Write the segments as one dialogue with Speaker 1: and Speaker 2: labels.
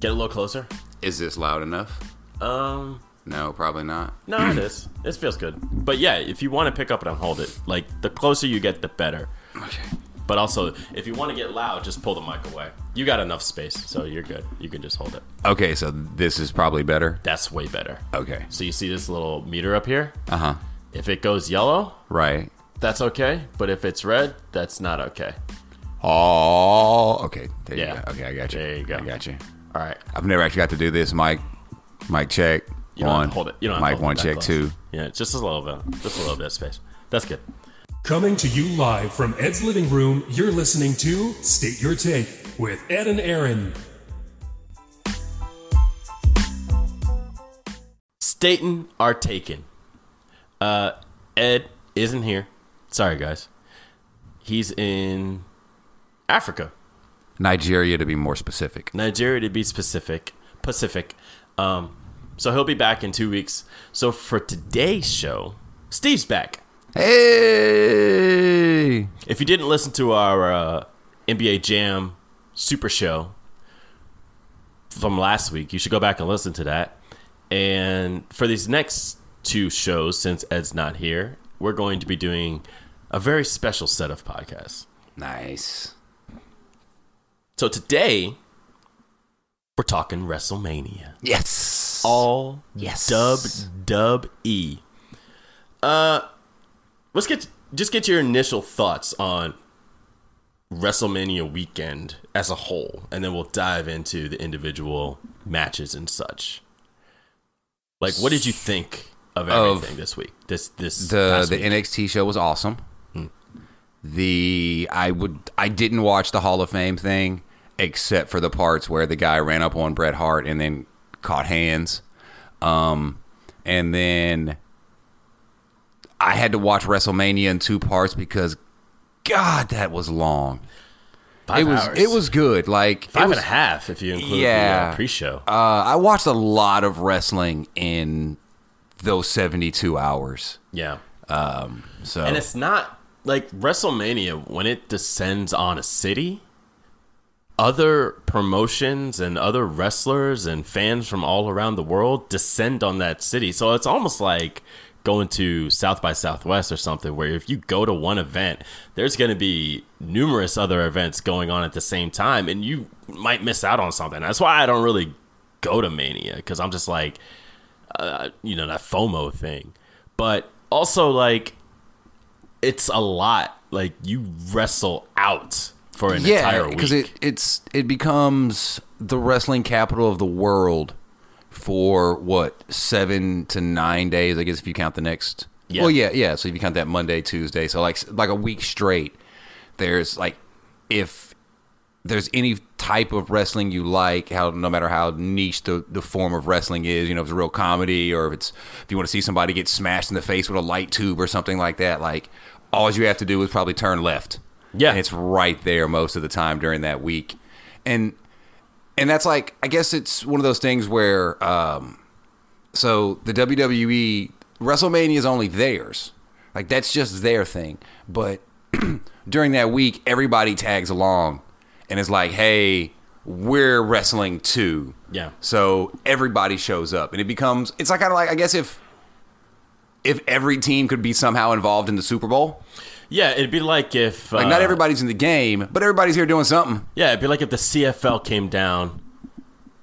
Speaker 1: Get a little closer.
Speaker 2: Is this loud enough?
Speaker 1: Um,
Speaker 2: No, probably not.
Speaker 1: no, it is. It feels good. But yeah, if you want to pick up and hold it, like the closer you get, the better.
Speaker 2: Okay.
Speaker 1: But also, if you want to get loud, just pull the mic away. You got enough space, so you're good. You can just hold it.
Speaker 2: Okay, so this is probably better.
Speaker 1: That's way better.
Speaker 2: Okay.
Speaker 1: So you see this little meter up here?
Speaker 2: Uh huh.
Speaker 1: If it goes yellow,
Speaker 2: Right.
Speaker 1: that's okay. But if it's red, that's not okay.
Speaker 2: Oh, okay. There
Speaker 1: Yeah.
Speaker 2: you go. Okay, I got you.
Speaker 1: There you go.
Speaker 2: I got you.
Speaker 1: All right.
Speaker 2: I've never actually got to do this. Mike, Mike, check
Speaker 1: You don't
Speaker 2: one.
Speaker 1: have to hold it. You don't have to
Speaker 2: Mike
Speaker 1: hold
Speaker 2: one,
Speaker 1: it that
Speaker 2: check
Speaker 1: close.
Speaker 2: two.
Speaker 1: Yeah, just a little bit. Just a little bit of space. That's good.
Speaker 3: Coming to you live from Ed's living room, you're listening to State Your Take with Ed and Aaron.
Speaker 1: Staten are taken. Uh, Ed isn't here. Sorry, guys. He's in Africa,
Speaker 2: Nigeria, to be more specific.
Speaker 1: Nigeria to be specific, Pacific. Um, so he'll be back in two weeks. So for today's show, Steve's back.
Speaker 2: Hey,
Speaker 1: If you didn't listen to our uh, NBA Jam Super Show from last week, you should go back and listen to that. And for these next two shows, since Ed's not here, we're going to be doing a very special set of podcasts.
Speaker 2: nice.
Speaker 1: So today, we're talking WrestleMania.
Speaker 2: Yes.
Speaker 1: All
Speaker 2: Yes.
Speaker 1: dub dub e. Uh, let's get just get your initial thoughts on WrestleMania weekend as a whole, and then we'll dive into the individual matches and such. Like, what did you think of
Speaker 2: Of
Speaker 1: everything this week? This this
Speaker 2: the
Speaker 1: past
Speaker 2: the
Speaker 1: week? Hmm.
Speaker 2: NXT show was awesome. The I would I didn't watch the Hall of Fame thing except for the parts where the guy ran up on Bret Hart and then caught hands. Um and then I had to watch WrestleMania in two parts because God, that was long.
Speaker 1: Five
Speaker 2: it was
Speaker 1: hours.
Speaker 2: it was good. Like it
Speaker 1: five and
Speaker 2: was-
Speaker 1: a half if you include the
Speaker 2: Yeah.
Speaker 1: uh, pre-show.
Speaker 2: uh, I watched a lot of wrestling in those seventy two hours.
Speaker 1: Yeah,
Speaker 2: So
Speaker 1: and it's not like WrestleMania when it descends on a city. Other promotions and other wrestlers and fans from all around the world descend on that city. So it's almost like going to South by Southwest or something, where if you go to one event, there's going to be numerous other events going on at the same time, and you might miss out on something. That's why I don't really go to Mania because I'm just like, uh, you know, that FOMO thing. But also, like, it's a lot. Like you wrestle out for an entire week.
Speaker 2: because it it's it becomes the wrestling capital of the world for what seven to nine days, I guess if you count the next.
Speaker 1: Yeah.
Speaker 2: Well, yeah, yeah. So if you count that Monday, Tuesday, so like like a week straight. There's like if there's any type of wrestling you like, how no matter how niche the, the form of wrestling is, you know, if it's real comedy or if it's if you want to see somebody get smashed in the face with a light tube or something like that, like all you have to do is probably turn left.
Speaker 1: Yeah.
Speaker 2: And it's right there most of the time during that week. And and that's like I guess it's one of those things where um so the WWE WrestleMania is only theirs. Like that's just their thing. But during that week, everybody tags along and is like, hey, we're wrestling too.
Speaker 1: Yeah.
Speaker 2: So everybody shows up and it becomes it's like kind of like I guess if if every team could be somehow involved in the Super Bowl.
Speaker 1: yeah, it'd be like if
Speaker 2: Like
Speaker 1: uh,
Speaker 2: not everybody's in the game, but everybody's here doing something.
Speaker 1: Yeah, it'd be like if the CFL came down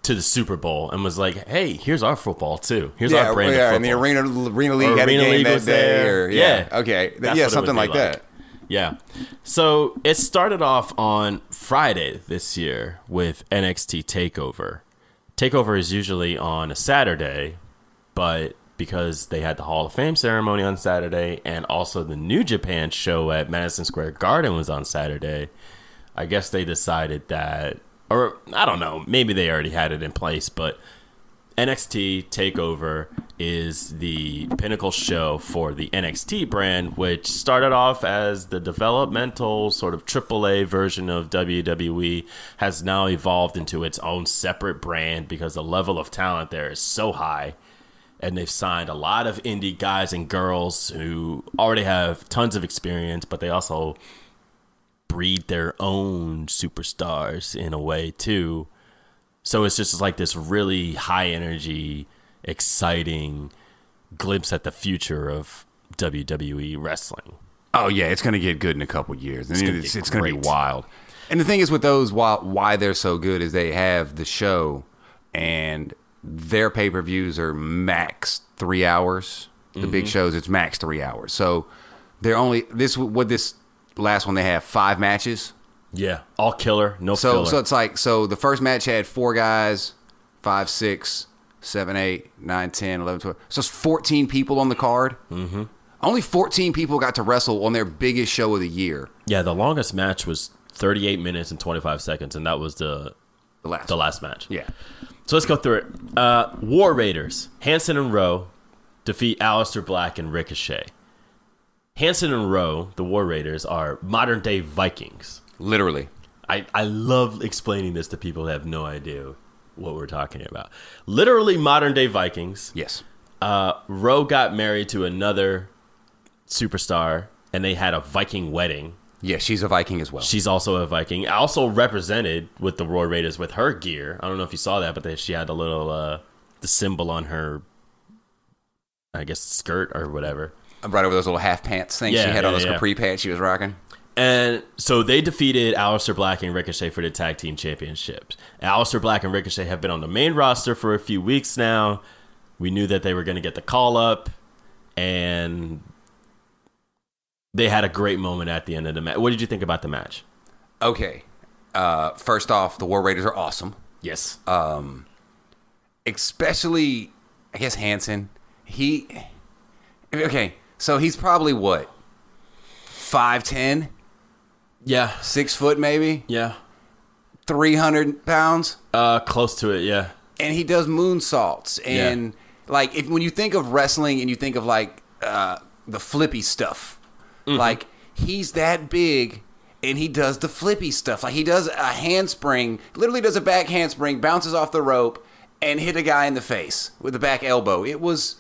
Speaker 1: to the Super Bowl and was like, "Hey, here's our football too. Here's our brand of football."
Speaker 2: and the arena arena league
Speaker 1: Or
Speaker 2: had
Speaker 1: Arena
Speaker 2: a game
Speaker 1: League
Speaker 2: that
Speaker 1: was
Speaker 2: day.
Speaker 1: there.
Speaker 2: Or, yeah.
Speaker 1: Yeah.
Speaker 2: okay, Th-
Speaker 1: That's
Speaker 2: yeah,
Speaker 1: what it
Speaker 2: something
Speaker 1: would be
Speaker 2: like,
Speaker 1: like.
Speaker 2: that.
Speaker 1: Yeah. So it started off on Friday this year with NXT Takeover. Takeover is usually on a Saturday, but because they had the Hall of Fame ceremony on Saturday and also the New Japan show at Madison Square Garden was on Saturday, I guess they decided that, or I don't know, maybe they already had it in place, but NXT Takeover is the pinnacle show for the NXT brand, which started off as the developmental sort of AAA version of WWE, has now evolved into its own separate brand because the level of talent there is so high. And they've signed a lot of indie guys and girls who already have tons of experience, but they also breed their own superstars in a way, too So it's just like this really high energy, exciting glimpse at the future of WWE wrestling.
Speaker 2: Oh yeah, it's going to get good in a couple years. It's
Speaker 1: gonna
Speaker 2: going
Speaker 1: get
Speaker 2: to be
Speaker 1: great.
Speaker 2: wild. And the thing is with those why, why they're so good is they have the show and their pay-per-views are max 3 hours. The
Speaker 1: Mm-hmm.
Speaker 2: big shows it's max 3 hours. So they're only this what this last one they have 5 matches.
Speaker 1: Yeah, all killer, no
Speaker 2: So
Speaker 1: filler.
Speaker 2: so it's like so the first match had 4 guys, five, six, seven, eight, nine, 10, 11, 12. So it's 14 people on the card. Mhm. Only 14 people got to wrestle on their biggest show of the year.
Speaker 1: yeah, the longest match was 38 minutes and 25 seconds, and that was the
Speaker 2: The last.
Speaker 1: the last match.
Speaker 2: Yeah.
Speaker 1: So let's go through it. Uh, War Raiders. Hanson and Rowe defeat Aleister Black and Ricochet. Hanson and Rowe, the War Raiders, are modern day Vikings.
Speaker 2: Literally.
Speaker 1: I, I love explaining this to people that have no idea what we're talking about. Literally modern day Vikings.
Speaker 2: Yes.
Speaker 1: Uh, Rowe got married to another superstar, and they had a Viking wedding.
Speaker 2: Yeah, she's a Viking as well.
Speaker 1: She's also a Viking. Also represented with the Roar Raiders with her gear. I don't know if you saw that, but they, she had a little uh, the symbol on her, I guess skirt or whatever.
Speaker 2: right over those little half pants things
Speaker 1: Yeah,
Speaker 2: she had
Speaker 1: yeah,
Speaker 2: on those
Speaker 1: yeah.
Speaker 2: capri pants she was rocking.
Speaker 1: And so they defeated Aleister Black and Ricochet for the tag team championships. Aleister Black and Ricochet have been on the main roster for a few weeks now. We knew that they were going to get the call up, and they had a great moment at the end of the match. What did you think about the match?
Speaker 2: Okay. Uh, first off, the War Raiders are awesome.
Speaker 1: Yes.
Speaker 2: Especially, I guess, Hanson. He. Okay, so he's probably what? 5'10?
Speaker 1: yeah.
Speaker 2: 6 foot maybe?
Speaker 1: Yeah.
Speaker 2: 300 pounds?
Speaker 1: Uh, close to it. Yeah.
Speaker 2: and he does moonsaults and like if when you think of wrestling and you think of like uh, the flippy stuff
Speaker 1: Mm-hmm.
Speaker 2: like he's that big and he does the flippy stuff like he does a handspring literally does a back handspring bounces off the rope and hit a guy in the face with the back elbow it was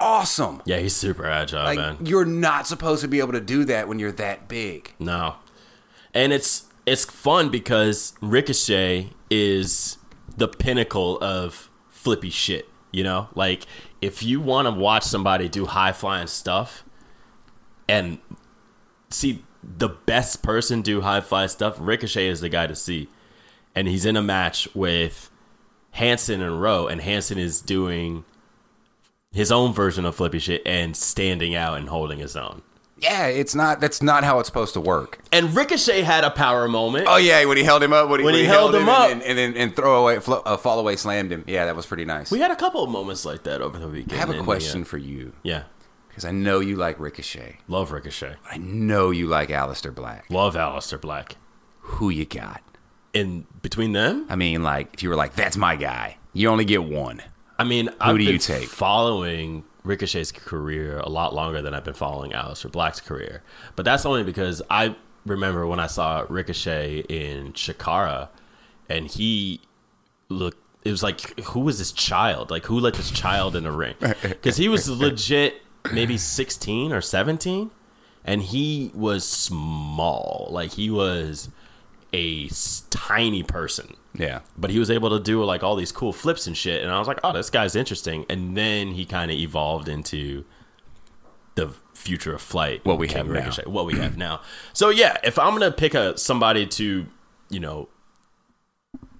Speaker 2: awesome
Speaker 1: Yeah, he's super agile,
Speaker 2: like
Speaker 1: man.
Speaker 2: you're not supposed to be able to do that when you're that big
Speaker 1: No. And it's it's fun because Ricochet is the pinnacle of flippy shit, you know? Like if you want to watch somebody do high flying stuff and see the best person do high flying stuff, Ricochet is the guy to see. And he's in a match with Hanson and Rowe, and Hanson is doing his own version of flippy shit and standing out and holding his own.
Speaker 2: yeah it's not that's not how it's supposed to work
Speaker 1: And Ricochet had a power moment.
Speaker 2: Oh yeah, when he held him up, when he,
Speaker 1: When he held him up.
Speaker 2: and, and then and throw away, flo- uh, fall away, slammed him. Yeah, that was pretty nice.
Speaker 1: We had a couple of moments like that over the weekend.
Speaker 2: I have
Speaker 1: and,
Speaker 2: a
Speaker 1: uh,
Speaker 2: question for you
Speaker 1: yeah.
Speaker 2: because I know you like Ricochet.
Speaker 1: Love Ricochet.
Speaker 2: I know you like Aleister Black.
Speaker 1: Love Aleister Black.
Speaker 2: Who you got?
Speaker 1: In between them,
Speaker 2: I mean, like if you were like, "That's my guy," you only get one.
Speaker 1: I mean, I've
Speaker 2: do
Speaker 1: been
Speaker 2: you take?
Speaker 1: following Ricochet's career a lot longer than I've been following Aleister Black's career. But that's only because I remember when I saw Ricochet in Shakara, and he looked. It was like, who was this child? Like, who let this child in the ring? Because he was legit, maybe sixteen or seventeen, and he was small. Like he was a s- tiny person
Speaker 2: Yeah,
Speaker 1: but he was able to do like all these cool flips and shit and i was like oh this guy's interesting and then he kind of evolved into the future of flight
Speaker 2: What we
Speaker 1: King
Speaker 2: have now.
Speaker 1: Ricochet, what we have now so yeah if i'm gonna pick a somebody to you know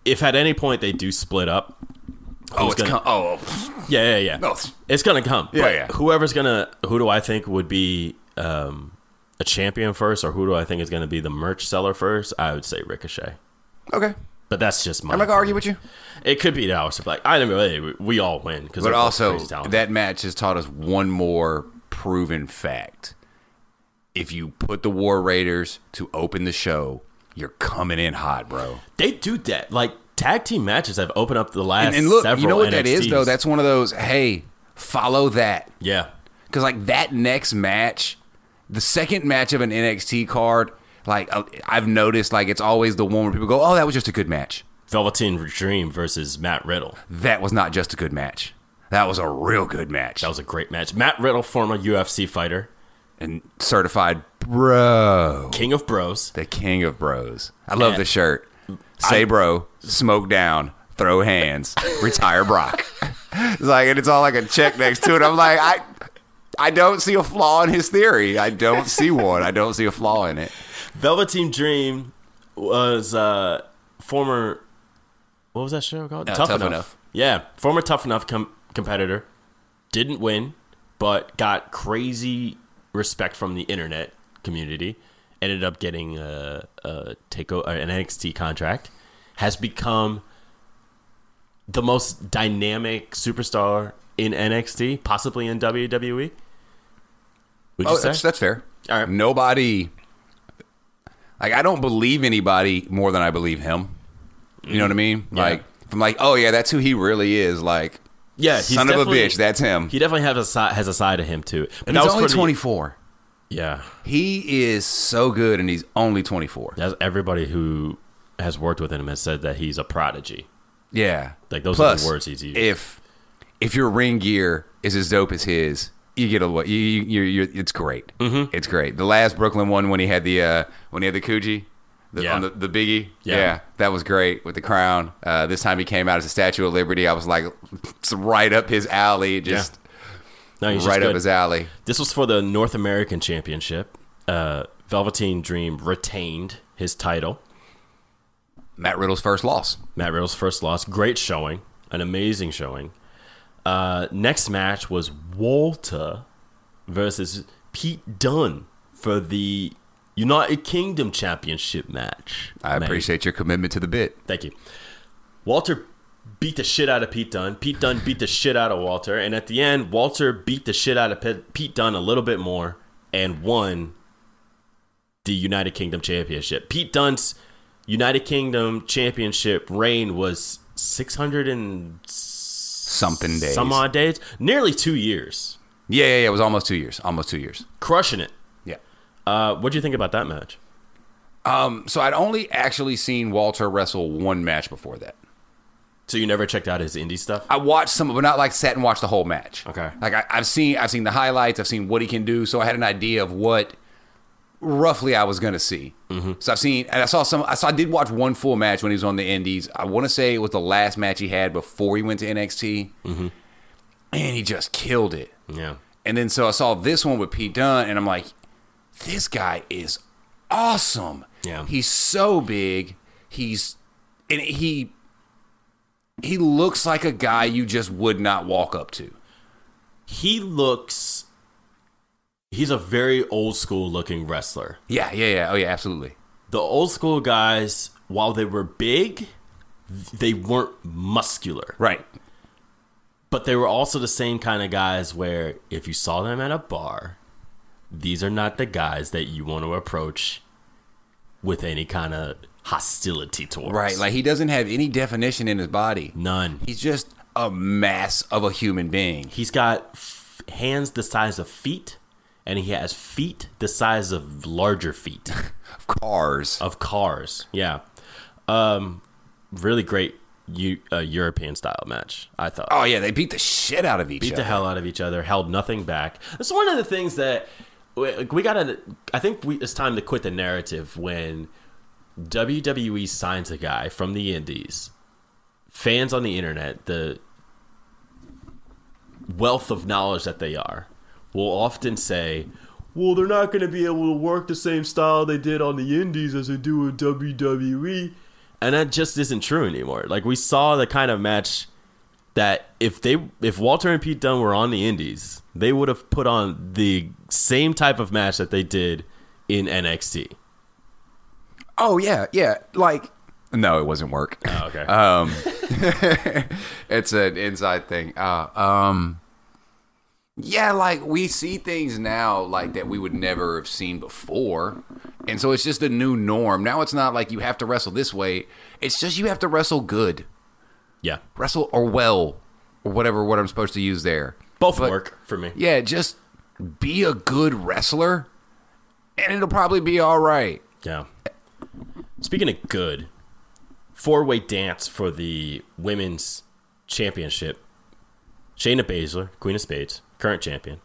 Speaker 1: if at any point they do split up
Speaker 2: Oh,
Speaker 1: who's
Speaker 2: it's
Speaker 1: gonna-
Speaker 2: com- oh,
Speaker 1: yeah yeah yeah
Speaker 2: No, it's-
Speaker 1: it's gonna come
Speaker 2: Yeah,
Speaker 1: But
Speaker 2: yeah.
Speaker 1: whoever's gonna who do i think would be um a champion first or who do i think is gonna be the merch seller first i would say ricochet
Speaker 2: okay.
Speaker 1: but that's just my
Speaker 2: I'm not gonna argue with you,
Speaker 1: it could be the hours of black. I don't know. hey, we- We all win because
Speaker 2: but also that match has taught us one more proven fact: if you put the War Raiders to open the show, you're coming in hot, bro.
Speaker 1: they do that. Like tag team matches have opened up the last.
Speaker 2: and, and look,
Speaker 1: several
Speaker 2: you know what that is
Speaker 1: NXTs.
Speaker 2: though. That's one of those. Hey, follow that
Speaker 1: yeah,
Speaker 2: because like that next match, the second match of an NXT card. Like uh, I've noticed, like it's always the one where people go, "Oh, that was just a good match.
Speaker 1: Velveteen Dream versus Matt Riddle.
Speaker 2: That was not just a good match. That was a real good match."
Speaker 1: That was a great match. Matt Riddle, former UFC fighter,
Speaker 2: and certified bro,
Speaker 1: King of Bros.
Speaker 2: the king of bros. I love the shirt. Say bro, smoke down, throw hands, retire Brock. it's like, and it's all like a check next to it. I'm like, I, I don't see a flaw in his theory. I don't see one. I don't see a flaw in it.
Speaker 1: Velveteen Dream was uh, former. What was that show called?
Speaker 2: Uh, Tough Enough.
Speaker 1: Yeah, former Tough Enough com- competitor. Didn't win, but got crazy respect from the internet community. Ended up getting a, a takeover, an NXT contract. Has become the most dynamic superstar in NXT, possibly in WWE. Would you
Speaker 2: Oh,
Speaker 1: say?
Speaker 2: that's, that's fair.
Speaker 1: All right.
Speaker 2: Nobody, like, I don't believe anybody more than I believe him. You know what I mean? Like, if I'm like, oh yeah, that's who he really is. Like,
Speaker 1: yeah, he's
Speaker 2: son of a
Speaker 1: definitely-
Speaker 2: bitch, that's him.
Speaker 1: He definitely has a side, has a side of him too. But
Speaker 2: and he's
Speaker 1: was
Speaker 2: only
Speaker 1: pretty-
Speaker 2: 24.
Speaker 1: Yeah,
Speaker 2: He is so good, and he's only 24.
Speaker 1: that's everybody who has worked with him has said that he's a prodigy.
Speaker 2: Yeah,
Speaker 1: Like, those are the words he's using.
Speaker 2: If if your ring gear is as dope as his, you get a what? You, you, you, you it's great. Mm-hmm. It's great. The last Brooklyn one when he had the uh, when he had the Coogee, the,
Speaker 1: Yeah.
Speaker 2: on the, the Biggie.
Speaker 1: Yeah.
Speaker 2: that was great with the crown. Uh, this time he came out as a Statue of Liberty. I was like, it's right up his alley. Just
Speaker 1: No, he's just
Speaker 2: right up
Speaker 1: good.
Speaker 2: his alley.
Speaker 1: This was for the North American Championship. Uh, Velveteen Dream retained his title.
Speaker 2: Matt Riddle's first loss.
Speaker 1: Matt Riddle's first loss. Great showing, an amazing showing. Uh, next match was Walter versus Pete Dunne for the United Kingdom Championship match.
Speaker 2: I
Speaker 1: Man.
Speaker 2: appreciate your commitment to the bit.
Speaker 1: Thank you. Walter beat the shit out of Pete Dunne. Pete Dunne beat the shit out of Walter, and at the end, Walter beat the shit out of Pe- Pete Dunne a little bit more and won the United Kingdom Championship. Pete Dunne's United Kingdom Championship reign was six hundred and
Speaker 2: Something days.
Speaker 1: some odd days, nearly two years,
Speaker 2: Yeah, yeah, yeah. It was almost two years. Almost two years.
Speaker 1: crushing it.
Speaker 2: Yeah.
Speaker 1: Uh, what do you think about that match?
Speaker 2: So I'd only actually seen Walter wrestle one match before that.
Speaker 1: So you never checked out his indie stuff?
Speaker 2: I watched some, but not like sat and watched the whole match.
Speaker 1: Okay.
Speaker 2: Like I, I've seen, I've seen the highlights. I've seen what he can do. So I had an idea of what roughly I was going to see. Mm-hmm. So I've seen, and I saw some. I saw, I did watch one full match when he was on the Indies. I want to say it was the last match he had before he went to NXT, mm-hmm. and he just killed it.
Speaker 1: Yeah.
Speaker 2: And then so I saw this one with Pete Dunne, and I'm like, this guy is awesome.
Speaker 1: Yeah.
Speaker 2: He's so big. He's and he he looks like a guy you just would not walk up to.
Speaker 1: he looks he's a very old school looking wrestler
Speaker 2: Yeah, yeah, yeah. Oh yeah, absolutely.
Speaker 1: the old school guys while they were big they weren't muscular
Speaker 2: Right.
Speaker 1: but they were also the same kind of guys where if you saw them at a bar these are not the guys that you want to approach with any kind of hostility towards
Speaker 2: Right. Like he doesn't have any definition in his body.
Speaker 1: none
Speaker 2: He's just a mass of a human being.
Speaker 1: he's got f- hands the size of feet and he has feet the size of larger feet
Speaker 2: Of cars.
Speaker 1: of cars. Yeah, um, really great U- uh, European style match. I thought
Speaker 2: Oh yeah, they beat the shit out of each
Speaker 1: beat
Speaker 2: other.
Speaker 1: the hell out of each other, held nothing back. That's one of the things that we, like, we gotta. I think we, it's time to quit the narrative when WWE signs a guy from the Indies. Fans on the internet, the wealth of knowledge that they are, will often say, "Well, they're not going to be able to work the same style they did on the Indies as they do in WWE," E." and that just isn't true anymore. Like we saw the kind of match that if they if Walter and Pete Dunne were on the Indies, they would have put on the same type of match that they did in NXT.
Speaker 2: Oh yeah, yeah. Like no, it wasn't work.
Speaker 1: okay.
Speaker 2: Um, it's an inside thing. Uh, um, yeah, like we see things now like that we would never have seen before, and so it's just a new norm. Now it's not like you have to wrestle this way. It's just you have to wrestle good,
Speaker 1: yeah.
Speaker 2: wrestle or well, or whatever. What I'm supposed to use there.
Speaker 1: Both
Speaker 2: But-
Speaker 1: work for me.
Speaker 2: Yeah, just be a good wrestler, and it'll probably be all right.
Speaker 1: Yeah. Speaking of good, four way dance for the women's championship. Shayna Baszler, Queen of Spades, current champion,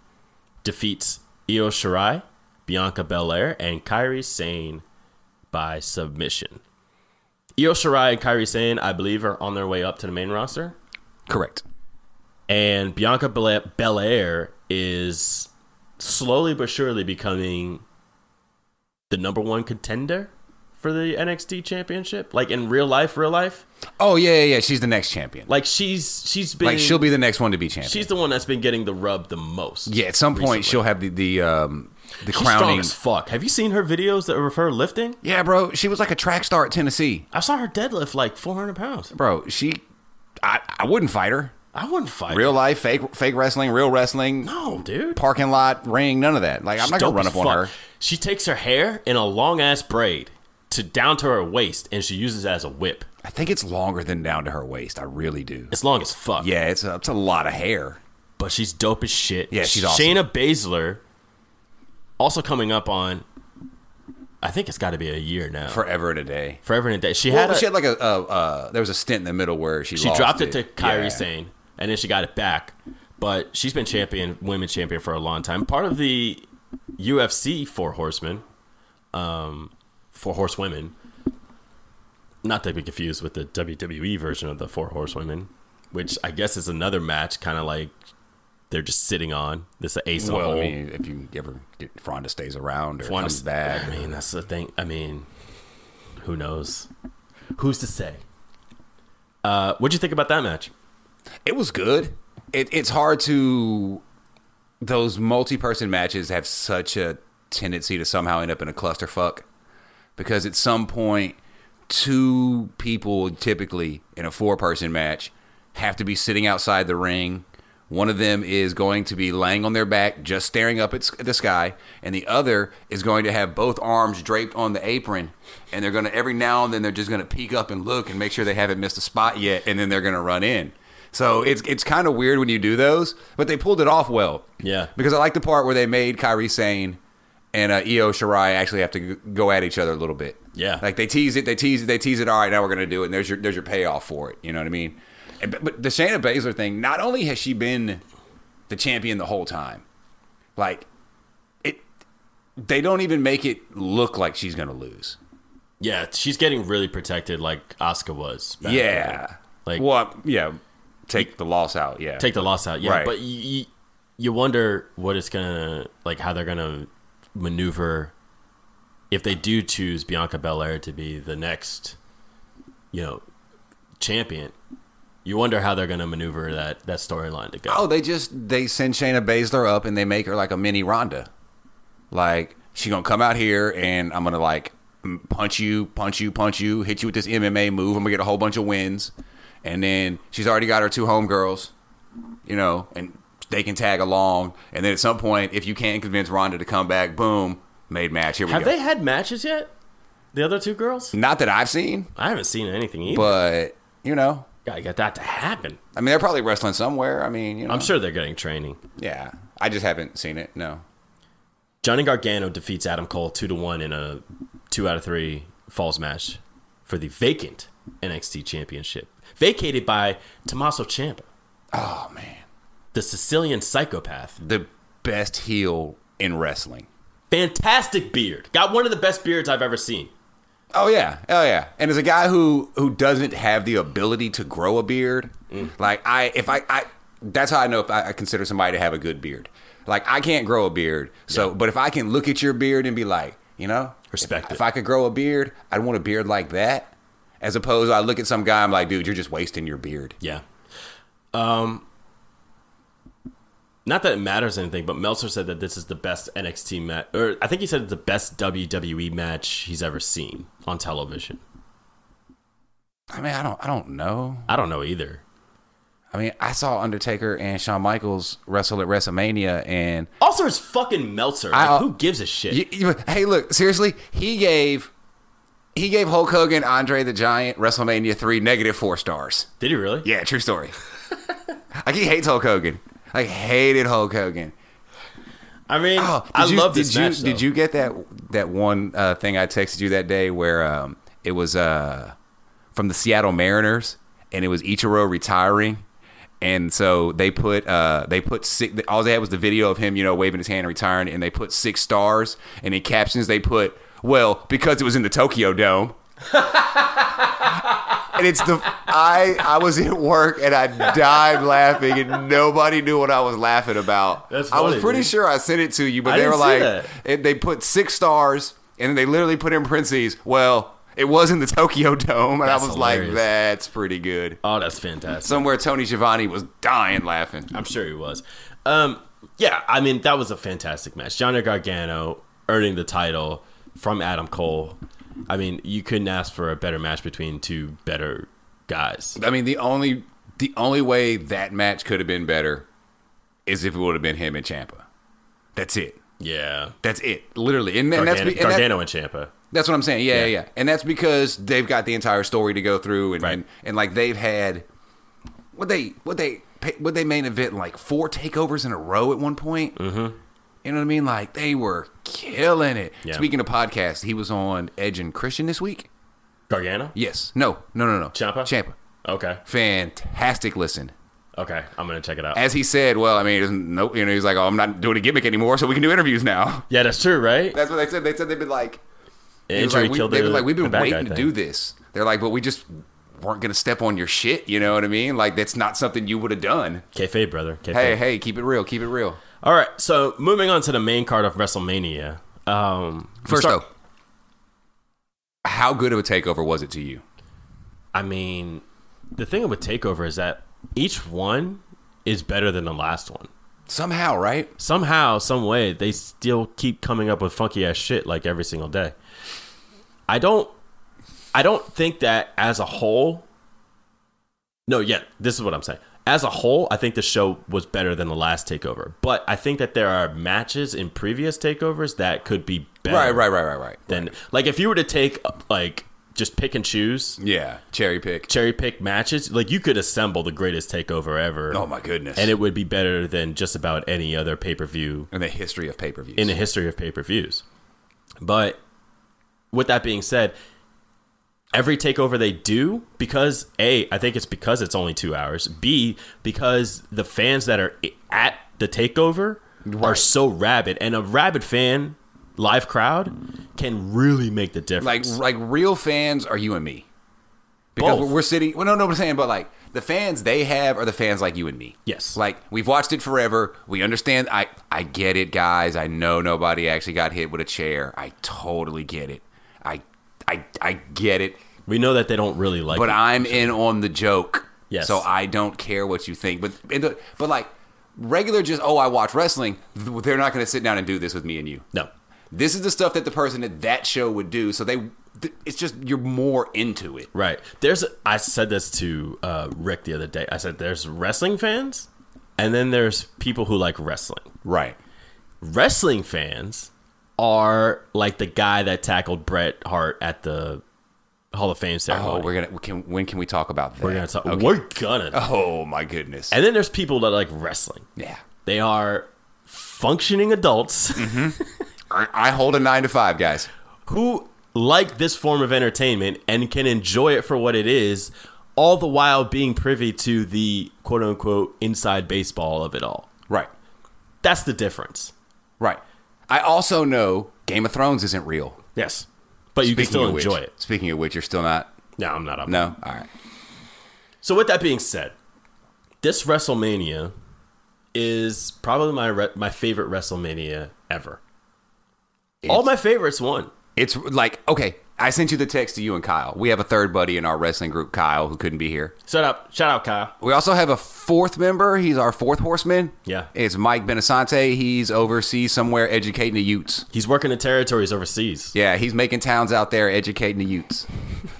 Speaker 1: defeats Io Shirai, Bianca Belair, and Kyrie Sane by submission. Io Shirai and Kairi Sane, I believe, are on their way up to the main roster,
Speaker 2: Correct.
Speaker 1: and Bianca Bel- Belair is slowly but surely becoming the number one contender for the NXT Championship. Like in real life, real life,
Speaker 2: Oh yeah, yeah, yeah. She's the next champion.
Speaker 1: like she's she's been
Speaker 2: Like she'll be the next one to be champion.
Speaker 1: she's the one that's been getting the rub the most.
Speaker 2: yeah, at some point she'll have the the um the
Speaker 1: She's strong
Speaker 2: crowning.
Speaker 1: as fuck. Have you seen her videos that of her lifting?
Speaker 2: Yeah, bro. She was like a track star at Tennessee,
Speaker 1: I saw her deadlift like 400 pounds.
Speaker 2: bro. She, I, I wouldn't fight her.
Speaker 1: I wouldn't fight.
Speaker 2: Real life, fake, fake wrestling, real wrestling,
Speaker 1: no, dude.
Speaker 2: parking lot, ring, none of that. Like I'm not
Speaker 1: She's
Speaker 2: gonna
Speaker 1: dope
Speaker 2: run
Speaker 1: as
Speaker 2: up on her.
Speaker 1: fuck. She takes her hair in a long ass braid to down to her waist, and she uses it as a whip.
Speaker 2: I think it's longer than down to her waist. I really do.
Speaker 1: It's long as fuck.
Speaker 2: Yeah, it's a, it's a lot of hair.
Speaker 1: but she's dope as shit.
Speaker 2: Yeah, she's awesome.
Speaker 1: Shayna Baszler, also coming up on. I think it's got to be a year now.
Speaker 2: Forever and a day.
Speaker 1: Forever and a day. She
Speaker 2: Well,
Speaker 1: had. A,
Speaker 2: she had like a, a uh, there was a stint in the middle where she
Speaker 1: She
Speaker 2: lost
Speaker 1: dropped it to Kyrie
Speaker 2: Yeah.
Speaker 1: Sane, and then she got it back. But she's been champion, women champion for a long time. Part of the UFC Four Horsemen, um, Four Horsewomen. Not to be confused with the WWE version of the Four Horsewomen, which I guess is another match, kind of like they're just sitting on this ace in the
Speaker 2: Well,
Speaker 1: hole.
Speaker 2: I mean, if you ever get Fronda stays around or
Speaker 1: Wanna
Speaker 2: comes
Speaker 1: s-
Speaker 2: back,
Speaker 1: I mean, that's the thing. I mean, who knows? Who's to say? Uh, what'd you think about that match?
Speaker 2: it was good. It, it's hard to those multi-person matches have such a tendency to somehow end up in a clusterfuck because at some point two people typically in a four-person match have to be sitting outside the ring. One of them is going to be laying on their back, just staring up at s- the sky, and the other is going to have both arms draped on the apron, and they're going to every now and then they're just going to peek up and look and make sure they haven't missed a spot yet, and then they're going to run in. So it's it's kind of weird when you do those, but they pulled it off well.
Speaker 1: Yeah.
Speaker 2: Because I like the part where they made Kyrie Sane and uh, Io Shirai actually have to g- go at each other a little bit.
Speaker 1: Yeah.
Speaker 2: Like they tease it, they tease it, they tease it. All right, now we're gonna do it. And there's your there's your payoff for it. You know what I mean? And, but, but the Shayna Baszler thing. Not only has she been the champion the whole time, like it, they don't even make it look like she's gonna lose.
Speaker 1: Yeah, she's getting really protected, like Asuka was. back
Speaker 2: yeah.
Speaker 1: then. like
Speaker 2: well, yeah. Take the loss out. Yeah.
Speaker 1: take the loss out. Yeah,
Speaker 2: Right.
Speaker 1: but you, you you wonder what it's gonna like, how they're gonna maneuver if they do choose Bianca Belair to be the next, you know, champion. You wonder how they're gonna maneuver that that storyline to go.
Speaker 2: Oh, they just they send Shayna Baszler up and they make her like a mini Ronda. Like she gonna come out here and I'm gonna like m- punch you, punch you, punch you, hit you with this MMA move. I'm gonna get a whole bunch of wins, and then she's already got her two homegirls, you know, and they can tag along. And then at some point, if you can't convince Ronda to come back, boom, made match. Here we
Speaker 1: Have
Speaker 2: go.
Speaker 1: they had matches yet? The other two girls?
Speaker 2: Not that I've seen,
Speaker 1: I haven't seen anything either.
Speaker 2: but you know,
Speaker 1: Gotta get that to happen.
Speaker 2: I mean, they're probably wrestling somewhere. I mean, you know,
Speaker 1: I'm sure they're getting training.
Speaker 2: Yeah, I just haven't seen it. No.
Speaker 1: Johnny Gargano defeats Adam Cole two to one in a two out of three falls match for the vacant NXT Championship, vacated by Tommaso Ciampa,
Speaker 2: Oh man.
Speaker 1: the Sicilian psychopath.
Speaker 2: the best heel in wrestling.
Speaker 1: Fantastic beard, got one of the best beards I've ever seen.
Speaker 2: Oh yeah, oh yeah. And as a guy who who doesn't have the ability to grow a beard,
Speaker 1: Mm.
Speaker 2: like I if I I that's how I know if I, I consider somebody to have a good beard. Like I can't grow a beard, so but if I can look at your beard and be like, you know,
Speaker 1: Respect
Speaker 2: If,
Speaker 1: it.
Speaker 2: if I could grow a beard, I'd want a beard like that. As opposed, I look at some guy, I'm like, dude, you're just wasting your beard.
Speaker 1: Yeah. Um, not that it matters anything, but Meltzer said that this is the best NXT match, or I think he said it's the best WWE match he's ever seen on television.
Speaker 2: I mean, I don't, I don't know.
Speaker 1: I don't know either.
Speaker 2: I mean, I saw Undertaker and Shawn Michaels wrestle at WrestleMania, and
Speaker 1: Also, it's fucking Meltzer.
Speaker 2: I- uh,
Speaker 1: Like, who gives a shit?
Speaker 2: You- you- hey, look, seriously, he gave he gave Hulk Hogan, Andre the Giant, WrestleMania three negative four stars.
Speaker 1: Did he really?
Speaker 2: Yeah, true story. like he hates Hulk Hogan. Like hated Hulk Hogan.
Speaker 1: I mean,
Speaker 2: Oh,
Speaker 1: I
Speaker 2: you,
Speaker 1: love
Speaker 2: did
Speaker 1: this
Speaker 2: you,
Speaker 1: match.
Speaker 2: Did you get that that one uh, thing I texted you that day where um, it was uh, from the Seattle Mariners and it was Ichiro retiring, and so they put uh, they put six. All they had was the video of him, you know, waving his hand and retiring, and they put six stars, and in captions they put, "Well, because it was in the Tokyo Dome." and it's the I I was at work and I died laughing and nobody knew what I was laughing about.
Speaker 1: That's
Speaker 2: I was
Speaker 1: funny,
Speaker 2: pretty
Speaker 1: dude.
Speaker 2: sure I sent it to you, but
Speaker 1: I
Speaker 2: they were
Speaker 1: didn't see
Speaker 2: like
Speaker 1: that.
Speaker 2: and they put six stars and then they literally put in parentheses. Well, it was in the Tokyo Dome, and
Speaker 1: That's
Speaker 2: I was like,
Speaker 1: hilarious.
Speaker 2: "That's pretty good."
Speaker 1: Oh, that's fantastic.
Speaker 2: Somewhere Tony Giovanni was dying laughing.
Speaker 1: I'm sure he was. Um, yeah, I mean that was a fantastic match. Johnny Gargano earning the title from Adam Cole. I mean, you couldn't ask for a better match between two better guys.
Speaker 2: I mean, the only the only way that match could have been better is if it would have been him and Champa. That's it.
Speaker 1: Yeah,
Speaker 2: That's it. Literally, and, and that's
Speaker 1: Gargano and,
Speaker 2: be- and that-
Speaker 1: Gargano and Champa.
Speaker 2: That's what I'm saying. Yeah, yeah, yeah. And that's because they've got the entire story to go through, and
Speaker 1: Right.
Speaker 2: and, and like they've had what they what they what they main event like four takeovers in a row at one point. Mm-hmm. You know what I mean? Like they were killing it.
Speaker 1: Yeah.
Speaker 2: Speaking of podcasts, he was on Edge and Christian this week.
Speaker 1: Gargano.
Speaker 2: Yes. No. No. No. No.
Speaker 1: Ciampa?
Speaker 2: Champa.
Speaker 1: Okay,
Speaker 2: Fantastic. Listen.
Speaker 1: okay, I'm gonna check it out.
Speaker 2: As he said, well, I mean, there's no, you know, he's like, oh, I'm not doing a gimmick anymore, so we can do interviews now.
Speaker 1: yeah, that's true, right?
Speaker 2: That's what they said. They said they've been like, He was
Speaker 1: Injury
Speaker 2: like, we,
Speaker 1: killed
Speaker 2: they
Speaker 1: the,
Speaker 2: were like, we've
Speaker 1: the
Speaker 2: been
Speaker 1: bad guy
Speaker 2: waiting to
Speaker 1: thing.
Speaker 2: do this. They're like, but we just weren't going to step on your shit. You know what I mean? Like, that's not something you would have done.
Speaker 1: Kayfabe, brother. Kayfabe.
Speaker 2: Hey, hey, keep it real. Keep it real.
Speaker 1: All right, so moving on to the main card of WrestleMania. Um, we
Speaker 2: First,
Speaker 1: start-
Speaker 2: though, how good of a takeover was it to you?
Speaker 1: I mean, the thing with Takeover is that each one is better than the last one.
Speaker 2: Somehow, right?
Speaker 1: Somehow, some way, they still keep coming up with funky ass shit like every single day. I don't, I don't think that as a whole. No, yeah, this is what I'm saying. As a whole, I think the show was better than the last Takeover, but I think that there are matches in previous Takeovers that could be better.
Speaker 2: Right, right, right, right, right.
Speaker 1: Then, like, if you were to take uh, like just pick and choose,
Speaker 2: Yeah, cherry pick.
Speaker 1: cherry pick matches, like you could assemble the greatest takeover ever.
Speaker 2: Oh my goodness!
Speaker 1: And it would be better than just about any other pay per view
Speaker 2: in the history of pay per views.
Speaker 1: in the history of pay per views. But with that being said, every takeover they do, because A, I think it's because it's only two hours, B, because the fans that are i- at the takeover are so rabid. And a rabid fan, live crowd, can really make the
Speaker 2: like
Speaker 1: difference.
Speaker 2: like real fans are you and me because
Speaker 1: Both.
Speaker 2: we're sitting well no no i'm saying but like the fans they have are the fans like you and me
Speaker 1: Yes.
Speaker 2: like we've watched it forever we understand i i get it guys i know nobody actually got hit with a chair i totally get it i i i get it
Speaker 1: we know that they don't really like
Speaker 2: but
Speaker 1: it.
Speaker 2: i'm in on the joke
Speaker 1: Yes.
Speaker 2: so i don't care what you think but and the- but like regular just oh i watch wrestling th- they're not going to sit down and do this with me and you
Speaker 1: no.
Speaker 2: this is the stuff that the person at that show would do. So they, th- it's just you're more into it.
Speaker 1: Right. There's I said this to uh, Rick the other day. I said there's wrestling fans and then there's people who like wrestling.
Speaker 2: Right.
Speaker 1: Wrestling fans are like the guy that tackled Bret Hart at the Hall of Fame
Speaker 2: Oh,
Speaker 1: ceremony.
Speaker 2: we're gonna. we Can, when can we talk about that?
Speaker 1: we're gonna talk.
Speaker 2: Okay.
Speaker 1: We're gonna.
Speaker 2: Oh my goodness.
Speaker 1: And then there's people that like wrestling.
Speaker 2: yeah.
Speaker 1: They are functioning adults
Speaker 2: I, I hold a nine to five, guys.
Speaker 1: who like this form of entertainment and can enjoy it for what it is, all the while being privy to the quote unquote inside baseball of it all.
Speaker 2: Right.
Speaker 1: That's the difference.
Speaker 2: Right. I also know Game of Thrones isn't real.
Speaker 1: Yes. But you can still
Speaker 2: of which-
Speaker 1: enjoy it.
Speaker 2: Speaking of which, you're still not.
Speaker 1: No, I'm not up.
Speaker 2: No. All right.
Speaker 1: So with that being said, this WrestleMania is probably my re- my favorite WrestleMania ever. All my favorites won.
Speaker 2: It's like okay. I sent you the text to you and Kyle. We have a third buddy in our wrestling group, Kyle, who couldn't be here.
Speaker 1: Shut up. Shout out Kyle.
Speaker 2: We also have a fourth member. He's our fourth horseman.
Speaker 1: Yeah.
Speaker 2: It's Mike Benasante. He's overseas somewhere educating the Utes.
Speaker 1: He's working in territories overseas.
Speaker 2: Yeah, he's making towns out there educating the Utes.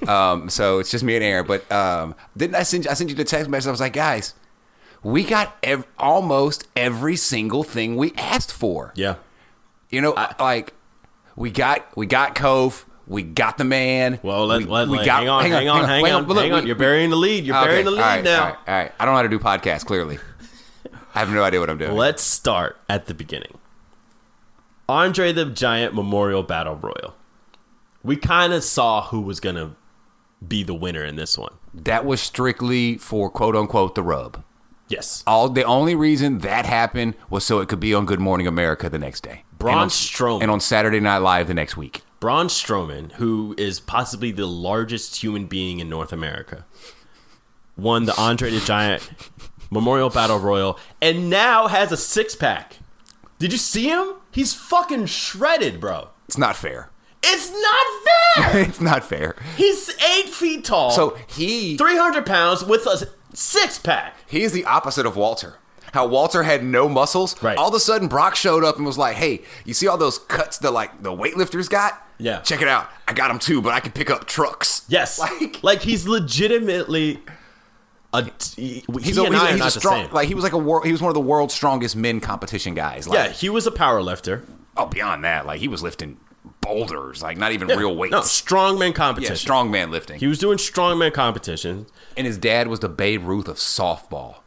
Speaker 2: um, so it's just me and Aaron. But um, didn't I send you, I sent you the text message? I was like, guys, we got ev- almost every single thing we asked for.
Speaker 1: Yeah.
Speaker 2: You know, like we got we got Cove. We got the man.
Speaker 1: Well, let,
Speaker 2: we,
Speaker 1: let,
Speaker 2: we
Speaker 1: let-
Speaker 2: got-
Speaker 1: hang on, hang on, hang
Speaker 2: wait,
Speaker 1: on,
Speaker 2: look,
Speaker 1: hang on.
Speaker 2: we-
Speaker 1: You're burying the lead. You're burying the lead
Speaker 2: all right,
Speaker 1: now.
Speaker 2: All right, all right. I don't know how to do podcasts, clearly. I have no idea what I'm doing.
Speaker 1: Let's start at the beginning. Andre the Giant Memorial Battle Royal. We kind of saw who was going to be the winner in this one.
Speaker 2: That was strictly for quote unquote the rub.
Speaker 1: Yes.
Speaker 2: All the only reason that happened was so it could be on Good Morning America the next day.
Speaker 1: Braun
Speaker 2: and on,
Speaker 1: Strowman.
Speaker 2: And on Saturday Night Live the next week.
Speaker 1: Braun Strowman, who is possibly the largest human being in North America, won the Andre the Giant Memorial Battle Royal and now has a six pack. Did you see him? He's fucking shredded, bro.
Speaker 2: It's not fair.
Speaker 1: It's not fair.
Speaker 2: It's not fair.
Speaker 1: He's eight feet tall,
Speaker 2: So he
Speaker 1: three hundred pounds with a six pack.
Speaker 2: he is the opposite of Walter. How Walter had no muscles.
Speaker 1: Right.
Speaker 2: All of a sudden, Brock showed up and was like, "Hey, you see all those cuts that like the weightlifters got?
Speaker 1: Yeah.
Speaker 2: Check it out. I got them too, but I can pick up trucks.
Speaker 1: Yes,
Speaker 2: Like
Speaker 1: like, he's legitimately a. He's he
Speaker 2: he's a,
Speaker 1: and
Speaker 2: he's, a-
Speaker 1: I are
Speaker 2: he's
Speaker 1: not
Speaker 2: a
Speaker 1: the
Speaker 2: strong.
Speaker 1: same.
Speaker 2: Like he was like a wor- he was one of the world's strongest men competition guys. Like,
Speaker 1: yeah, he was a power lifter.
Speaker 2: Oh, beyond that, like he was lifting boulders, like not even
Speaker 1: Yeah,
Speaker 2: real weights.
Speaker 1: No, strongman
Speaker 2: yeah,
Speaker 1: competition.
Speaker 2: strongman lifting.
Speaker 1: He was doing strongman competitions.
Speaker 2: and his dad was the Babe Ruth of softball.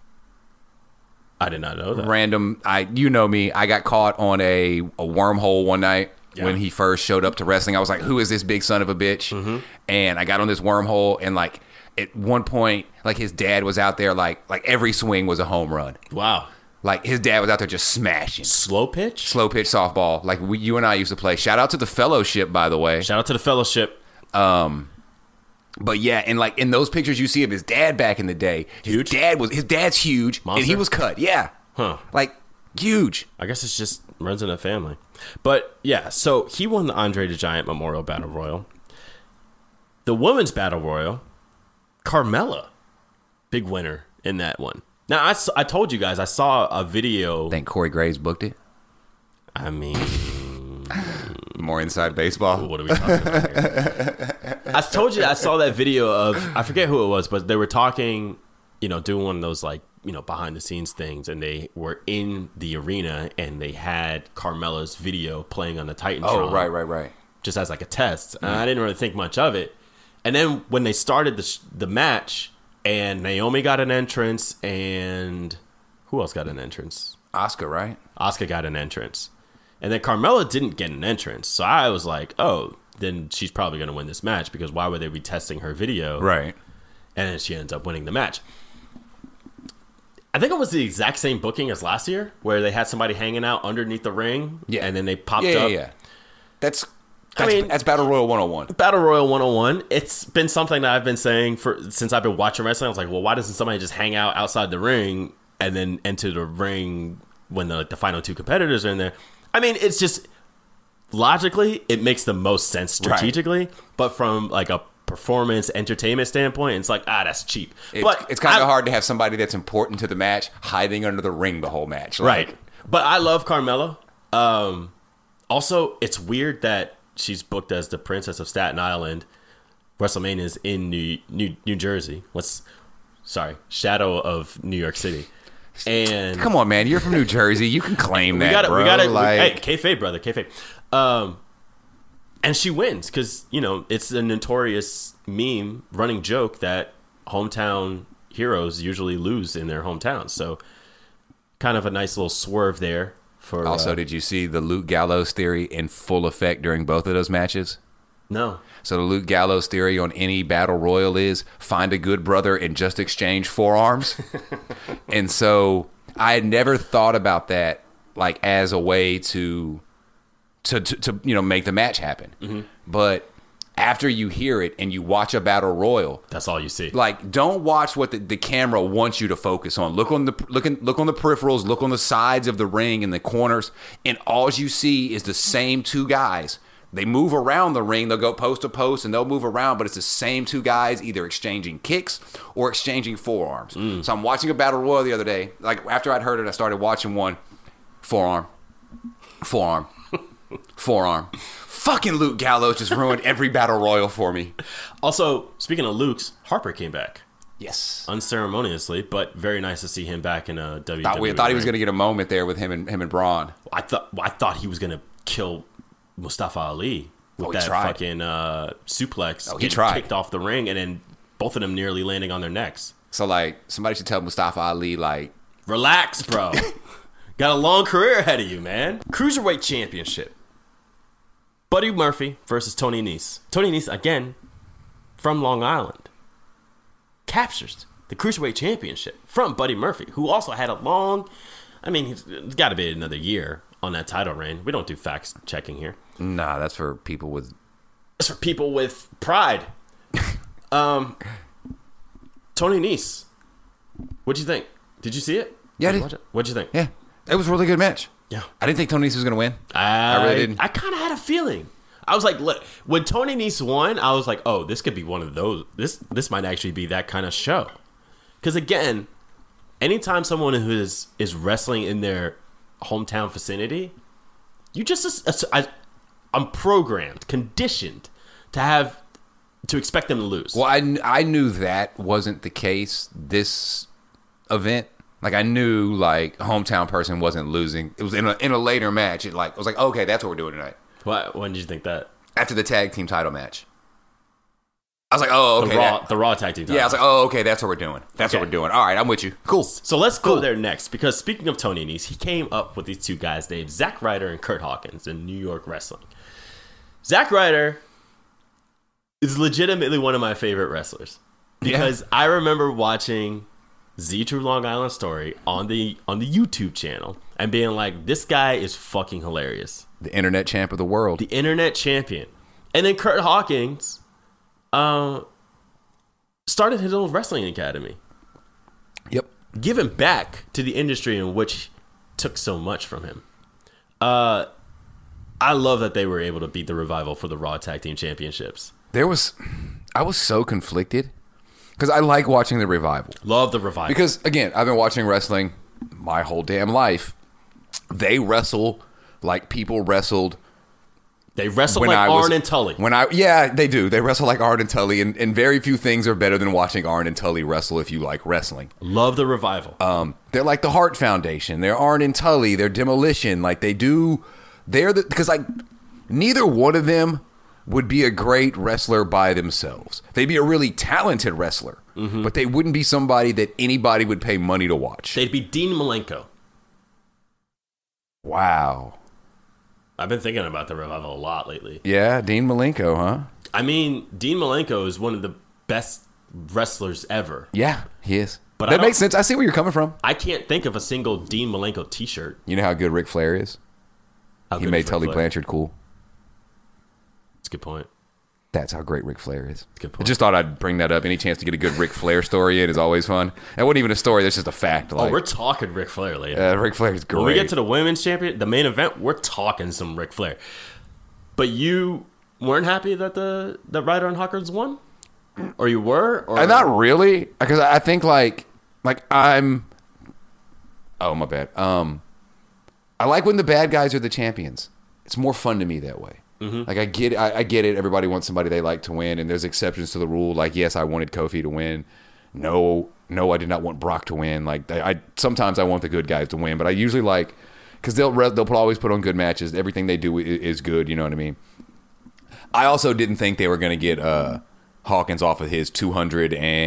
Speaker 1: I did not know that.
Speaker 2: random i you know me i got caught on a, a wormhole one night
Speaker 1: Yeah.
Speaker 2: when he first showed up to wrestling i was like who is this big son of a bitch
Speaker 1: Mm-hmm.
Speaker 2: and i got on this wormhole and like at one point like his dad was out there like like every swing was a home run
Speaker 1: Wow.
Speaker 2: like his dad was out there just smashing
Speaker 1: Slow pitch?
Speaker 2: slow pitch softball like we, you and i used to play shout out to the fellowship by the way
Speaker 1: Shout out to the fellowship.
Speaker 2: But yeah, and like in those pictures you see of his dad back in the day, his
Speaker 1: Huge?
Speaker 2: dad was his dad's huge, and he
Speaker 1: Monster?
Speaker 2: was cut. Yeah,
Speaker 1: Huh.
Speaker 2: Like huge.
Speaker 1: I guess it's just runs in the family. But yeah, so he won the Andre the Giant Memorial Battle Royal. The women's battle royal, Carmella, big winner in that one. Now I, s- I told you guys I saw a video.
Speaker 2: Think Corey Graves booked it.
Speaker 1: I mean,
Speaker 2: More inside baseball.
Speaker 1: what are we talking about? Here? I told you I saw that video of I forget who it was, but they were talking, you know, doing one of those like you know behind the scenes things, and they were in the arena and they had Carmella's video playing on the Titan.
Speaker 2: Oh, right, right, right.
Speaker 1: just as like a test. And
Speaker 2: Mm.
Speaker 1: I didn't really think much of it. And then when they started the sh- the match, and Naomi got an entrance, and who else got an entrance?
Speaker 2: Oscar, right?
Speaker 1: Oscar got an entrance, and then Carmella didn't get an entrance. So I was like, oh, then she's probably going to win this match because why would they be testing her video?
Speaker 2: Right.
Speaker 1: And then she ends up winning the match. I think it was the exact same booking as last year, where they had somebody hanging out underneath the ring,
Speaker 2: Yeah.
Speaker 1: and then they popped
Speaker 2: Yeah, yeah,
Speaker 1: up.
Speaker 2: yeah. That's
Speaker 1: I
Speaker 2: that's,
Speaker 1: mean-
Speaker 2: that's Battle Royal 101.
Speaker 1: Battle Royal 101, it's been something that I've been saying for since I've been watching wrestling. I was like, well, why doesn't somebody just hang out outside the ring and then enter the ring when the, like, the final two competitors are in there? I mean, it's just logically, it makes the most sense
Speaker 2: Right.
Speaker 1: strategically, but from like a performance entertainment standpoint, it's like, ah, that's cheap.
Speaker 2: It's,
Speaker 1: but
Speaker 2: it's kind
Speaker 1: I-
Speaker 2: of hard to have somebody that's important to the match hiding under the ring the whole match. Like,
Speaker 1: Right. But I love Carmella. Um, also, it's weird that she's booked as the princess of Staten Island. WrestleMania is in New New, New Jersey. What's sorry, shadow of New York City. And
Speaker 2: Come on, man. You're from New Jersey. You can claim that,
Speaker 1: we got it.
Speaker 2: bro.
Speaker 1: We got it.
Speaker 2: Like,
Speaker 1: hey, kayfabe, brother, kayfabe. Um, and she wins because you know it's a notorious meme, running joke that hometown heroes usually lose in their hometowns. So, kind of a nice little swerve there. For uh,
Speaker 2: also, did you see the Luke Gallows theory in full effect during both of those matches?
Speaker 1: no,
Speaker 2: So the Luke Gallows theory on any battle royal is find a good brother and just exchange forearms. and so I had never thought about that like as a way to to to, to you know make the match happen. But after you hear it and you watch a battle royal,
Speaker 1: That's all you see.
Speaker 2: like don't watch what the, the camera wants you to focus on look on the look, in, look on the peripherals look on the sides of the ring and the corners and all you see is the same two guys they move around the ring they'll go post to post and they'll move around but it's the same two guys either exchanging kicks or exchanging forearms so i'm watching a battle royal the other day like after i'd heard it i started watching one forearm forearm forearm fucking luke gallows just ruined every battle royal for me
Speaker 1: also, speaking of Luke's, Harper came back
Speaker 2: yes
Speaker 1: unceremoniously, but very nice to see him back in uh, a WWE.
Speaker 2: thought we thought he was
Speaker 1: ring.
Speaker 2: going to get a moment there with him and him and Braun.
Speaker 1: I thought I thought he was gonna kill Mustafa Ali with
Speaker 2: Oh, he
Speaker 1: that
Speaker 2: tried.
Speaker 1: fucking uh, suplex.
Speaker 2: Oh, he
Speaker 1: getting
Speaker 2: tried.
Speaker 1: Kicked off the ring, and then both of them nearly landing on their necks.
Speaker 2: So like somebody should tell Mustafa Ali like
Speaker 1: Relax, bro. Got a long career ahead of you, man. Cruiserweight Championship. Buddy Murphy versus Tony Nese. Tony Nese, again, from Long Island, captures the Cruiserweight Championship from Buddy Murphy, who also had a long, I mean, he's- it's got to be another year on that title reign. We don't do fact checking here.
Speaker 2: nah that's for people with
Speaker 1: It's for people with pride. um, Tony Nese. What'd you think? Did you see it?
Speaker 2: Yeah, I
Speaker 1: Did you
Speaker 2: did.
Speaker 1: watch it? What'd you think?
Speaker 2: Yeah, it was a really good match.
Speaker 1: Yeah.
Speaker 2: I didn't think Tony Nese was going to win.
Speaker 1: I,
Speaker 2: really didn't.
Speaker 1: I kind of had a feeling. I was like, look, when Tony Nese won, I was like, oh, this could be one of those. This this might actually be that kind of show. Because again, anytime someone who is is wrestling in their hometown vicinity, you just ass- I, I'm programmed, conditioned to have to expect them to lose.
Speaker 2: Well, I, kn- I knew that wasn't the case this event. Like I knew like hometown person wasn't losing. It was in a in a later match. It like I was like, okay, that's what we're doing tonight.
Speaker 1: Why, when did you think that?
Speaker 2: After the tag team title match. I was like, oh,
Speaker 1: The
Speaker 2: okay.
Speaker 1: raw,
Speaker 2: that-
Speaker 1: the raw tag team.
Speaker 2: yeah, I
Speaker 1: title.
Speaker 2: was like, oh, okay, that's what we're doing. That's
Speaker 1: Okay.
Speaker 2: what we're doing. All right, I'm with you. Cool.
Speaker 1: So let's go there next because speaking of Tony Nese, he came up with these two guys named Zack Ryder and Kurt Hawkins in New York wrestling. Zack Ryder is legitimately one of my favorite wrestlers because I remember watching Z True Long Island Story on the on the YouTube channel and being like, this guy is fucking hilarious
Speaker 2: The internet champ of the world.
Speaker 1: the internet champion. And then Kurt Hawkins uh, started his own wrestling academy,
Speaker 2: yep.
Speaker 1: giving back to the industry in which took so much from him. Uh, I love that they were able to beat the revival for the Raw Tag Team Championships.
Speaker 2: There was I was so conflicted cuz I like watching the revival.
Speaker 1: Love the revival.
Speaker 2: Because again, I've been watching wrestling my whole damn life. They wrestle like people wrestled
Speaker 1: they wrestled
Speaker 2: when
Speaker 1: like
Speaker 2: I
Speaker 1: Arn
Speaker 2: was
Speaker 1: and Tully.
Speaker 2: When I yeah, they do. They wrestle like Arn and Tully, and, and very few things are better than watching Arn and Tully wrestle if you like wrestling.
Speaker 1: love the revival.
Speaker 2: Um, they're like the Hart Foundation. They're Arn and Tully. They're Demolition. Like they do. They're the because like neither one of them would be a great wrestler by themselves. They'd be a really talented wrestler,
Speaker 1: Mm-hmm.
Speaker 2: but they wouldn't be somebody that anybody would pay money to watch.
Speaker 1: They'd be Dean Malenko.
Speaker 2: wow.
Speaker 1: I've been thinking about the revival a lot lately.
Speaker 2: Yeah, Dean Malenko, huh?
Speaker 1: I mean, Dean Malenko is one of the best wrestlers ever.
Speaker 2: Yeah, he is.
Speaker 1: But
Speaker 2: But
Speaker 1: I
Speaker 2: that
Speaker 1: don't-
Speaker 2: makes sense. I see where you're coming from.
Speaker 1: I can't think of a single Dean Malenko T-shirt.
Speaker 2: You know how good Ric Flair is.
Speaker 1: How
Speaker 2: He
Speaker 1: good
Speaker 2: made
Speaker 1: is Ric
Speaker 2: Tully
Speaker 1: Flair?
Speaker 2: Blanchard cool.
Speaker 1: That's a good point.
Speaker 2: That's how great Ric Flair is.
Speaker 1: Good
Speaker 2: I
Speaker 1: point.
Speaker 2: just thought I'd bring that up. Any chance to get a good Ric Flair story in is always fun. That wasn't even a story. That's just a fact.
Speaker 1: Oh,
Speaker 2: Like,
Speaker 1: we're talking Ric Flair later.
Speaker 2: uh, Ric Flair is great.
Speaker 1: when we get to the women's champion, the main event, we're talking some Ric Flair. But you weren't happy that the that Ryder and Hawkins won, or you were, or
Speaker 2: Uh, not really, because I I think like like I'm. Oh my bad. Um, I like when the bad guys are the champions. It's more fun to me that way.
Speaker 1: Mm-hmm.
Speaker 2: Like I get, I, I get it. Everybody wants somebody they like to win, and there's exceptions to the rule. Like yes, I wanted Kofi to win. No, no, I did not want Brock to win. Like I, I sometimes I want the good guys to win, but I usually like because they'll re- they'll put, always put on good matches. Everything they do i- is good. You know what I mean? I also didn't think they were going to get uh, Hawkins off of his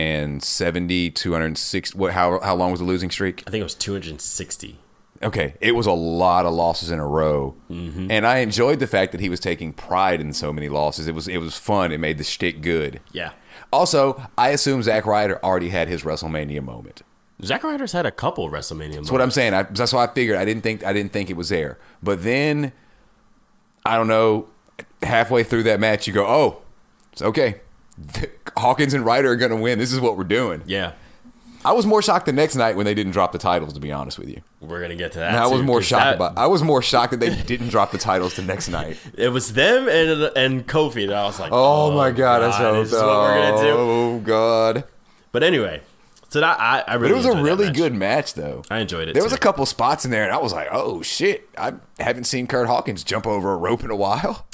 Speaker 2: 270, 260. What, how, how long was the losing streak?
Speaker 1: I think it was 260.
Speaker 2: Okay. It was a lot of losses in a row. And I enjoyed the fact that he was taking pride in so many losses. It was, it was fun. It made the shtick good.
Speaker 1: Yeah,
Speaker 2: Also, I assume Zack Ryder already had his WrestleMania moment.
Speaker 1: Zack Ryder's had a couple WrestleMania. Moments.
Speaker 2: That's what I'm saying. I, that's why I figured I didn't think I didn't think it was there. But then, I don't know. Halfway through that match, you go, "Oh, it's okay. Hawkins and Ryder are going to win. This is what we're doing."
Speaker 1: yeah,
Speaker 2: I was more shocked the next night when they didn't drop the titles. To be honest with you,
Speaker 1: we're gonna get to that.
Speaker 2: And I was
Speaker 1: too,
Speaker 2: more
Speaker 1: 'cause
Speaker 2: shocked
Speaker 1: that-
Speaker 2: about. I was more shocked that they didn't drop the titles the next night.
Speaker 1: It was them and and Kofi that I was like,
Speaker 2: Oh, my god! That's so
Speaker 1: this is what we're gonna do.
Speaker 2: Oh god!
Speaker 1: But anyway, so that I, I really
Speaker 2: But it was a
Speaker 1: enjoyed that
Speaker 2: really
Speaker 1: match.
Speaker 2: good match, though.
Speaker 1: I enjoyed it.
Speaker 2: There was
Speaker 1: too.
Speaker 2: a couple spots in there, and I was like, "Oh shit! I haven't seen Kurt Hawkins jump over a rope in a while."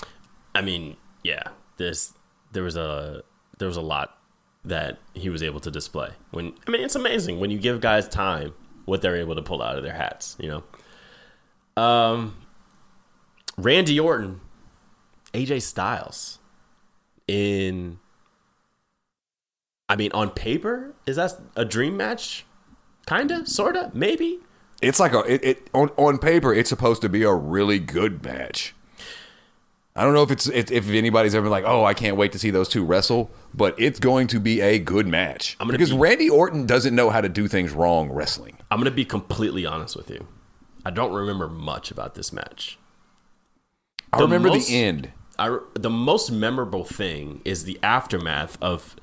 Speaker 1: I mean, yeah, there's there was a there was a lot that he was able to display. When I mean, it's amazing when you give guys time what they're able to pull out of their hats. You know, um, Randy Orton, AJ Styles, in. I mean, on paper, is that a dream match? Kinda, sorta, maybe.
Speaker 2: It's like a it, it on on paper, it's supposed to be a really good match. I don't know if it's if, if anybody's ever been like, "Oh, I can't wait to see those two wrestle," but it's going to be a good match
Speaker 1: I'm gonna
Speaker 2: because
Speaker 1: be-
Speaker 2: Randy Orton doesn't know how to do things wrong wrestling.
Speaker 1: I'm gonna be completely honest with you. I don't remember much about this match.
Speaker 2: I
Speaker 1: The
Speaker 2: remember
Speaker 1: most-
Speaker 2: the end.
Speaker 1: I, the most memorable thing is the aftermath of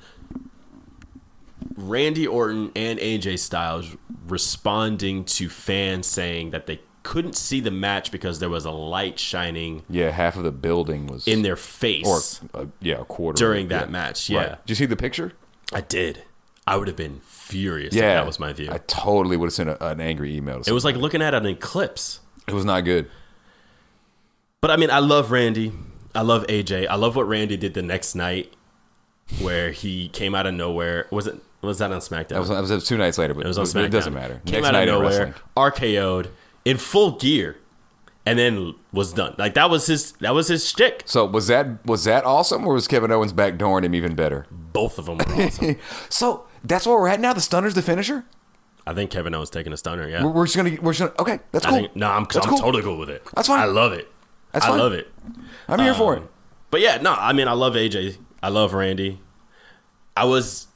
Speaker 1: Randy Orton and AJ Styles responding to fans saying that they couldn't see the match because there was a light shining
Speaker 2: Yeah, half of the building was
Speaker 1: in their face
Speaker 2: or uh, yeah, a quarter
Speaker 1: during
Speaker 2: of it,
Speaker 1: that
Speaker 2: yeah.
Speaker 1: match.
Speaker 2: Right.
Speaker 1: Yeah,
Speaker 2: Did you see the picture?
Speaker 1: I did. I would have been furious
Speaker 2: Yeah,
Speaker 1: if that was my view.
Speaker 2: I totally would have sent a, an angry email. To
Speaker 1: it was like looking at an eclipse.
Speaker 2: it was not good.
Speaker 1: But I mean, I love Randy. I love AJ. I love what Randy did the next night, where he came out of nowhere. Was it? Was that on SmackDown?
Speaker 2: That was, that was- that was two nights later, but
Speaker 1: It was on SmackDown.
Speaker 2: it doesn't matter.
Speaker 1: Came out of
Speaker 2: in
Speaker 1: nowhere,
Speaker 2: wrestling.
Speaker 1: RKO'd in full gear, and then was done. Like that was his. That was his shtick.
Speaker 2: So was that was that awesome, or was Kevin Owens backdooring him even better?
Speaker 1: Both of them were awesome.
Speaker 2: So that's where we're at now. The stunner's the finisher.
Speaker 1: I think Kevin Owens taking a stunner. Yeah,
Speaker 2: We're, we're just gonna we're just gonna okay. That's
Speaker 1: I
Speaker 2: cool.
Speaker 1: think. No, I'm,
Speaker 2: That's
Speaker 1: I'm
Speaker 2: cool.
Speaker 1: totally cool with it.
Speaker 2: That's fine.
Speaker 1: I love it.
Speaker 2: That's
Speaker 1: I
Speaker 2: fine.
Speaker 1: love it.
Speaker 2: I'm here
Speaker 1: um,
Speaker 2: for it.
Speaker 1: But yeah, no. I mean, I love AJ. I love Randy. I was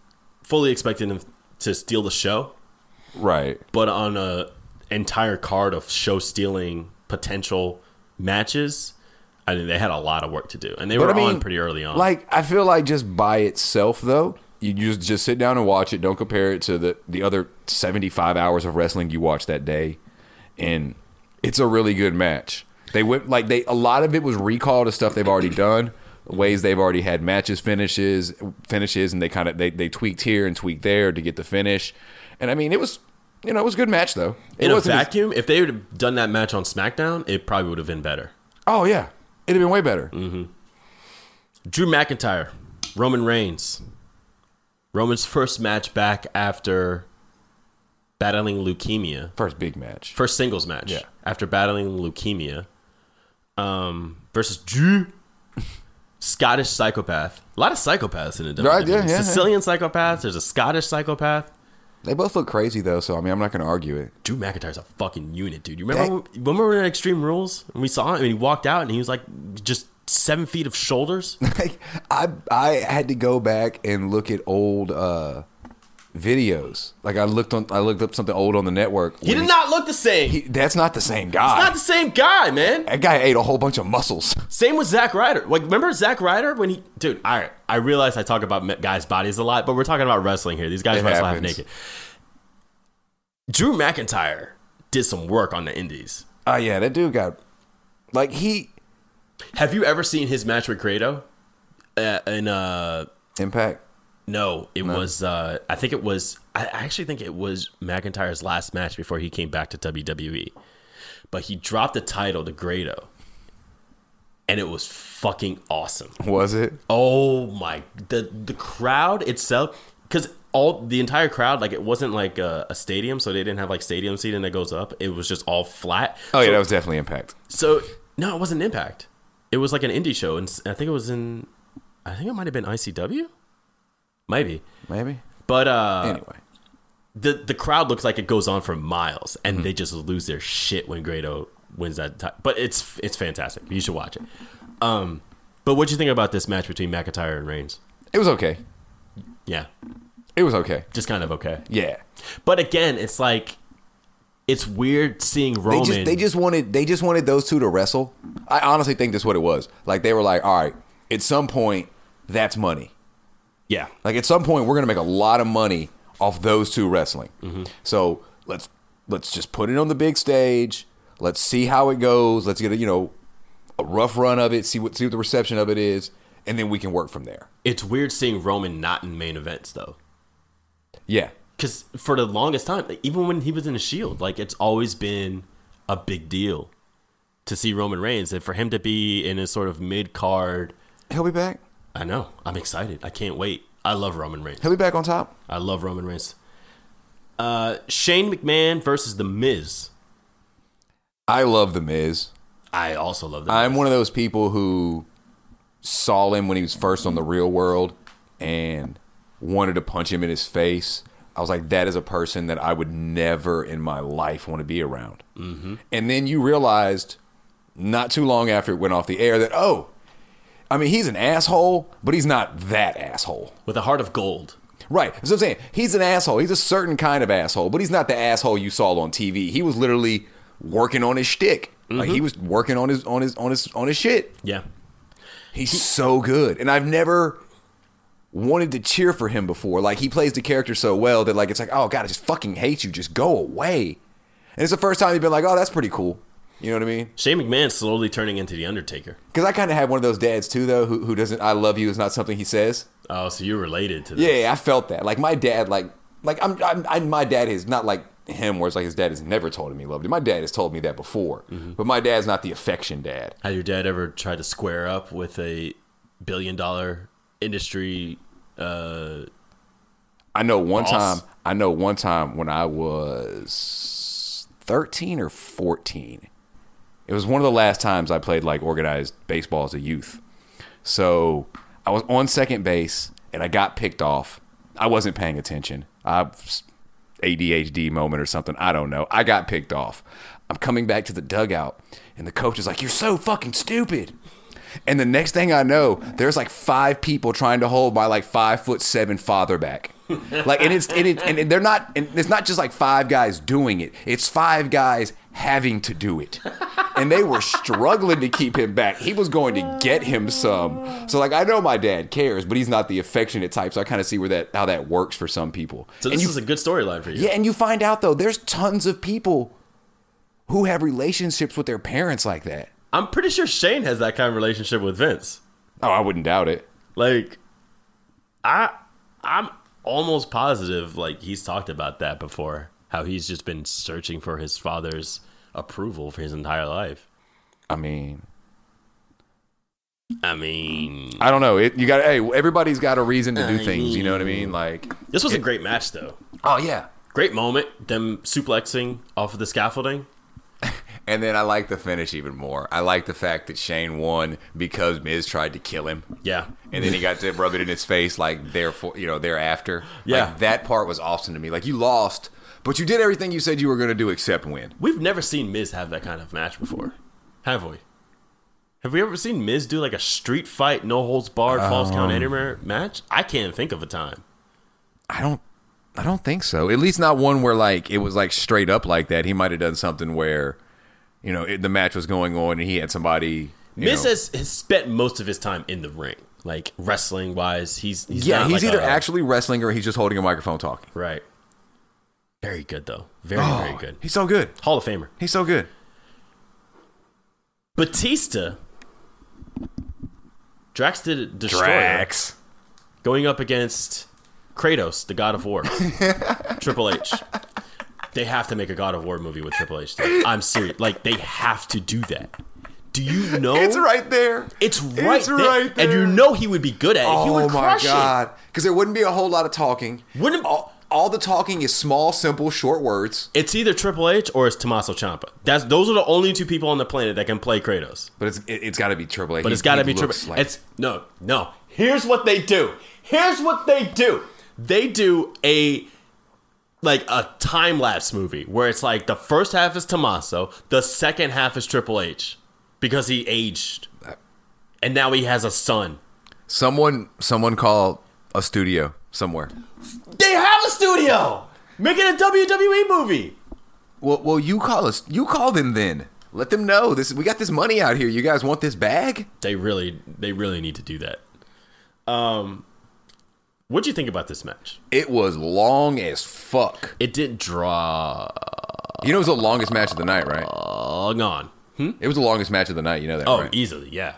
Speaker 1: fully expecting him to steal the show.
Speaker 2: Right.
Speaker 1: but on a entire card of show stealing potential matches, I mean they had a lot of work to do, and they were
Speaker 2: I mean,
Speaker 1: on pretty early on.
Speaker 2: Like I feel like just by itself though, you just just sit down and watch it. Don't compare it to the the other seventy five hours of wrestling you watched that day, and it's a really good match. They went like they a lot of it was recall to stuff they've already done, ways they've already had matches finishes finishes, and they kind of they they tweaked here and tweaked there to get the finish. And I mean it was you know it was a good match though. It
Speaker 1: in a
Speaker 2: wasn't as-
Speaker 1: vacuum, if they would have done that match on SmackDown, it probably would have been better.
Speaker 2: oh yeah, it'd have been way better.
Speaker 1: Mm. Drew McIntyre, Roman Reigns, Roman's first match back after battling leukemia,
Speaker 2: First big match.
Speaker 1: first singles match after battling leukemia, um, versus Drew. Scottish psychopath. A lot of psychopaths in the WWE.
Speaker 2: Right, yeah, yeah, yeah.
Speaker 1: Sicilian psychopath. There's a Scottish psychopath.
Speaker 2: They both look crazy though, so I mean I'm not going to argue it.
Speaker 1: Drew McIntyre's a fucking unit, dude. You remember when, when we were in Extreme Rules and we saw him and he walked out and he was like just seven feet of shoulders?
Speaker 2: like I I had to go back and look at old uh videos. Like I looked on I looked up something old on the network.
Speaker 1: he did not look the same. He's
Speaker 2: He- that's not the same guy.
Speaker 1: not the same guy, man.
Speaker 2: that guy ate a whole bunch of muscles.
Speaker 1: Same with Zack Ryder. Like, remember Zack Ryder when he, dude? All right, I realize I talk about me- guys' bodies a lot, but we're talking about wrestling here. These guys
Speaker 2: It
Speaker 1: wrestle half
Speaker 2: happens.
Speaker 1: naked. Drew McIntyre did some work on the Indies.
Speaker 2: Oh yeah, that dude got like he
Speaker 1: Have you ever seen his match with Credo? Uh, in uh,
Speaker 2: impact.
Speaker 1: no, it was. Uh, I think it was. I I actually think it was McIntyre's last match before he came back to WWE. But he dropped the title to Grado, and it was fucking awesome.
Speaker 2: Was it?
Speaker 1: Oh my! The the crowd itself, because all the entire crowd, like it wasn't like a, a stadium, so they didn't have like stadium seating that goes up. It was just all flat.
Speaker 2: Oh yeah,
Speaker 1: so,
Speaker 2: that was definitely impact.
Speaker 1: so no, it wasn't Impact. It was like an indie show, and s- I think it was in, I think it might have been ICW, maybe.
Speaker 2: Maybe.
Speaker 1: But uh,
Speaker 2: Anyway.
Speaker 1: the the crowd looks like it goes on for miles, and
Speaker 2: Mm-hmm.
Speaker 1: they just lose their shit when Grado wins that. T- but it's it's fantastic. You should watch it. Um, but what do you think about this match between McIntyre and Reigns?
Speaker 2: It was okay.
Speaker 1: Yeah,
Speaker 2: It was okay.
Speaker 1: just kind of okay.
Speaker 2: Yeah.
Speaker 1: But again, it's like it's weird seeing
Speaker 2: They
Speaker 1: Roman.
Speaker 2: just they just wanted they just wanted those two to wrestle. I honestly think that's what it was. Like they were like, all right, at some point, that's money.
Speaker 1: yeah.
Speaker 2: Like at some point, we're gonna make a lot of money off those two wrestling. So let's let's just put it on the big stage. Let's see how it goes. Let's get a you know a rough run of it. See what see what the reception of it is, and then we can work from there.
Speaker 1: It's weird seeing Roman not in main events though.
Speaker 2: Yeah,
Speaker 1: Cuz for the longest time, like, even when he was in the Shield, like it's always been a big deal to see Roman Reigns and for him to be in a sort of mid-card.
Speaker 2: he'll be back.
Speaker 1: I know. I'm excited. I can't wait. I love Roman Reigns.
Speaker 2: He'll be back on top.
Speaker 1: I love Roman Reigns. Uh, Shane McMahon versus The Miz.
Speaker 2: I love the Miz.
Speaker 1: I also love that.
Speaker 2: I'm one of those people who saw him when he was first on the real world and wanted to punch him in his face. I was like, that is a person that I would never in my life want to be around. Mm-hmm. And then you realized not too long after it went off the air that, oh, I mean, he's an asshole, but he's not that asshole.
Speaker 1: With a heart of gold.
Speaker 2: Right. That's what I'm saying. He's an asshole. He's a certain kind of asshole, but he's not the asshole you saw on TV. He was literally working on his shtick. Like he was working on his on his on his on his shit.
Speaker 1: Yeah.
Speaker 2: He-
Speaker 4: He's so good, and I've never wanted to cheer for him before. Like he plays the character so well that like it's like, oh god, I just fucking hate you. Just go away. And it's the first time you've been like, oh, that's pretty cool. You know what I mean?
Speaker 1: Shane McMahon slowly turning into the Undertaker.
Speaker 4: Because I kind of had one of those dads too, though, who, who doesn't. I love you is not something he says.
Speaker 1: Oh, so you're related to this?
Speaker 4: Yeah, I felt that. Like my dad, like like I'm, I'm, i my dad is not like him, where it's like his dad has never told him he loved him. My dad has told me that before, but my dad's not the affection dad.
Speaker 1: Had your dad ever tried to square up with a billion dollar industry? Uh,
Speaker 4: I know one
Speaker 1: Boss.
Speaker 4: time. I know one time when I was thirteen or fourteen. It was one of the last times I played like organized baseball as a youth. So I was on second base and I got picked off. I wasn't paying attention. I ADHD moment or something. I don't know. I got picked off. I'm coming back to the dugout and the coach is like, "You're so fucking stupid." And the next thing I know, there's like five people trying to hold my like five foot seven father back. Like, and it's and, it, and they're not. And it's not just like five guys doing it. It's five guys having to do it, and they were struggling to keep him back. He was going to get him some. So like, I know my dad cares, but he's not the affectionate type. So I kind of see where that how that works for some people.
Speaker 1: so this is a good storyline for you.
Speaker 4: Yeah, and you find out though, there's tons of people who have relationships with their parents like that.
Speaker 1: I'm pretty sure Shane has that kind of relationship with Vince.
Speaker 4: Oh, I wouldn't doubt it.
Speaker 1: Like, I, I'm almost positive. Like he's talked about that before. How he's just been searching for his father's approval for his entire life.
Speaker 4: I mean,
Speaker 1: I mean,
Speaker 4: I don't know. It, you got hey, everybody's got a reason to do things. You know what I mean? Like,
Speaker 1: this was a great match though.
Speaker 4: oh yeah.
Speaker 1: Great moment. Them suplexing off of the scaffolding.
Speaker 2: And then I like the finish even more. I like the fact that Shane won because Miz tried to kill him.
Speaker 1: Yeah.
Speaker 2: And then he got to rub it in his face, like therefore, you know, thereafter.
Speaker 1: Yeah.
Speaker 2: like, that part was awesome to me. Like you lost, but you did everything you said you were going to do except win.
Speaker 1: We've never seen Miz have that kind of match before, have we? Have we ever seen Miz do like a street fight, no holds barred, false count anywhere match? I can't think of a time.
Speaker 2: I don't, I don't think so. At least not one where like it was like straight up like that. He might have done something where, you know, it, the match was going on and he had somebody. you
Speaker 1: Miz
Speaker 2: know-
Speaker 1: has, has spent most of his time in the ring, like wrestling wise. He's, he's
Speaker 2: yeah,
Speaker 1: not
Speaker 2: he's
Speaker 1: like
Speaker 2: either
Speaker 1: a-
Speaker 2: actually wrestling or he's just holding a microphone talking.
Speaker 1: right. Very good though, very
Speaker 2: Oh,
Speaker 1: very good.
Speaker 2: He's so good.
Speaker 1: Hall of Famer
Speaker 2: He's so good.
Speaker 1: Batista, Drax the Destroyer,
Speaker 2: Drax.
Speaker 1: going up against Kratos, the God of War, Triple H. They have to make a God of War movie with Triple H. though. I'm serious. Like they have to do that. Do you know?
Speaker 2: It's right there.
Speaker 1: It's right,
Speaker 2: It's
Speaker 1: there.
Speaker 2: right
Speaker 1: and you
Speaker 2: there.
Speaker 1: know he would be good at it. he
Speaker 2: Oh
Speaker 1: would crush it.
Speaker 2: Because there wouldn't be a whole lot of talking.
Speaker 1: Wouldn't-
Speaker 2: all, all the talking is small, simple, short words.
Speaker 1: It's either Triple H or it's Tommaso Ciampa. That's those are the only two people on the planet that can play Kratos.
Speaker 2: But it's it, it's got to be Triple H.
Speaker 1: But it's got to be Triple. H. it's no, no. Here's what they do. Here's what they do. They do a like a time lapse movie where it's like the first half is Tommaso, the second half is Triple H because he aged, and now he has a son.
Speaker 2: someone someone call a studio somewhere.
Speaker 1: They have a studio making a WWE movie.
Speaker 2: Well, well, you call us. You call them then. Let them know this. We got this money out here. You guys want this bag?
Speaker 1: They really, they really need to do that. Um, what'd you think about this match?
Speaker 2: It was long as fuck.
Speaker 1: It didn't draw
Speaker 2: You know, it was the longest match of the night, right?
Speaker 1: on.
Speaker 2: It was the longest match of the night. You know that,
Speaker 1: Oh,
Speaker 2: right?
Speaker 1: easily, yeah,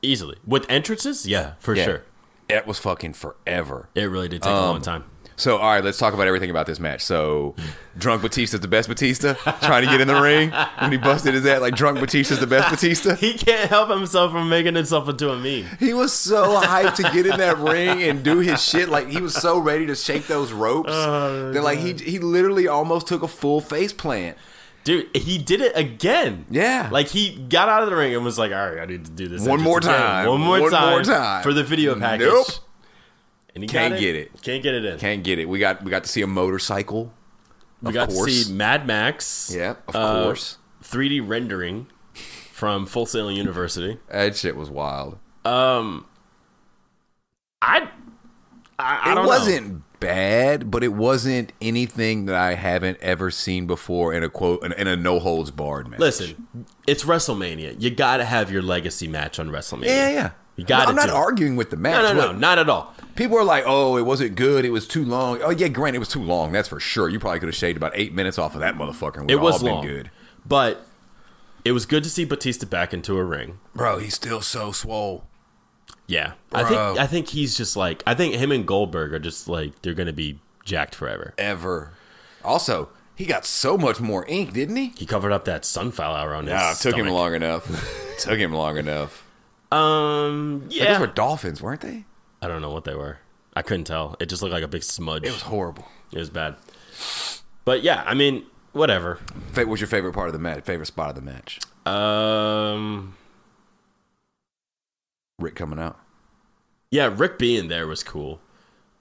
Speaker 1: easily with entrances, yeah, Um, for
Speaker 2: Yeah.
Speaker 1: sure.
Speaker 2: It was fucking forever.
Speaker 1: It really did take a long time.
Speaker 2: So, all right, let's talk about everything about this match. So, Drunk Batista's the best Batista, trying to get in the ring when he busted his ass. Like, Drunk Batista's the best Batista.
Speaker 1: He can't help himself from making himself into a meme.
Speaker 2: He was so hyped to get in that ring and do his shit. Like, he was so ready to shake those ropes
Speaker 1: Oh,
Speaker 2: that, like, he, he literally almost took a full face plant.
Speaker 1: Dude, he did it again.
Speaker 2: Yeah.
Speaker 1: Like he got out of the ring and was like, all right, I need to do this.
Speaker 2: One
Speaker 1: entrance
Speaker 2: more
Speaker 1: again.
Speaker 2: time.
Speaker 1: One more
Speaker 2: One
Speaker 1: time.
Speaker 2: more time.
Speaker 1: For the video package.
Speaker 2: Nope.
Speaker 1: And he
Speaker 2: Can't
Speaker 1: got
Speaker 2: get it.
Speaker 1: Can't get it in.
Speaker 2: Can't get it. We got we got to see a motorcycle.
Speaker 1: we got to
Speaker 2: course.
Speaker 1: see Mad Max.
Speaker 2: Yeah, of
Speaker 1: uh,
Speaker 2: course.
Speaker 1: 3D rendering from Full Sail University.
Speaker 2: That shit was wild.
Speaker 1: Um I I, I
Speaker 2: it
Speaker 1: don't know.
Speaker 2: wasn't bad, but it wasn't anything that I haven't ever seen before in a quote in, in a no holds barred match.
Speaker 1: Listen, it's WrestleMania. You gotta have your legacy match on WrestleMania.
Speaker 2: yeah, yeah, yeah.
Speaker 1: You got
Speaker 2: I'm
Speaker 1: it.
Speaker 2: not arguing with the match.
Speaker 1: No, no, no,
Speaker 2: What-
Speaker 1: not at all.
Speaker 2: People are like, "Oh, it wasn't good. It was too long." Oh yeah, Grant, it was too long. That's for sure. You probably could have shaved about eight minutes off of that motherfucker. And
Speaker 1: It
Speaker 2: would've
Speaker 1: was
Speaker 2: all been
Speaker 1: long,
Speaker 2: good,
Speaker 1: but it was good to see Batista back into a ring.
Speaker 2: bro. He's still so swole.
Speaker 1: Yeah, I
Speaker 2: Bro.
Speaker 1: think I think he's just like I think him and Goldberg are just like they're gonna be jacked forever.
Speaker 2: ever. Also, he got so much more ink, didn't he?
Speaker 1: He covered up that sunflower on his.
Speaker 4: Ah, it took him
Speaker 1: stomach.
Speaker 4: long enough. took him long enough.
Speaker 1: Um, yeah,
Speaker 2: Those were dolphins, weren't they?
Speaker 1: I don't know what they were. I couldn't tell. It just looked like a big smudge.
Speaker 2: It was horrible.
Speaker 1: bad. But yeah, I mean, whatever.
Speaker 2: Fa- What's your favorite part of the match? Favorite spot of the match?
Speaker 1: Um,
Speaker 2: Rick coming out.
Speaker 1: yeah, Rick being there was cool.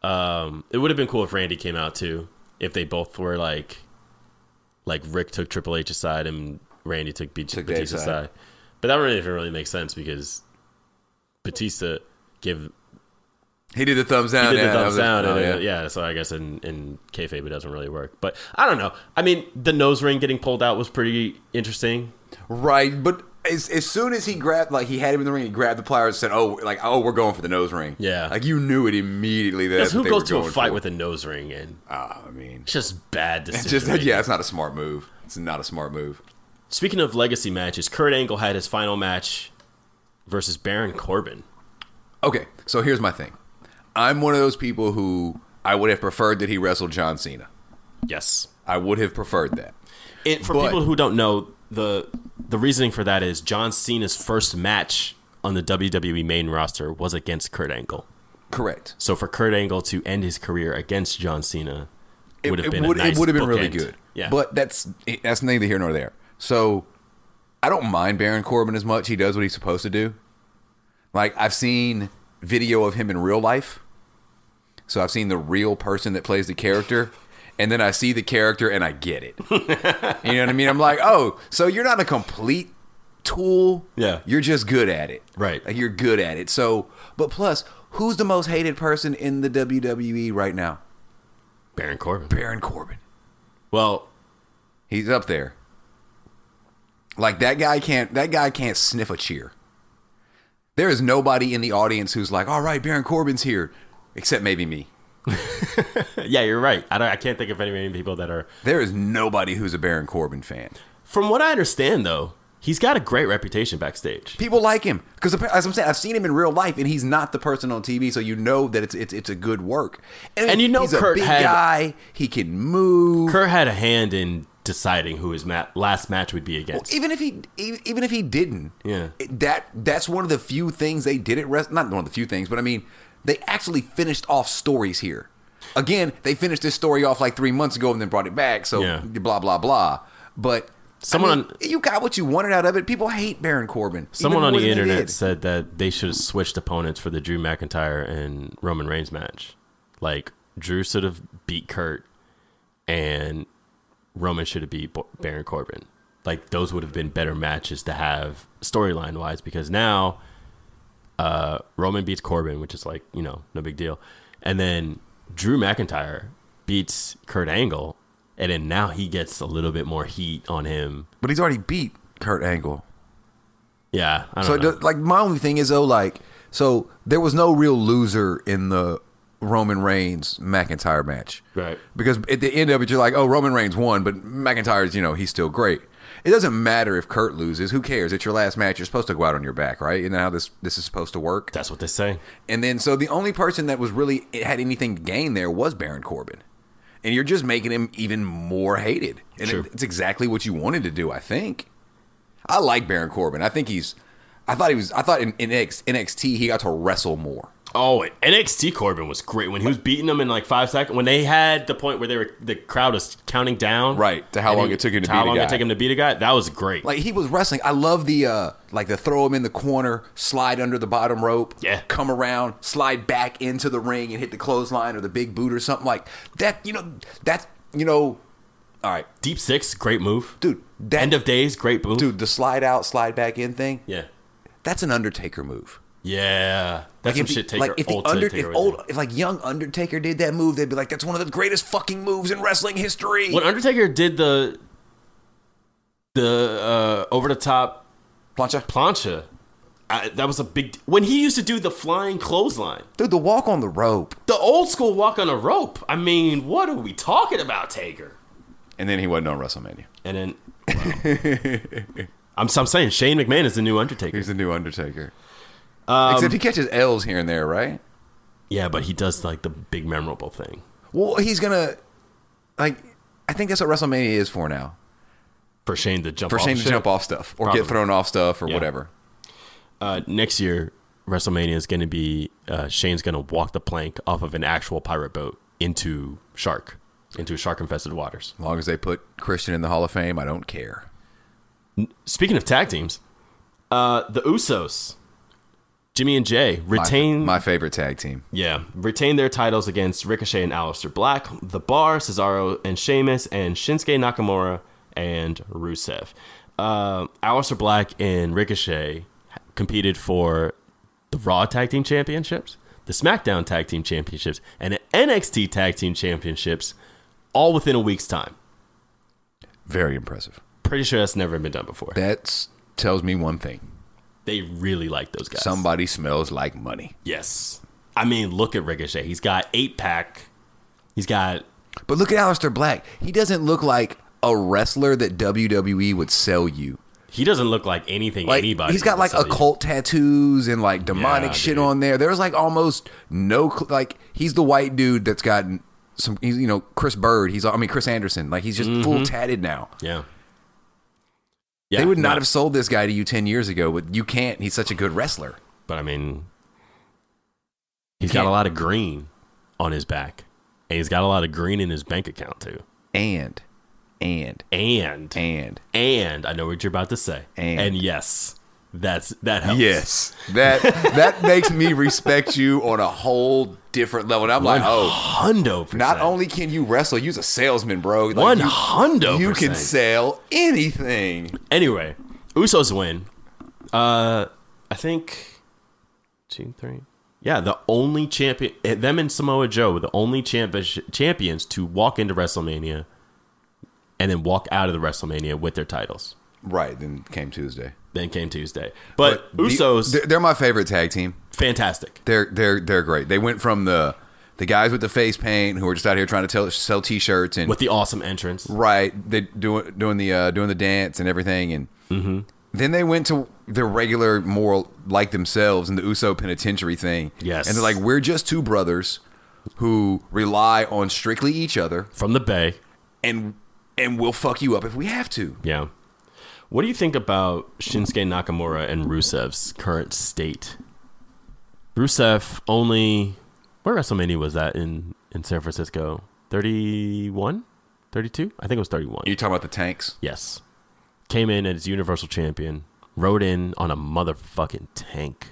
Speaker 1: Um, it would have been cool if Randy came out too. If they both were like, like Rick took Triple H's side and Randy took, B-
Speaker 2: Took Dave's
Speaker 1: Batista's
Speaker 2: side.
Speaker 1: side. But that really didn't really make sense because Batista gave
Speaker 2: He did the thumbs down.
Speaker 1: did the
Speaker 2: yeah, that
Speaker 1: thumbs
Speaker 2: was a-
Speaker 1: down.
Speaker 2: oh,
Speaker 1: and, uh, yeah. so I guess in, in kayfabe it doesn't really work. But I don't know. I mean, the nose ring getting pulled out was pretty interesting.
Speaker 2: Right, but as, as soon as he grabbed, like he had him in the ring, he grabbed the pliers and said, "Oh, like oh, we're going for the nose ring."
Speaker 1: Yeah.
Speaker 2: like you knew it immediately. that That's
Speaker 1: Because who
Speaker 2: what they
Speaker 1: goes
Speaker 2: were
Speaker 1: to a
Speaker 2: going
Speaker 1: fight
Speaker 2: for.
Speaker 1: with a nose ring? And
Speaker 2: Ah, I mean,
Speaker 1: it's just bad decision.
Speaker 2: it's just
Speaker 1: making.
Speaker 2: yeah, it's not a smart move. It's not a smart move.
Speaker 1: Speaking of legacy matches, Kurt Angle had his final match versus Baron Corbin.
Speaker 2: Okay, so here's my thing. I'm one of those people who I would have preferred that he wrestled John Cena.
Speaker 1: Yes.
Speaker 2: I would have preferred that.
Speaker 1: And for
Speaker 2: But-
Speaker 1: people who don't know, the the reasoning for that is John Cena's first match on the WWE main roster was against Kurt Angle.
Speaker 2: Correct.
Speaker 1: So for Kurt Angle to end his career against John Cena
Speaker 2: It
Speaker 1: would have been
Speaker 2: it would,
Speaker 1: a nice
Speaker 2: it would have been really
Speaker 1: bookend.
Speaker 2: good.
Speaker 1: Yeah.
Speaker 2: But that's that's neither here nor there. So I don't mind Baron Corbin as much. He does what he's supposed to do. Like I've seen video of him in real life. So I've seen the real person that plays the character. And then I see the character and I get it. you know what I mean? I'm like, oh, so you're not a complete tool.
Speaker 1: Yeah.
Speaker 2: You're just good at it.
Speaker 1: Right.
Speaker 2: Like you're good at it. So, but plus, who's the most hated person in the WWE right now?
Speaker 1: Baron Corbin.
Speaker 2: Baron Corbin.
Speaker 1: Well,
Speaker 2: He's up there. Like that guy can't that guy can't sniff a cheer. There is nobody in the audience who's like, "All right, Baron Corbin's here," except maybe me.
Speaker 1: yeah, you're right. I, don't, I can't think of any many people that are.
Speaker 2: There is nobody who's a Baron Corbin fan.
Speaker 1: From what I understand, though, he's got a great reputation backstage.
Speaker 2: People like him because, as I'm saying, I've seen him in real life, and he's not the person on TV. So you know that it's it's it's a good work.
Speaker 1: And you know
Speaker 2: he's a
Speaker 1: Kurt
Speaker 2: big
Speaker 1: had-
Speaker 2: guy. He can move.
Speaker 1: Kerr had a hand in deciding who his ma- last match would be against.
Speaker 2: even if he even even if he didn't
Speaker 1: Yeah.
Speaker 2: it- that that's one of the few things they did at rest not one of the few things but i mean they actually finished off stories here again they finished this story off like three months ago and then brought it back so
Speaker 1: Yeah.
Speaker 2: blah blah blah but someone
Speaker 1: Someone
Speaker 2: you got what you wanted out of it people hate baron corbin even
Speaker 1: Someone on
Speaker 2: more
Speaker 1: the
Speaker 2: than they
Speaker 1: internet
Speaker 2: did.
Speaker 1: said that they should have switched opponents for the Drew McIntyre and Roman Reigns match. Like Drew should have beat Kurt, and Roman should have beat Bo- Baron Corbin. Like those would have been better matches to have storyline wise because now uh, Roman beats Corbin, which is like you know no big deal, and then Drew McIntyre beats Kurt Angle, and then now he gets a little bit more heat on him.
Speaker 2: but he's already beat kurt angle
Speaker 1: Yeah, I don't know.
Speaker 2: So, it does- like, my only thing is though, like, so there was no real loser in the Roman Reigns McIntyre match,
Speaker 1: Right.
Speaker 2: Because at the end of it, you're like, oh, Roman Reigns won, but McIntyre's, you know, he's still great. It doesn't matter if Kurt loses. Who cares? It's your last match. You're supposed to go out on your back, right? Isn't that how this this is supposed to work?
Speaker 1: That's what they say.
Speaker 2: And then, so the only person that was really had anything to gain there was Baron Corbin, and you're just making him even more hated. And
Speaker 1: True.
Speaker 2: it, it's exactly what you wanted to do, I think. I like Baron Corbin. I think he's. I thought he was. I thought in, in X, NXT he got to wrestle more.
Speaker 1: Oh, and NXT Corbin was great when he was beating them in like five seconds. When they had the point where they were the crowd was counting down,
Speaker 2: Right,
Speaker 4: to how
Speaker 1: and
Speaker 4: long it took him to beat
Speaker 1: how
Speaker 4: a
Speaker 1: long
Speaker 4: guy.
Speaker 1: it took him to beat a guy. That was great.
Speaker 2: Like he was wrestling. I love the uh like the throw him in the corner, slide under the bottom rope,
Speaker 1: Yeah.
Speaker 2: come around, slide back into the ring and hit the clothesline or the big boot or something like that. You know that's you know, all right,
Speaker 1: Deep six, great move,
Speaker 2: dude. That
Speaker 1: End of days, great move,
Speaker 2: dude, the slide out, slide back in thing.
Speaker 1: Yeah,
Speaker 2: That's an Undertaker move.
Speaker 1: yeah, that's some
Speaker 2: if the-
Speaker 1: shit. Taker,
Speaker 2: like if the
Speaker 1: old
Speaker 2: under,
Speaker 1: Taker
Speaker 2: if
Speaker 1: would
Speaker 2: old,
Speaker 1: do.
Speaker 2: if like young Undertaker did that move, they'd be like, "That's one of the greatest fucking moves in wrestling history."
Speaker 1: when Undertaker did the the uh, over the top
Speaker 2: Plancha.
Speaker 1: plancha, I, that was a big when he used to do the flying clothesline,
Speaker 2: Dude, the walk on the rope.
Speaker 1: the old school walk on a rope. I mean, what are we talking about, Taker?
Speaker 4: And then he wasn't on WrestleMania.
Speaker 1: And then, wow. I'm, I'm saying Shane McMahon is the new Undertaker.
Speaker 4: He's the new Undertaker.
Speaker 1: Um,
Speaker 2: Except he catches L's here and there, right?
Speaker 1: Yeah, but he does like the big memorable thing.
Speaker 2: Well, he's gonna like. I think that's what WrestleMania is for now.
Speaker 1: for Shane to jump
Speaker 2: For
Speaker 1: off
Speaker 2: Shane
Speaker 1: the
Speaker 2: to
Speaker 1: ship.
Speaker 2: jump off stuff or
Speaker 1: Probably.
Speaker 2: get thrown off stuff or
Speaker 1: Yeah.
Speaker 2: whatever.
Speaker 1: Uh, next year, WrestleMania is going to be uh, Shane's going to walk the plank off of an actual pirate boat into shark, into shark infested waters.
Speaker 2: As long as they put Christian in the Hall of Fame, I don't care.
Speaker 1: Speaking of tag teams, uh, the Usos, Jimmy and Jay
Speaker 2: My-
Speaker 1: retain
Speaker 2: my favorite tag team.
Speaker 1: yeah retain their titles against Ricochet and Aleister Black, The Bar, Cesaro and Sheamus, and Shinsuke Nakamura and Rusev. Uh, Aleister Black and Ricochet competed for the Raw Tag Team Championships, the SmackDown Tag Team Championships, and the NXT Tag Team Championships, all within a week's time.
Speaker 2: Very impressive.
Speaker 1: Pretty sure that's never been done before.
Speaker 2: That tells me one thing.
Speaker 1: They really like those guys.
Speaker 2: Somebody smells like money.
Speaker 1: Yes. I mean, look at Ricochet. He's got eight pack. He's got
Speaker 2: But look at Aleister Black. He doesn't look like a wrestler that WWE would sell you.
Speaker 1: he doesn't look like anything
Speaker 2: Like
Speaker 1: anybody.
Speaker 2: he's got
Speaker 1: would
Speaker 2: like
Speaker 1: sell you.
Speaker 2: occult tattoos and like demonic
Speaker 1: Yeah,
Speaker 2: shit
Speaker 1: dude.
Speaker 2: on there. There's like almost no cl- like he's the white dude that's gotten some. He's you know Chris Bird. He's I mean Chris Anderson. Like he's just full tatted now.
Speaker 1: Yeah. Mm-hmm. Yeah.
Speaker 2: they would not
Speaker 1: no,
Speaker 2: have sold this guy to you ten years ago, but you can't. He's such a good wrestler.
Speaker 1: But I mean, he's got a
Speaker 2: Can't-
Speaker 1: lot of green on his back, and he's got a lot of green in his bank account too.
Speaker 2: And and
Speaker 1: And and,
Speaker 2: and
Speaker 1: I know what you're about to say.
Speaker 2: And.
Speaker 1: yes, that's that helps.
Speaker 2: Yes, that that makes me respect you on a whole different level. And I'm
Speaker 1: One
Speaker 2: like, oh,
Speaker 1: hundo percent.
Speaker 2: not only can you wrestle, you're a salesman, bro. Like,
Speaker 1: one
Speaker 2: you-
Speaker 1: hundo.
Speaker 2: you
Speaker 1: percent.
Speaker 2: can sell anything.
Speaker 1: Anyway, Usos win. Uh, I think two, three. Yeah, the only champion, eh, them and Samoa Joe, were the only champi- champions to walk into WrestleMania and then walk out of the WrestleMania with their titles.
Speaker 2: Right. Then came Tuesday.
Speaker 1: Then came Tuesday, but,
Speaker 2: the-
Speaker 1: Usos,
Speaker 2: they're, they're my favorite tag team.
Speaker 1: fantastic.
Speaker 2: They're they're they're great. They went from the the guys with the face paint who were just out here trying to tell, sell T-shirts and
Speaker 1: With the awesome entrance,
Speaker 2: right, they doing doing the uh, doing the dance and everything, and then they went to their regular more like themselves and the Uso Penitentiary thing.
Speaker 1: Yes.
Speaker 2: and they're like, we're just two brothers who rely on strictly each other,
Speaker 1: from the Bay,
Speaker 2: and and we'll fuck you up if we have to.
Speaker 1: yeah. What do you think about Shinsuke Nakamura and Rusev's current state? Rusev only where WrestleMania was that in in San Francisco? 31? 32? I think it was 31.
Speaker 2: You talking about the tanks?
Speaker 1: Yes. Came in as Universal Champion, rode in on a motherfucking tank.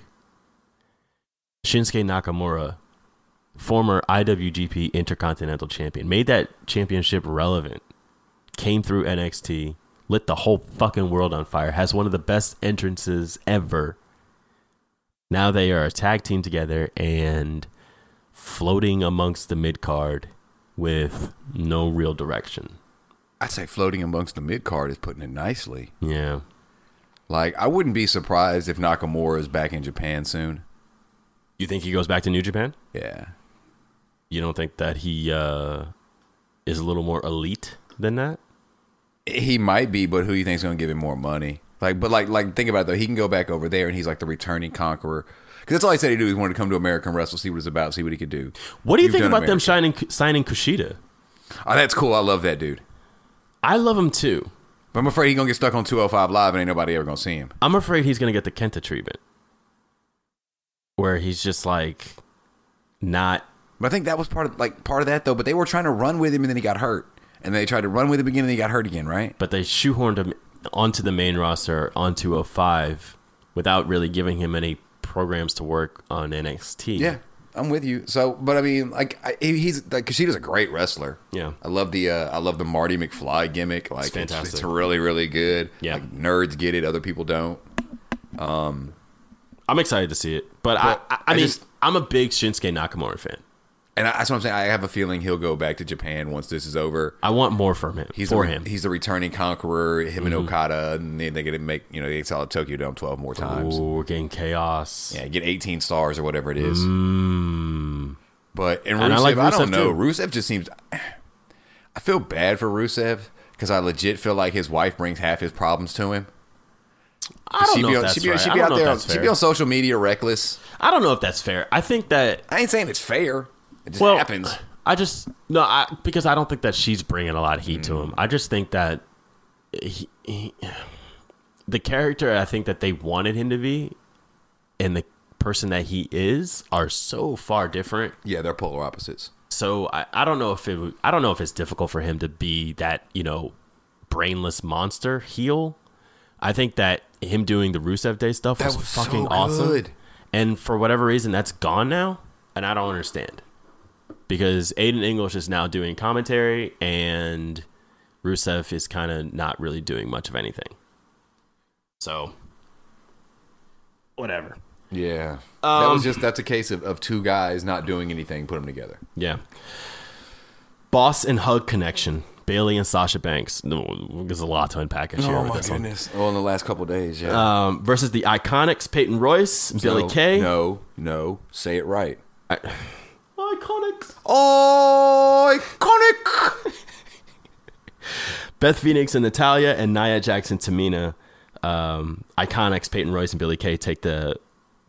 Speaker 1: Shinsuke Nakamura, former IWGP Intercontinental Champion, made that championship relevant. Came through NXT, lit the whole fucking world on fire, has one of the best entrances ever. Now they are a tag team together and floating amongst the mid card with no real direction.
Speaker 2: I'd say floating amongst the mid card is putting it nicely.
Speaker 1: Yeah.
Speaker 2: Like, I wouldn't be surprised if Nakamura is back in Japan soon.
Speaker 1: You think he goes back to New Japan?
Speaker 2: Yeah.
Speaker 1: You don't think that he uh, is a little more elite than that?
Speaker 2: He might be, but who do you think's going to give him more money? Like, but like, like, think about it though. He can go back over there, and he's like the returning conqueror. Because that's all he said he do. He wanted to come to America and wrestle, see what it's about, see what he could do.
Speaker 1: What do you
Speaker 2: You've
Speaker 1: think
Speaker 2: done
Speaker 1: about them
Speaker 2: America.
Speaker 1: signing signing Kushida?
Speaker 2: Oh, that's cool. I love that dude.
Speaker 1: I love him too.
Speaker 2: But I'm afraid he's gonna get stuck on 205 Live, and ain't nobody ever gonna see him.
Speaker 1: I'm afraid he's gonna get the Kenta treatment, where he's just like not.
Speaker 2: But I think that was part of like part of that though. But they were trying to run with him, and then he got hurt, and they tried to run with him again, and he got hurt again, right?
Speaker 1: But they shoehorned him onto the main roster onto 05 without really giving him any programs to work on NXT.
Speaker 2: Yeah, I'm with you. So, but I mean, like I, he- he's like Kushida's a great wrestler.
Speaker 1: Yeah.
Speaker 2: I love the uh, I love the Marty McFly gimmick. Like it's
Speaker 1: fantastic.
Speaker 2: It's, really really good.
Speaker 1: Yeah.
Speaker 2: like, nerds get it. Other people don't.
Speaker 1: I'm excited to see it. But, I, I, I,
Speaker 2: I
Speaker 1: mean,
Speaker 2: just-
Speaker 1: I'm a big Shinsuke Nakamura fan.
Speaker 2: And I, that's what I'm saying. I have a feeling he'll go back to Japan once this is over.
Speaker 1: I want more from him.
Speaker 2: He's
Speaker 1: for
Speaker 2: the,
Speaker 1: him. Mm-hmm.
Speaker 2: He's the returning conqueror. Him and Okada, and then they get to make you know they get solid Tokyo Dome twelve more times.
Speaker 1: Ooh, we're getting chaos.
Speaker 2: Yeah, get eighteen stars or whatever it is. But and,
Speaker 1: Mm. And I
Speaker 2: Rusev, I,
Speaker 1: like
Speaker 2: don't
Speaker 1: Rusev,
Speaker 2: know.
Speaker 1: too.
Speaker 2: Rusev just seems. I feel bad for Rusev because I legit feel like his wife brings half his problems to him.
Speaker 1: I don't
Speaker 2: she'd
Speaker 1: know
Speaker 2: be
Speaker 1: if
Speaker 2: on,
Speaker 1: that's
Speaker 2: she'd be,
Speaker 1: right.
Speaker 2: she'd
Speaker 1: I
Speaker 2: be
Speaker 1: don't
Speaker 2: out
Speaker 1: know if
Speaker 2: there.
Speaker 1: that's
Speaker 2: She'd be
Speaker 1: fair.
Speaker 2: on social media reckless.
Speaker 1: I don't know if that's fair. I think that
Speaker 2: I ain't saying it's fair. It just
Speaker 1: well,
Speaker 2: happens.
Speaker 1: I just no, I because I don't think that she's bringing a lot of heat
Speaker 2: Mm.
Speaker 1: to him. I just think that he, he, the character I think that they wanted him to be, and the person that he is are so far different.
Speaker 2: Yeah, they're polar opposites.
Speaker 1: So I, I don't know if it would- I don't know if it's difficult for him to be that you know brainless monster heel. I think that him doing the Rusev Day stuff was,
Speaker 2: was so
Speaker 1: fucking awesome,
Speaker 2: good.
Speaker 1: and for whatever reason that's gone now, and I don't understand because Aiden English is now doing commentary and Rusev is kind of not really doing much of anything. So whatever.
Speaker 2: Yeah, that
Speaker 1: Um,
Speaker 2: was just that's a case of, of two guys not doing anything. Put them together.
Speaker 1: Yeah. Boss and hug connection. Bailey and Sasha Banks. No, there's a lot to unpack in here with this one.
Speaker 2: Oh, in the last couple days, yeah.
Speaker 1: Um, versus the Iconics, Peyton Royce, Billy
Speaker 2: no,
Speaker 1: Kay.
Speaker 2: No, no, say it right.
Speaker 1: Iconics.
Speaker 2: Oh, iconic.
Speaker 1: Beth Phoenix and Natalia, and Nia Jackson, Tamina. Um, Iconics, Peyton Royce, and Billy Kay take the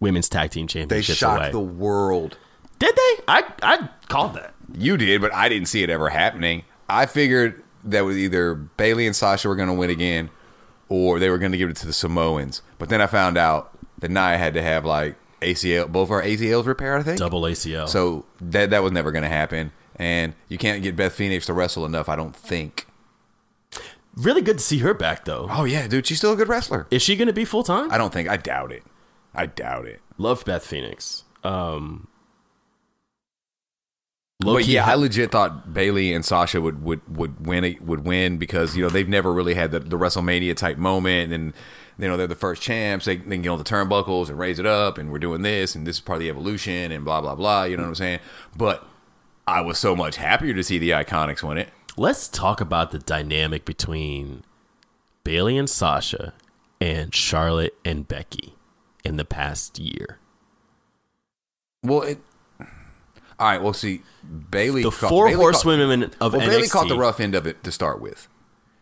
Speaker 1: women's tag team
Speaker 2: They
Speaker 1: championships
Speaker 2: shocked
Speaker 1: away.
Speaker 2: the world.
Speaker 1: Did they? I I called that.
Speaker 2: You did, but I didn't see it ever happening. I figured that was either Bailey and Sasha were going to win again, or they were going to give it to the Samoans. But then I found out that Nia had to have like ACL, both our ACLs repaired. I think.
Speaker 1: Double ACL.
Speaker 2: So that that was never going to happen. And you can't get Beth Phoenix to wrestle enough, I don't think.
Speaker 1: really good to see her back though.
Speaker 2: Oh yeah, dude, she's still a good wrestler.
Speaker 1: Is she going to be full time?
Speaker 2: I don't think. I doubt it. I doubt it.
Speaker 1: Love Beth Phoenix. Um,
Speaker 2: but
Speaker 1: low-key
Speaker 2: yeah,
Speaker 1: hy-
Speaker 2: I legit thought Bailey and Sasha would would would win it- would win because you know they've never really had the, the WrestleMania type moment, and you know they're the first champs. They, they can get on the turnbuckles and raise it up, and we're doing this, and this is part of the evolution, and blah blah blah. You know what I'm saying? But I was so much happier to see the Iconics win it.
Speaker 1: Let's talk about the dynamic between Bailey and Sasha and Charlotte and Becky in the past year.
Speaker 2: Well, it. All right. Well, see, Bailey.
Speaker 1: The
Speaker 2: caught-
Speaker 1: four
Speaker 2: Bailey caught-
Speaker 1: horsewomen of
Speaker 2: Well,
Speaker 1: NXT.
Speaker 2: Bailey caught the rough end of it to start with.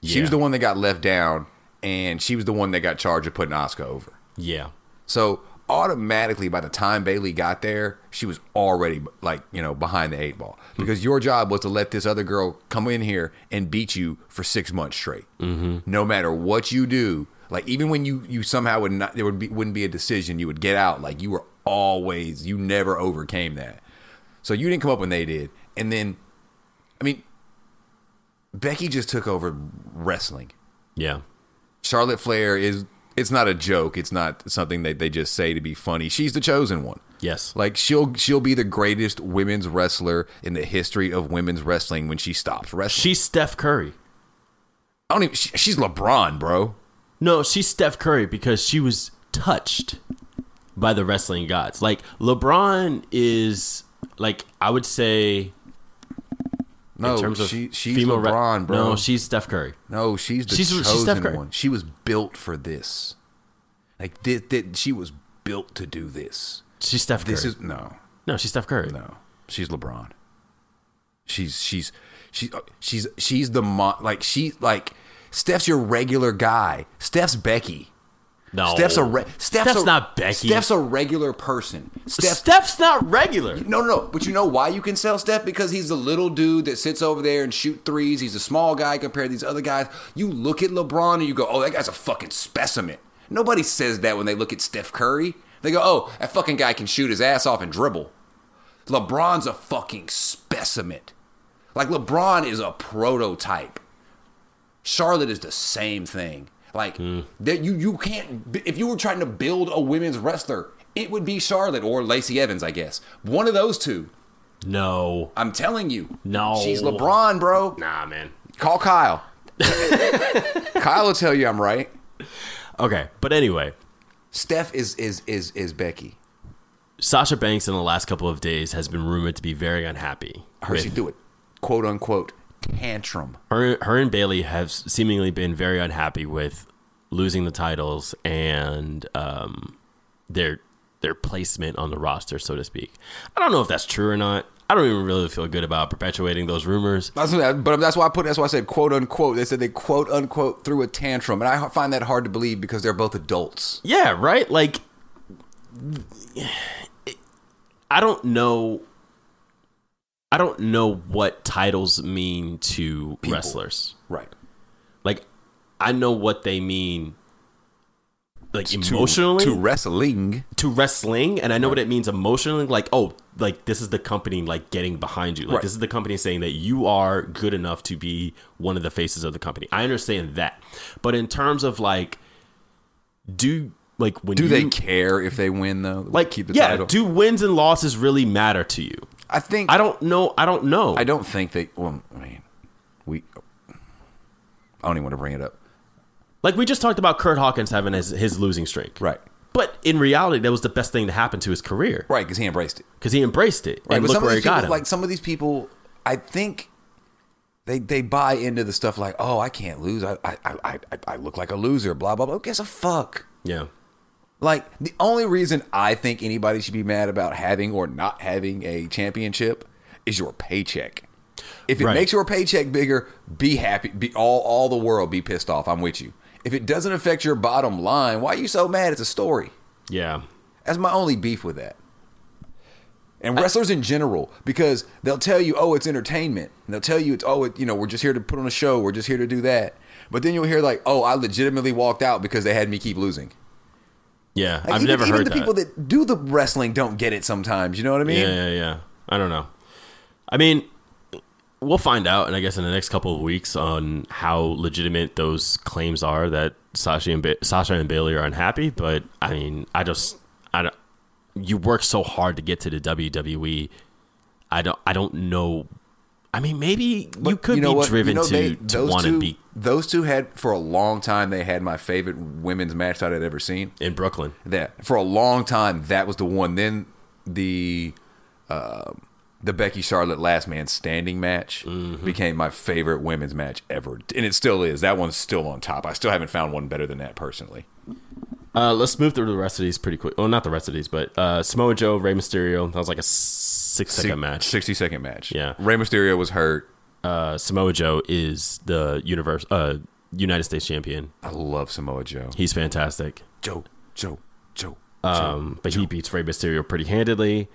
Speaker 2: She was
Speaker 1: Yeah.
Speaker 2: the one that got left down, and she was the one that got charged with putting Oscar over.
Speaker 1: Yeah.
Speaker 2: So automatically, by the time Bailey got there, she was already like you know behind the eight ball because your job was to let this other girl come in here and beat you for six months straight, mm-hmm. no matter what you do. Like even when you you somehow would not there would be wouldn't be a decision, you would get out. Like you were always you never overcame that. So you didn't come up when they did, and then, I mean, Becky just took over wrestling.
Speaker 1: Yeah.
Speaker 2: Charlotte Flair is it's not a joke. It's not something that they just say to be funny. She's the chosen one.
Speaker 1: Yes.
Speaker 2: Like she'll she'll be the greatest women's wrestler in the history of women's wrestling when she stops wrestling.
Speaker 1: She's Steph Curry.
Speaker 2: I don't even she, she's LeBron, bro.
Speaker 1: No, she's Steph Curry because she was touched by the wrestling gods. Like LeBron is like I would say
Speaker 2: No,
Speaker 1: in terms of
Speaker 2: Oh, she she's
Speaker 1: female re-
Speaker 2: LeBron, bro.
Speaker 1: No, she's Steph Curry.
Speaker 2: no, she's the
Speaker 1: she's- she's
Speaker 2: chosen
Speaker 1: Steph Curry.
Speaker 2: one. She was built for this. Like thi- thi- she was built to do this.
Speaker 1: She's Steph Curry.
Speaker 2: This is no.
Speaker 1: no, she's Steph Curry.
Speaker 2: No, she's LeBron. She's she's she's she's she's the mo- like she like Steph's your regular guy. Steph's Becky.
Speaker 1: No.
Speaker 2: Steph's a re- Steph's, a-
Speaker 1: Oh. not Becky.
Speaker 2: Steph's a regular person. Steph.
Speaker 1: Steph's not regular.
Speaker 2: no, no, no. But you know why you can sell Steph? Because he's the little dude that sits over there and shoot threes. He's a small guy compared to these other guys. You look at LeBron and you go, "Oh, that guy's a fucking specimen." Nobody says that when they look at Steph Curry. They go, "Oh, that fucking guy can shoot his ass off and dribble." LeBron's a fucking specimen. Like LeBron is a prototype. Charlotte is the same thing. Like that you you can't b- if you were trying to build a women's wrestler, it would be Charlotte or Lacey Evans, I guess. One of those two.
Speaker 1: No.
Speaker 2: I'm telling you.
Speaker 1: No.
Speaker 2: She's LeBron, bro.
Speaker 1: Nah, man.
Speaker 2: Call Kyle. Kyle will tell you I'm right.
Speaker 1: Okay, but anyway,
Speaker 2: Steph is is is is Becky.
Speaker 1: Sasha Banks in the last couple of days has been rumored to be very unhappy.
Speaker 2: I heard she
Speaker 1: with-
Speaker 2: do it, quote unquote, tantrum.
Speaker 1: her, her and Bailey have seemingly been very unhappy with losing the titles and um, their their placement on the roster, so to speak. I don't know if that's true or not. I don't even really feel good about perpetuating those rumors.
Speaker 2: That's what, but that's why I put. That's why I said quote unquote. They said they quote unquote threw a tantrum, and I find that hard to believe because they're both adults.
Speaker 1: Yeah, right? Like I don't know I don't know what titles mean to wrestlers.
Speaker 2: Right.
Speaker 1: Like I know what they mean like emotionally
Speaker 2: to wrestling.
Speaker 1: to wrestling and I know what it means emotionally like oh like this is the company like getting behind you like
Speaker 2: Right.
Speaker 1: this is the company saying that you are good enough to be one of the faces of the company I understand that but in terms of like do like when
Speaker 2: Do
Speaker 1: you,
Speaker 2: they care if they win though?
Speaker 1: like
Speaker 2: keep the
Speaker 1: yeah
Speaker 2: title.
Speaker 1: do wins and losses really matter to you
Speaker 2: I think
Speaker 1: I don't know I don't know
Speaker 2: I don't think they. Well, I mean, we. I don't even want to bring it up.
Speaker 1: like we just talked about Kurt Hawkins having his, his losing streak
Speaker 2: Right.
Speaker 1: but in reality that was the best thing to happen to his career
Speaker 2: Right, because he embraced it.
Speaker 1: because he embraced it
Speaker 2: Right,
Speaker 1: and look
Speaker 2: some of
Speaker 1: where it
Speaker 2: these
Speaker 1: got
Speaker 2: people,
Speaker 1: him
Speaker 2: like some of these people, I think they they buy into the stuff like, oh, I can't lose. I I I, I- I look like a loser. Blah blah blah. Who gives a fuck?
Speaker 1: yeah
Speaker 2: Like the only reason I think anybody should be mad about having or not having a championship is your paycheck. If it
Speaker 1: Right.
Speaker 2: makes your paycheck bigger, be happy. Be all all the world be pissed off. I'm with you. If it doesn't affect your bottom line, why are you so mad? It's a story.
Speaker 1: yeah
Speaker 2: That's my only beef with that. And wrestlers in general, because they'll tell you, "Oh, it's entertainment," and they'll tell you, "It's oh, it, you know, we're just here to put on a show. We're just here to do that." But then you'll hear like, "Oh, I legitimately walked out because they had me keep losing."
Speaker 1: yeah
Speaker 2: Like,
Speaker 1: I've
Speaker 2: even,
Speaker 1: never
Speaker 2: even
Speaker 1: heard
Speaker 2: the
Speaker 1: that.
Speaker 2: people that do the wrestling don't get it sometimes. You know what I mean?
Speaker 1: Yeah, yeah, yeah. I don't know. I mean, we'll find out, and I guess in the next couple of weeks on how legitimate those claims are that Sasha and ba- Sasha and Bailey are unhappy. But I mean, I just I don't. You work so hard to get to the WWE. I don't. I don't know. I mean, maybe you
Speaker 2: But
Speaker 1: could
Speaker 2: know
Speaker 1: be
Speaker 2: what?
Speaker 1: driven
Speaker 2: You know,
Speaker 1: to
Speaker 2: they-
Speaker 1: to
Speaker 2: those
Speaker 1: want
Speaker 2: two-
Speaker 1: to be
Speaker 2: Those two had for a long time. They had my favorite women's match that I'd ever seen.
Speaker 1: in Brooklyn.
Speaker 2: That for a long time, that was the one. Then the uh, the Becky Charlotte Last Man Standing match became my favorite women's match ever, and it still is. That one's still on top. I still haven't found one better than that personally.
Speaker 1: Uh, let's move through the rest of these pretty quick. Well, not the rest of these, but uh, Samoa Joe, Rey Mysterio. That was like a six second match.
Speaker 2: sixty second match.
Speaker 1: Yeah.
Speaker 2: Rey Mysterio was hurt.
Speaker 1: uh, Samoa Joe is the universe, uh, United States champion.
Speaker 2: I love Samoa Joe.
Speaker 1: He's fantastic,
Speaker 2: Joe, Joe, Joe.
Speaker 1: um, but he beats Rey Mysterio pretty handedly.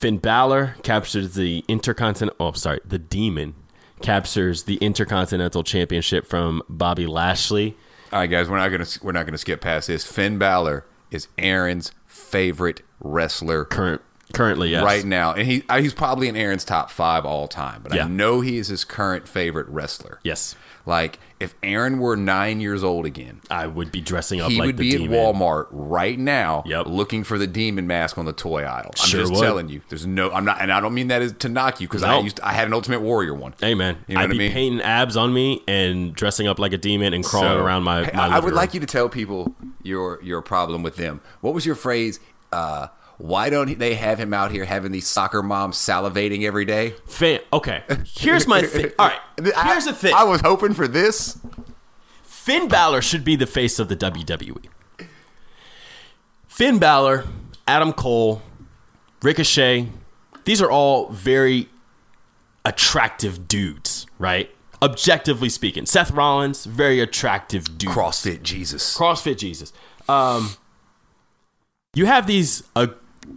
Speaker 1: Finn Balor captures the Intercontinental. Oh, sorry, the Demon captures the Intercontinental Championship from Bobby Lashley.
Speaker 2: All right, guys, we're not gonna we're not gonna skip past this. Finn Balor is Aaron's favorite wrestler
Speaker 1: Current, currently, yes,
Speaker 2: right now, and he I- he's probably in Aaron's top five all time. But
Speaker 1: Yeah.
Speaker 2: I know he is his current favorite wrestler.
Speaker 1: yes,
Speaker 2: Like if Aaron were nine years old again,
Speaker 1: I would be dressing up
Speaker 2: he
Speaker 1: like
Speaker 2: would
Speaker 1: the
Speaker 2: be
Speaker 1: Demon.
Speaker 2: at Walmart right now,
Speaker 1: Yep.
Speaker 2: looking for the demon mask on the toy aisle. I'm
Speaker 1: Sure
Speaker 2: just
Speaker 1: would.
Speaker 2: telling you, there's no. I'm not, and I don't mean that as to knock you because I
Speaker 1: Nope.
Speaker 2: used I had an Ultimate Warrior one.
Speaker 1: Hey man,
Speaker 2: You know
Speaker 1: I'd
Speaker 2: what I
Speaker 1: be
Speaker 2: mean?
Speaker 1: painting abs on me and dressing up like a demon and crawling
Speaker 2: So,
Speaker 1: around my.
Speaker 2: hey,
Speaker 1: my
Speaker 2: I- I would
Speaker 1: living
Speaker 2: like
Speaker 1: room.
Speaker 2: you to tell people your your problem with them. What was your phrase? Uh, why don't they have him out here having these soccer moms salivating every day?
Speaker 1: Fan- okay, here's my thing. All right,
Speaker 2: I-
Speaker 1: here's the thing.
Speaker 2: I was hoping for this.
Speaker 1: Finn Balor should be the face of the WWE. Finn Balor, Adam Cole, Ricochet, these are all very attractive dudes, right? Objectively speaking. Seth Rollins, very attractive dude.
Speaker 2: CrossFit Jesus.
Speaker 1: CrossFit Jesus. Um, you have these uh,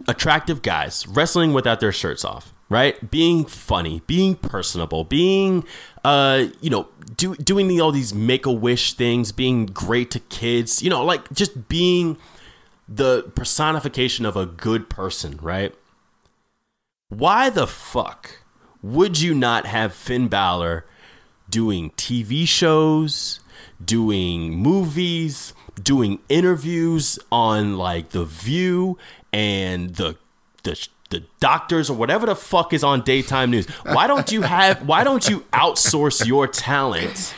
Speaker 1: attractive guys wrestling without their shirts off, right? Being funny, being personable, being, uh, you know, do, doing the- all these make a wish things, being great to kids, you know, like just being the personification of a good person, right? Why the fuck would you not have Finn Balor doing TV shows, doing movies, doing interviews on like The View and the the the doctors or whatever the fuck is on daytime news. Why don't you have why don't you outsource your talent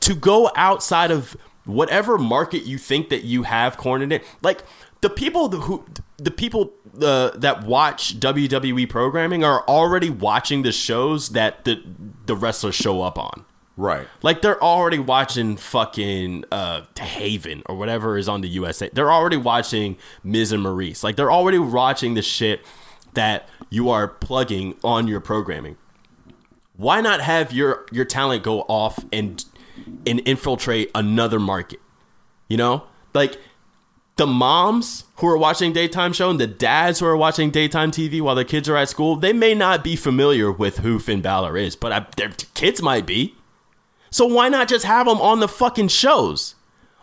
Speaker 1: to go outside of whatever market you think that you have cornered it? Like the people th- who the people uh, that watch WWE programming are already watching the shows that the the wrestlers show up on.
Speaker 2: Right.
Speaker 1: Like they're already watching fucking uh Haven or whatever is on the USA. They're already watching Miz and Maurice. Like they're already watching the shit that you are plugging on your programming. Why not have your your talent go off and and infiltrate another market? You know? Like the moms who are watching daytime show and the dads who are watching daytime TV while their kids are at school, they may not be familiar with who Finn Balor is, but I, their kids might be. So why not just have him on the fucking shows?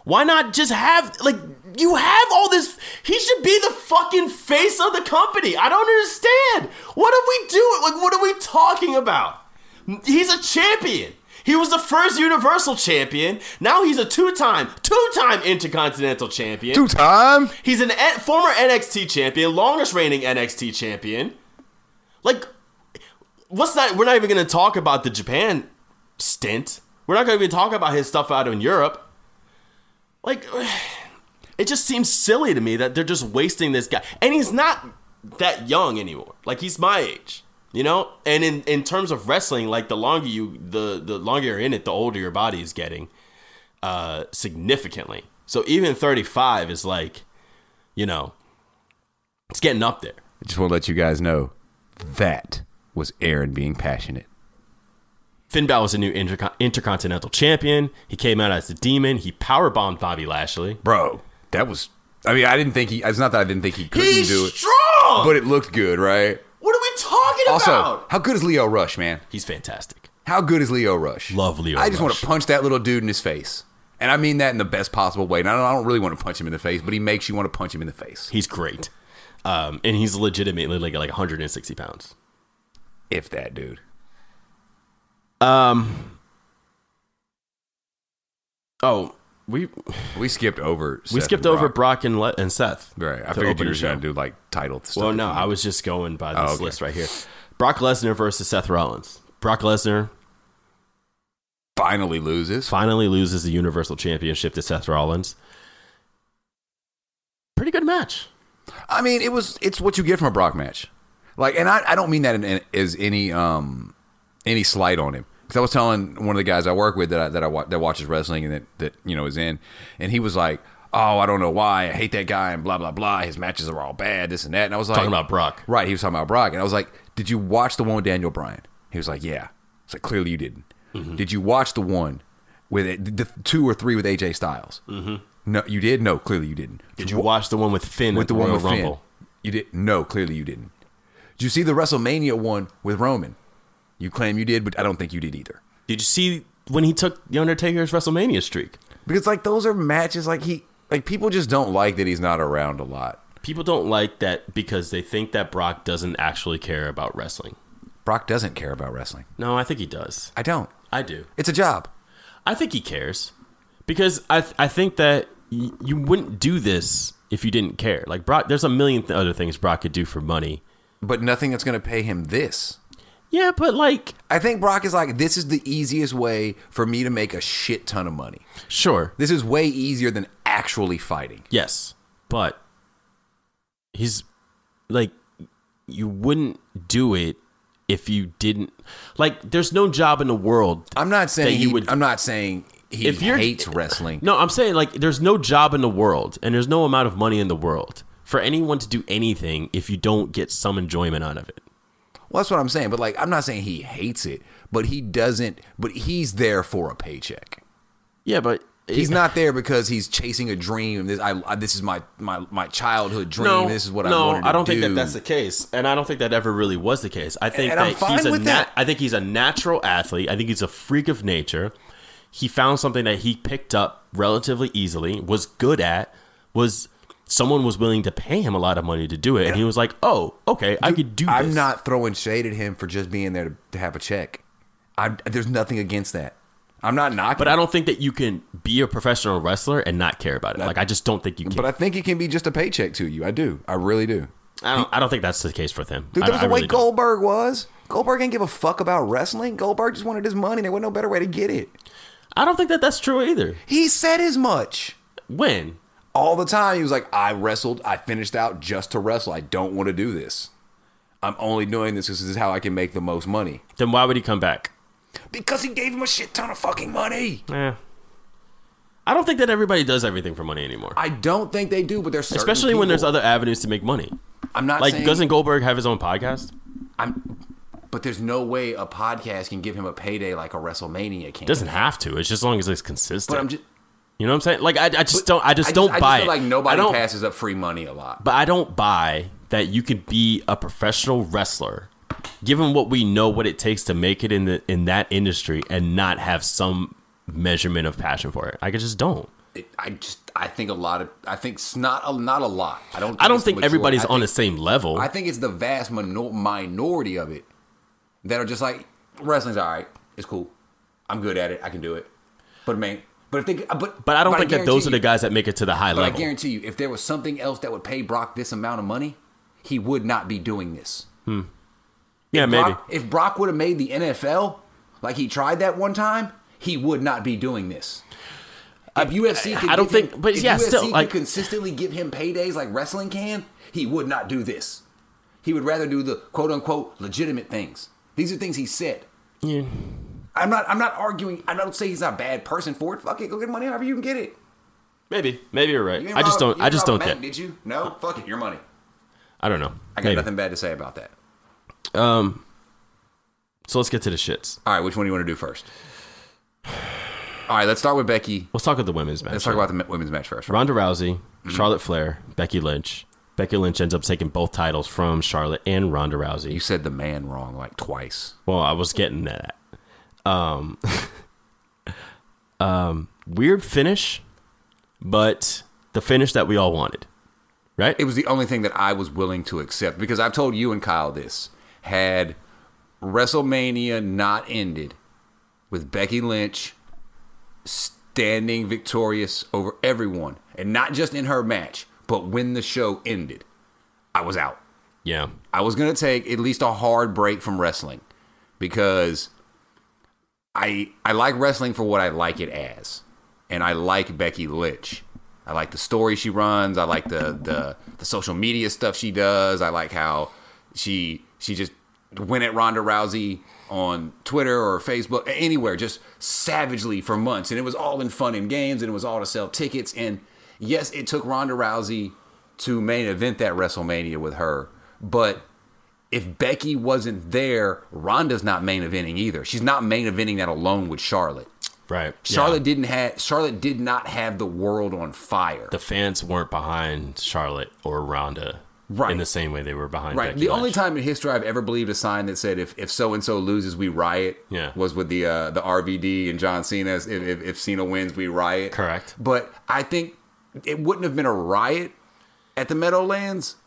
Speaker 1: Why not just have like you have all this? He should be the fucking face of the company. I don't understand. What are we doing? Like, what are we talking about? He's a champion. He was the first Universal champion. Now he's a two-time, two-time Intercontinental champion.
Speaker 2: Two time.
Speaker 1: He's an N- former NXT champion, longest reigning NXT champion. Like, what's not? We're not even going to talk about the Japan stint. We're not going to even talk about his stuff out in Europe. Like, it just seems silly to me that they're just wasting this guy. And he's not that young anymore. Like, he's my age. You know, and in, in terms of wrestling, like the longer you the the longer you're in it, the older your body is getting uh, significantly. So even 35 is like, you know, it's getting up there.
Speaker 2: I just want to let you guys know that was Aaron being passionate.
Speaker 1: Finn Balor was a new intercon- intercontinental champion. He came out as the demon. He powerbombed Bobby Lashley.
Speaker 2: Bro, that was. I mean, I didn't think he. It's not that I didn't think he couldn't
Speaker 1: He's
Speaker 2: do it,
Speaker 1: strong.
Speaker 2: but it looked good, right?
Speaker 1: what are we talking
Speaker 2: Also,
Speaker 1: about?
Speaker 2: how good is Leo Rush, man?
Speaker 1: He's fantastic.
Speaker 2: How good is Leo Rush?
Speaker 1: Love Leo
Speaker 2: I just want
Speaker 1: Rush.
Speaker 2: to punch that little dude in his face. And I mean that in the best possible way. And I don't, I don't really want to punch him in the face, but he makes you want to punch him in the face,
Speaker 1: He's great. Um, and he's legitimately like like 160 pounds.
Speaker 2: if that dude.
Speaker 1: Um, Oh, we
Speaker 2: We skipped over.
Speaker 1: we
Speaker 2: Seth
Speaker 1: skipped
Speaker 2: and
Speaker 1: over
Speaker 2: Brock.
Speaker 1: Brock and Le- and Seth.
Speaker 2: Right. I
Speaker 1: to
Speaker 2: figured
Speaker 1: open
Speaker 2: you were
Speaker 1: the
Speaker 2: trying
Speaker 1: show.
Speaker 2: to do like title stuff.
Speaker 1: Well, no, I was just going by this
Speaker 2: Oh, okay.
Speaker 1: list right here. Brock Lesnar versus Seth Rollins. Brock Lesnar
Speaker 2: finally loses.
Speaker 1: finally loses the Universal Championship to Seth Rollins. Pretty good match.
Speaker 2: I mean, it was it's what you get from a Brock match. Like, and I, I don't mean that in, in, as any um any slight on him because I was telling one of the guys I work with that I, that I wa- that watches wrestling and that that you know is in, and he was like, "Oh, I don't know why I hate that guy and blah blah blah. His matches are all bad, this and that." And I was like,
Speaker 1: Talking about Brock.
Speaker 2: right? He was talking about Brock, and I was like, "Did you watch the one with Daniel Bryan?" He was like, "Yeah." It's like clearly you didn't.
Speaker 1: Mm-hmm.
Speaker 2: Did you watch the one with it, the two or three with AJ Styles? Mm-hmm. No, you did. No, clearly you didn't.
Speaker 1: Did you watch the one with Finn
Speaker 2: with the one
Speaker 1: Royal
Speaker 2: with
Speaker 1: Rumble?
Speaker 2: Finn. You did no, clearly you didn't. Did you see the WrestleMania one with Roman? You claim you did, but I don't think you did either.
Speaker 1: Did you see when he took the Undertaker's WrestleMania streak?
Speaker 2: Because like those are matches like he like people just don't like that he's not around a lot.
Speaker 1: People don't like that because they think that Brock doesn't actually care about wrestling.
Speaker 2: Brock doesn't care about wrestling.
Speaker 1: No, I think he does.
Speaker 2: I don't.
Speaker 1: I do.
Speaker 2: It's a job.
Speaker 1: I think he cares because I th- I think that y- you wouldn't do this if you didn't care. Like Brock, there's a million th- other things Brock could do for money.
Speaker 2: But nothing that's gonna pay him this.
Speaker 1: Yeah, but like
Speaker 2: I think Brock is like, this is the easiest way for me to make a shit ton of money.
Speaker 1: sure,
Speaker 2: This is way easier than actually fighting.
Speaker 1: yes, but he's like you wouldn't do it if you didn't like. There's no job in the world
Speaker 2: I'm not saying
Speaker 1: you
Speaker 2: he
Speaker 1: would-
Speaker 2: would I'm not saying he
Speaker 1: If you're-
Speaker 2: hates wrestling.
Speaker 1: No, I'm saying like there's no job in the world and there's no amount of money in the world for anyone to do anything if you don't get some enjoyment out of it.
Speaker 2: Well, that's what I'm saying. But like, I'm not saying he hates it, but he doesn't. But he's there for a paycheck.
Speaker 1: Yeah, but
Speaker 2: He's not there because he's chasing a dream. This I, I this is my my my childhood dream. this is what I wanted to
Speaker 1: I don't think that
Speaker 2: do.
Speaker 1: that's the case, and I don't think that ever really was the case. I think
Speaker 2: And I'm
Speaker 1: that he's
Speaker 2: fine
Speaker 1: a
Speaker 2: with
Speaker 1: nat-
Speaker 2: that.
Speaker 1: I think he's a natural athlete. I think he's a freak of nature. He found something that he picked up relatively easily, was good at, was someone was willing to pay him a lot of money to do it, and he was like, "Oh, okay, I could do."
Speaker 2: I'm
Speaker 1: this.
Speaker 2: not throwing shade at him for just being there to, to have a check. I, there's nothing against that. I'm not knocking.
Speaker 1: But I don't think that you can be a professional wrestler and not care about it. Like I just don't think you can.
Speaker 2: But I think it can be just a paycheck to you. I do. I really do.
Speaker 1: I don't. I don't think that's the case for them.
Speaker 2: Dude,
Speaker 1: I,
Speaker 2: that was
Speaker 1: I
Speaker 2: the way
Speaker 1: really don't.
Speaker 2: Goldberg was. Goldberg didn't give a fuck about wrestling. Goldberg just wanted his money. There was no better way to get it.
Speaker 1: I don't think that that's true either.
Speaker 2: He said as much.
Speaker 1: When
Speaker 2: all the time. He was like, I wrestled. I finished out just to wrestle. I don't want to do this. I'm only doing this because this is how I can make the most money.
Speaker 1: Then why would he come back?
Speaker 2: Because he gave him a shit ton of fucking money.
Speaker 1: Yeah. I don't think that everybody does everything for money anymore.
Speaker 2: I don't think they do, but there's certain
Speaker 1: Especially when there's
Speaker 2: people-
Speaker 1: other avenues to make money.
Speaker 2: I'm not
Speaker 1: Like,
Speaker 2: saying,
Speaker 1: doesn't Goldberg have his own podcast?
Speaker 2: I'm, but there's no way a podcast can give him a payday like a WrestleMania can.
Speaker 1: Doesn't have to. It's just as long as it's consistent.
Speaker 2: But I'm just,
Speaker 1: you know what I'm saying? Like, I, I just don't. I just
Speaker 2: I
Speaker 1: don't
Speaker 2: I
Speaker 1: buy
Speaker 2: feel
Speaker 1: it.
Speaker 2: like
Speaker 1: I
Speaker 2: nobody
Speaker 1: don't,
Speaker 2: passes up free money a lot.
Speaker 1: But I don't buy that you can be a professional wrestler, given what we know what it takes to make it in the in that industry, and not have some measurement of passion for it. I just don't.
Speaker 2: It, I just, I think a lot of, I think it's not a, not a lot. I don't. Think
Speaker 1: I don't
Speaker 2: it's the
Speaker 1: think
Speaker 2: majority.
Speaker 1: everybody's
Speaker 2: I
Speaker 1: on the
Speaker 2: think-
Speaker 1: same level.
Speaker 2: I think it's the vast minor- minority of it that are just like wrestling's all right. It's cool. I'm good at it. I can do it. But man, but if they, uh, but
Speaker 1: but I don't think that those are
Speaker 2: guarantee
Speaker 1: the guys that make it to the high
Speaker 2: But I
Speaker 1: level.
Speaker 2: guarantee you, if there was something else that would pay Brock this amount of money, he would not be doing this.
Speaker 1: yeah, maybe.
Speaker 2: Brock, if Brock would have made the NFL, like he tried that one time, he would not be doing this. If UFC, could
Speaker 1: I don't
Speaker 2: give him-
Speaker 1: think- but
Speaker 2: if
Speaker 1: yeah,
Speaker 2: UFC
Speaker 1: still,
Speaker 2: could
Speaker 1: like-
Speaker 2: consistently give him paydays like wrestling can, he would not do this. He would rather do the quote unquote legitimate things. These are things he said.
Speaker 1: Yeah.
Speaker 2: I'm not. I'm not arguing. I don't say he's not a bad person for it. Fuck it. Go get money however you can get it.
Speaker 1: Maybe, maybe you're right.
Speaker 2: You didn't
Speaker 1: I just
Speaker 2: rob-
Speaker 1: don't.
Speaker 2: you
Speaker 1: I
Speaker 2: didn't
Speaker 1: just
Speaker 2: rob a
Speaker 1: don't
Speaker 2: bank,
Speaker 1: get.
Speaker 2: Did you? No. Fuck it. Your money.
Speaker 1: I don't know.
Speaker 2: I got
Speaker 1: Maybe.
Speaker 2: nothing bad to say about that.
Speaker 1: Um. So let's get to the shits.
Speaker 2: All right, which one do you want to do first? All right, let's start with Becky.
Speaker 1: Let's talk about the women's match.
Speaker 2: Let's talk about the m- women's match first.
Speaker 1: Ronda Rousey,
Speaker 2: Mm-hmm.
Speaker 1: Charlotte Flair, Becky Lynch. Becky Lynch ends up taking both titles from Charlotte and Ronda
Speaker 2: You
Speaker 1: Rousey.
Speaker 2: said the man wrong like twice.
Speaker 1: Well, I was getting to that. Um, um, weird finish, but the finish that we all wanted, right?
Speaker 2: It was the only thing that I was willing to accept because I've told you and Kyle this. Had WrestleMania not ended with Becky Lynch standing victorious over everyone, and not just in her match, but when the show ended, I was out.
Speaker 1: yeah,
Speaker 2: I was gonna take at least a hard break from wrestling because I I like wrestling for what I like it as, and I like Becky Lynch. I like the story she runs. I like the the the social media stuff she does. I like how she she just went at Ronda Rousey on Twitter or Facebook anywhere just savagely for months, and it was all in fun and games, and it was all to sell tickets. And yes, it took Ronda Rousey to main event that WrestleMania with her, but if Becky wasn't there, Ronda's not main eventing either. She's not main eventing that alone with Charlotte.
Speaker 1: right. Yeah.
Speaker 2: Charlotte didn't have Charlotte did not have the world on fire.
Speaker 1: the fans weren't behind Charlotte or Ronda
Speaker 2: Right.
Speaker 1: in the same way they were behind
Speaker 2: right.
Speaker 1: Becky
Speaker 2: the only
Speaker 1: Lynch.
Speaker 2: time in history I've ever believed a sign that said if if so and so loses we riot
Speaker 1: Yeah.
Speaker 2: was with the uh, the RVD and John Cena. If, if if Cena wins we riot.
Speaker 1: Correct.
Speaker 2: But I think it wouldn't have been a riot at the Meadowlands.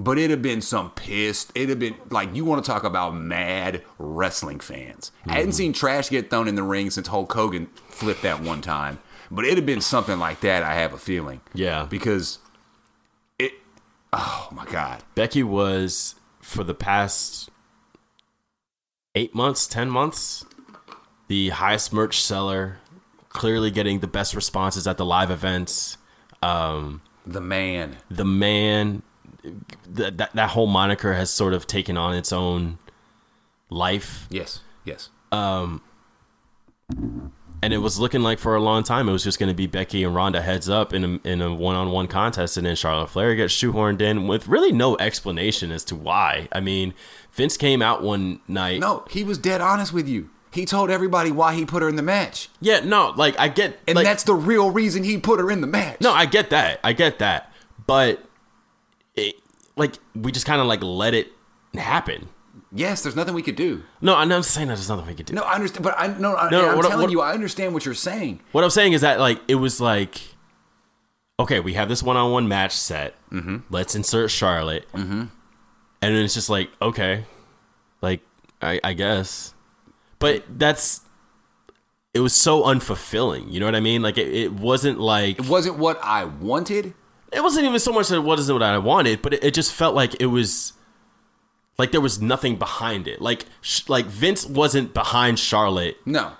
Speaker 2: But it'd have been some pissed. It'd have been like you want to talk about mad wrestling fans. I
Speaker 1: Mm.
Speaker 2: hadn't seen trash get thrown in the ring since Hulk Hogan flipped that one time. But it'd have been something like that. I have a feeling.
Speaker 1: Yeah.
Speaker 2: Because it. Oh my god.
Speaker 1: Becky was for the past eight months, ten months, the highest merch seller, clearly getting the best responses at the live events. Um,
Speaker 2: The man.
Speaker 1: the man, th- that that whole moniker has sort of taken on its own life,
Speaker 2: Yes. Yes.
Speaker 1: and it was looking like for a long time it was just going to be Becky and Ronda heads up in a, in a one on one contest, and then Charlotte Flair gets shoehorned in with really no explanation as to why. I mean, Vince came out one night.
Speaker 2: No, he was dead honest with you. He told everybody why he put her in the match.
Speaker 1: Yeah, no, like I get,
Speaker 2: And
Speaker 1: like,
Speaker 2: that's the real reason he put her in the match.
Speaker 1: no, I get that, I get that, but it, like we just kind of like let it happen.
Speaker 2: Yes, there's nothing we could do.
Speaker 1: No, I'm not saying that there's nothing we could do.
Speaker 2: No, I understand. But I no, I,
Speaker 1: No,
Speaker 2: I'm
Speaker 1: what-
Speaker 2: telling
Speaker 1: what-
Speaker 2: you, I understand what you're saying.
Speaker 1: What I'm saying is that like it was like, okay, we have this one-on-one match set. Mm-hmm. Let's insert Charlotte, mm-hmm. and then it's just like okay, like I, I guess, but that's it was so unfulfilling. You know what I mean? Like it, it wasn't like
Speaker 2: It wasn't what I wanted.
Speaker 1: it wasn't even so much that it wasn't what I wanted, but it, it just felt like it was like there was nothing behind it. Like sh- like Vince wasn't behind Charlotte
Speaker 2: No,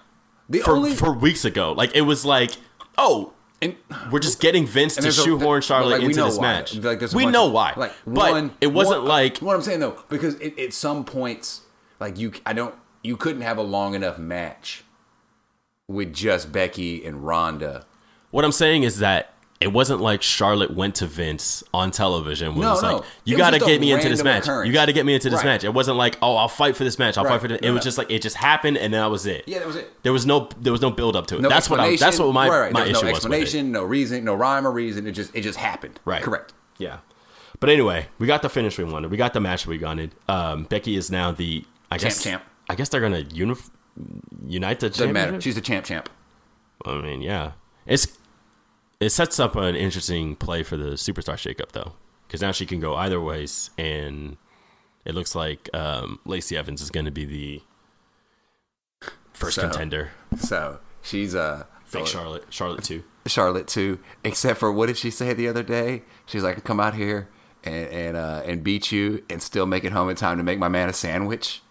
Speaker 2: the
Speaker 1: for
Speaker 2: only
Speaker 1: for weeks ago. Like it was like, oh,
Speaker 2: And
Speaker 1: We're just getting Vince to
Speaker 2: there's a-
Speaker 1: shoehorn
Speaker 2: th-
Speaker 1: Charlotte
Speaker 2: like, we
Speaker 1: into
Speaker 2: know
Speaker 1: this
Speaker 2: why.
Speaker 1: match.
Speaker 2: Like, there's a
Speaker 1: we
Speaker 2: bunch
Speaker 1: know
Speaker 2: of-
Speaker 1: why, but
Speaker 2: one-
Speaker 1: it wasn't
Speaker 2: one-
Speaker 1: like
Speaker 2: what I'm saying though, because it, at some points, like you, I don't, you couldn't have a long enough match with just Becky and Ronda.
Speaker 1: what I'm saying is that it wasn't like Charlotte went to Vince on television. Where
Speaker 2: No,
Speaker 1: it was
Speaker 2: no.
Speaker 1: like, you
Speaker 2: It was
Speaker 1: got to
Speaker 2: just a
Speaker 1: get me into this
Speaker 2: random
Speaker 1: match.
Speaker 2: occurrence.
Speaker 1: You got to get me into this
Speaker 2: Right.
Speaker 1: match. It wasn't like, oh, I'll fight for this match. I'll
Speaker 2: Right.
Speaker 1: fight for this. It
Speaker 2: No,
Speaker 1: was
Speaker 2: no.
Speaker 1: just like it just happened, and then I was it.
Speaker 2: Yeah, that was it.
Speaker 1: There was no there was no build up to it.
Speaker 2: No
Speaker 1: that's what I,
Speaker 2: explanation.
Speaker 1: that's what my
Speaker 2: Right, right.
Speaker 1: my
Speaker 2: There was
Speaker 1: issue
Speaker 2: no
Speaker 1: was with it.
Speaker 2: explanation, no reason, no rhyme or reason. It just, it just happened.
Speaker 1: Right.
Speaker 2: Correct.
Speaker 1: Yeah. But anyway, we got the finish we wanted. We got the match we wanted. Um, Becky is now the I guess
Speaker 2: champ.
Speaker 1: I guess they're gonna unif- unite the
Speaker 2: Doesn't matter.
Speaker 1: championship?
Speaker 2: She's the champ, champ.
Speaker 1: I mean, yeah, it's it sets up an interesting play for the superstar shakeup though, because now she can go either ways, and it looks like um, Lacey Evans is going to be the first
Speaker 2: So-
Speaker 1: contender.
Speaker 2: So she's uh
Speaker 1: Fake Charlotte, Charlotte too.
Speaker 2: Charlotte too. Except for what did she say the other day? She's like, I can come out here and and uh, and beat you and still make it home in time to make my man a sandwich.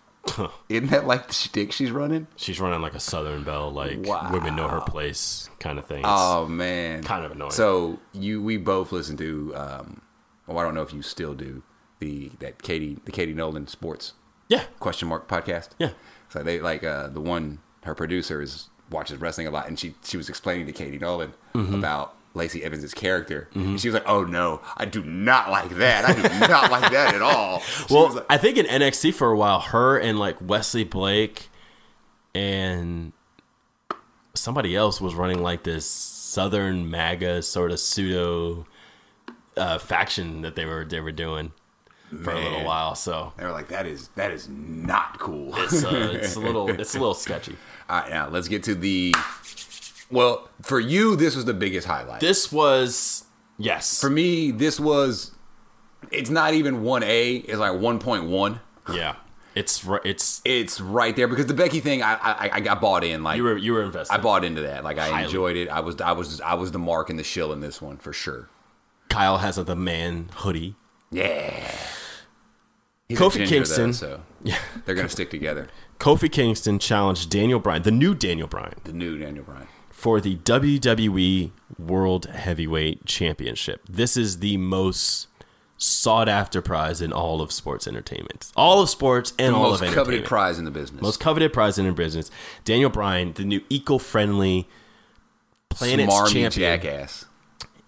Speaker 2: Isn't that like the shtick she's running?
Speaker 1: She's running like a Southern Belle, like
Speaker 2: Wow.
Speaker 1: women know her place kind of thing. It's-
Speaker 2: Oh man,
Speaker 1: kind of annoying.
Speaker 2: So you, we both listen to. Um, well, I don't know if you still do the that Katie the Katie Nolan sports
Speaker 1: yeah,
Speaker 2: question mark podcast.
Speaker 1: Yeah.
Speaker 2: So they like uh, the one her producer is watches wrestling a lot, and she she was explaining to Katie Nolan
Speaker 1: Mm-hmm.
Speaker 2: about Lacey Evans' character. And she was like, "Oh no, I do not like that. I do not like that at all." She
Speaker 1: well,
Speaker 2: was like,
Speaker 1: I think in NXT for a while, her and like Wesley Blake and somebody else was running like this Southern MAGA sort of pseudo uh, faction that they were they were doing for a little
Speaker 2: Man.
Speaker 1: while. So
Speaker 2: they were like, "That is that is not cool."
Speaker 1: it's, uh, it's a little it's a little sketchy.
Speaker 2: all right, now let's get to the. Well, for you, this was the biggest highlight.
Speaker 1: This was yes,
Speaker 2: for me, this was. It's not even one A. It's like one point one.
Speaker 1: yeah. It's ri- it's
Speaker 2: It's right there because the Becky thing, I I, I got bought in. Like
Speaker 1: you were you were invested.
Speaker 2: I bought into that. Like I
Speaker 1: Highly.
Speaker 2: enjoyed it. I was I was I was the mark and the shill in this one for sure.
Speaker 1: Kyle has a the man hoodie.
Speaker 2: Yeah. He's
Speaker 1: Kofi
Speaker 2: a
Speaker 1: Kingston.
Speaker 2: so yeah, they're gonna stick together.
Speaker 1: Kofi Kingston challenged Daniel Bryan, the new Daniel Bryan,
Speaker 2: The new Daniel Bryan.
Speaker 1: for the WWE World Heavyweight Championship. This is the most sought after prize in all of sports entertainment. All of sports and all
Speaker 2: Most
Speaker 1: of
Speaker 2: coveted
Speaker 1: entertainment.
Speaker 2: prize in the business.
Speaker 1: most coveted prize in business. Daniel Bryan, the new eco-friendly planet's
Speaker 2: smarmy
Speaker 1: champion.
Speaker 2: jackass.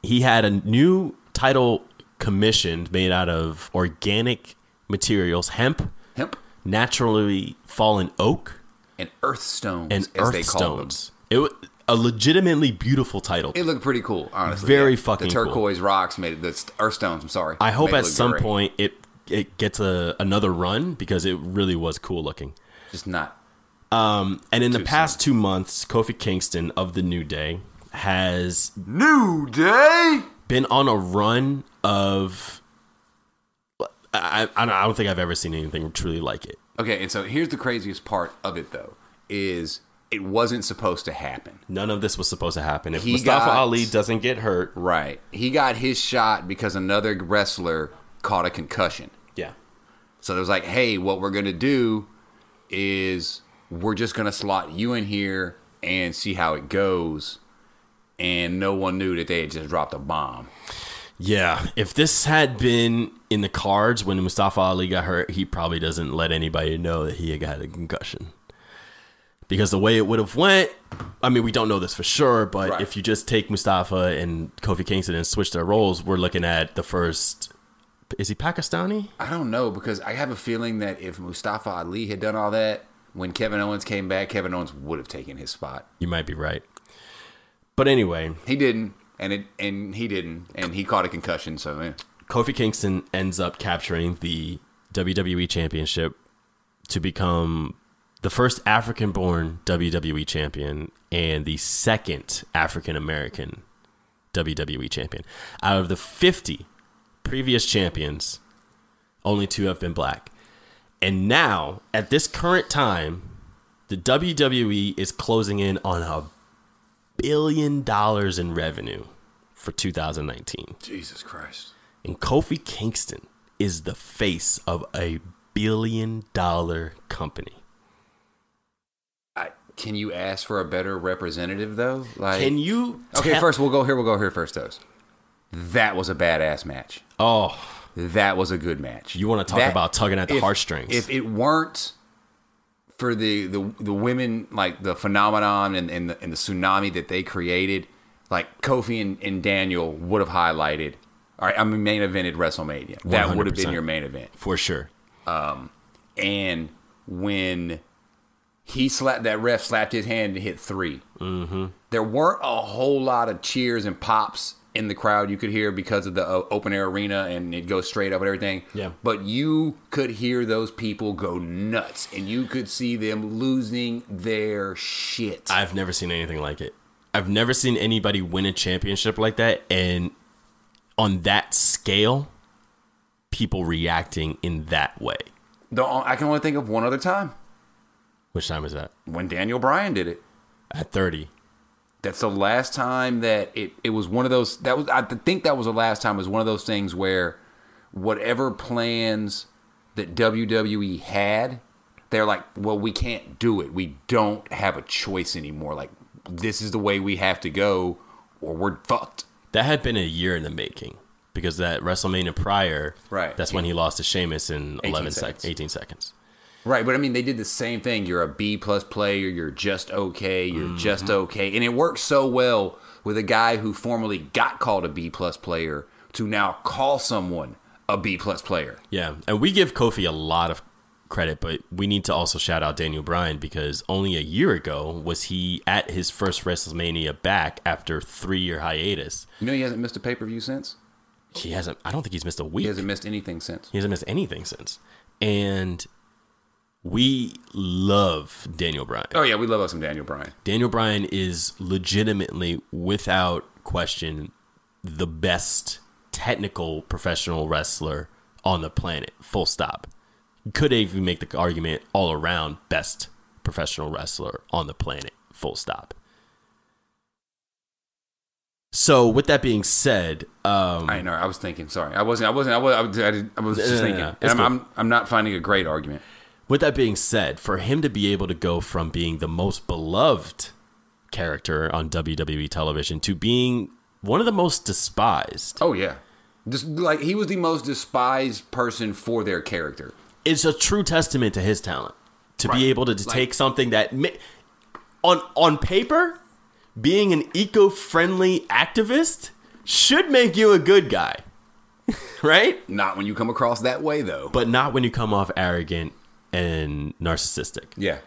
Speaker 1: He had a new title commissioned made out of organic materials, hemp,
Speaker 2: Hemp
Speaker 1: naturally fallen oak,
Speaker 2: and Earthstones
Speaker 1: and
Speaker 2: as they
Speaker 1: earth
Speaker 2: call them.
Speaker 1: stones. It was a legitimately beautiful title.
Speaker 2: It looked pretty cool, honestly.
Speaker 1: Very
Speaker 2: Yeah.
Speaker 1: fucking
Speaker 2: The
Speaker 1: cool.
Speaker 2: turquoise rocks made it. The Earthstones. I'm sorry.
Speaker 1: I hope
Speaker 2: Made it
Speaker 1: at
Speaker 2: look
Speaker 1: some
Speaker 2: great.
Speaker 1: point it it gets a another run because it really was cool looking.
Speaker 2: just not.
Speaker 1: And in the past two months, Kofi Kingston of the New Day has
Speaker 2: New day.
Speaker 1: been on a run of. I, I, don't- I don't think I've ever seen anything truly like it.
Speaker 2: Okay, and so here's the craziest part of it though is it wasn't supposed to happen.
Speaker 1: None of this was supposed to happen. If
Speaker 2: He
Speaker 1: Mustafa
Speaker 2: got-
Speaker 1: Ali doesn't get hurt,
Speaker 2: Right. He got his shot because another wrestler caught a concussion.
Speaker 1: yeah,
Speaker 2: So it was like, hey, what we're going to do is we're just going to slot you in here and see how it goes. And no one knew that they had just dropped a bomb.
Speaker 1: yeah. If this had been in the cards when Mustafa Ali got hurt, he probably doesn't let anybody know that he had got a concussion. because the way it would have went i mean we don't know this for sure but
Speaker 2: Right.
Speaker 1: if you just take mustafa and kofi kingston and switch their roles we're looking at the first is he pakistani
Speaker 2: I don't know because I have a feeling that if Mustafa Ali had done all that, when Kevin Owens came back, Kevin Owens would have taken his spot.
Speaker 1: you might be right but anyway
Speaker 2: He didn't, and it and he didn't, and he caught a concussion. So eh.
Speaker 1: kofi kingston ends up capturing the wwe championship to become the first african born wwe E champion and the second african american wwe E champion out of the 50 previous champions only two have been black. And now, at this current time, the WWE is closing in on a billion dollars in revenue for 2019.
Speaker 2: Jesus Christ.
Speaker 1: And Kofi Kingston is the face of a billion dollar company.
Speaker 2: I Can you ask for a better representative though? Like,
Speaker 1: Can you?
Speaker 2: Okay,
Speaker 1: tell-
Speaker 2: first we'll go here. We'll go here first. Those. That was a badass match.
Speaker 1: Oh,
Speaker 2: That was a good match.
Speaker 1: You wanna talk about tugging at the
Speaker 2: if-
Speaker 1: heartstrings.
Speaker 2: If it weren't for the the, the women, like the phenomenon and, and, the, and the tsunami that they created, like Kofi and, and Daniel would have highlighted. All right, I mean, main evented WrestleMania. That would have been
Speaker 1: 100%.
Speaker 2: your main event.
Speaker 1: for sure.
Speaker 2: And when he slapped that ref, slapped his hand and hit 3 Mm-hmm. There weren't a whole lot of cheers and pops in the crowd you could hear because of the uh, open air arena and it goes straight up and everything.
Speaker 1: Yeah.
Speaker 2: But you could hear those people go nuts and you could see them losing their shit.
Speaker 1: I've never seen anything like it. I've never seen anybody win a championship like that, and on that scale, people reacting in that way.
Speaker 2: The on- I can only think of one other time
Speaker 1: Which time is that?
Speaker 2: when Daniel Bryan did it.
Speaker 1: At thirty.
Speaker 2: That's the last time that it, it was one of those that was I think that was the last time it was one of those things where whatever plans that WWE had, they're like, well, we can't do it. We don't have a choice anymore. Like this is the way we have to go, or we're fucked.
Speaker 1: That had been a year in the making because that WrestleMania prior,
Speaker 2: Right.
Speaker 1: That's when he lost to Sheamus in 11
Speaker 2: seconds.
Speaker 1: seconds, 18 seconds.
Speaker 2: Right, but I mean, they did the same thing. You're a B plus player. You're just okay. You're just okay, and it worked so well with a guy who formerly got called a B plus player to now call someone a B plus player.
Speaker 1: Yeah, and we give Kofi a lot of credit, but we need to also shout out Daniel Bryan because only a year ago was he at his first WrestleMania back after three year hiatus.
Speaker 2: You know, he hasn't missed a pay per view since.
Speaker 1: He hasn't. I don't think he's missed a week.
Speaker 2: He hasn't missed anything since.
Speaker 1: He hasn't missed anything since. And we love Daniel Bryan.
Speaker 2: Oh yeah, we love us some Daniel Bryan.
Speaker 1: Daniel Bryan is legitimately, without question, the best technical professional wrestler on the planet. Full stop. Could even make the argument all around best professional wrestler on the planet. Full stop. So, with that being said, um,
Speaker 2: I know. I was thinking. Sorry, I wasn't. I wasn't. I was. I was, I did- I was
Speaker 1: No,
Speaker 2: just
Speaker 1: no, no,
Speaker 2: thinking.
Speaker 1: no.
Speaker 2: And
Speaker 1: It's
Speaker 2: I'm,
Speaker 1: cool.
Speaker 2: I'm. I'm not finding a great argument.
Speaker 1: With that being said, for him to be able to go from being the most beloved character on WWE television to being one of the most despised,
Speaker 2: Oh yeah, just like he was the most despised person for their character.
Speaker 1: is a true testament to his talent. To
Speaker 2: Right.
Speaker 1: be able to
Speaker 2: Like-
Speaker 1: take something that ma- on on paper, being an eco-friendly activist should make you a good guy. right?
Speaker 2: Not when you come across that way though.
Speaker 1: But not when you come off arrogant and narcissistic.
Speaker 2: yeah,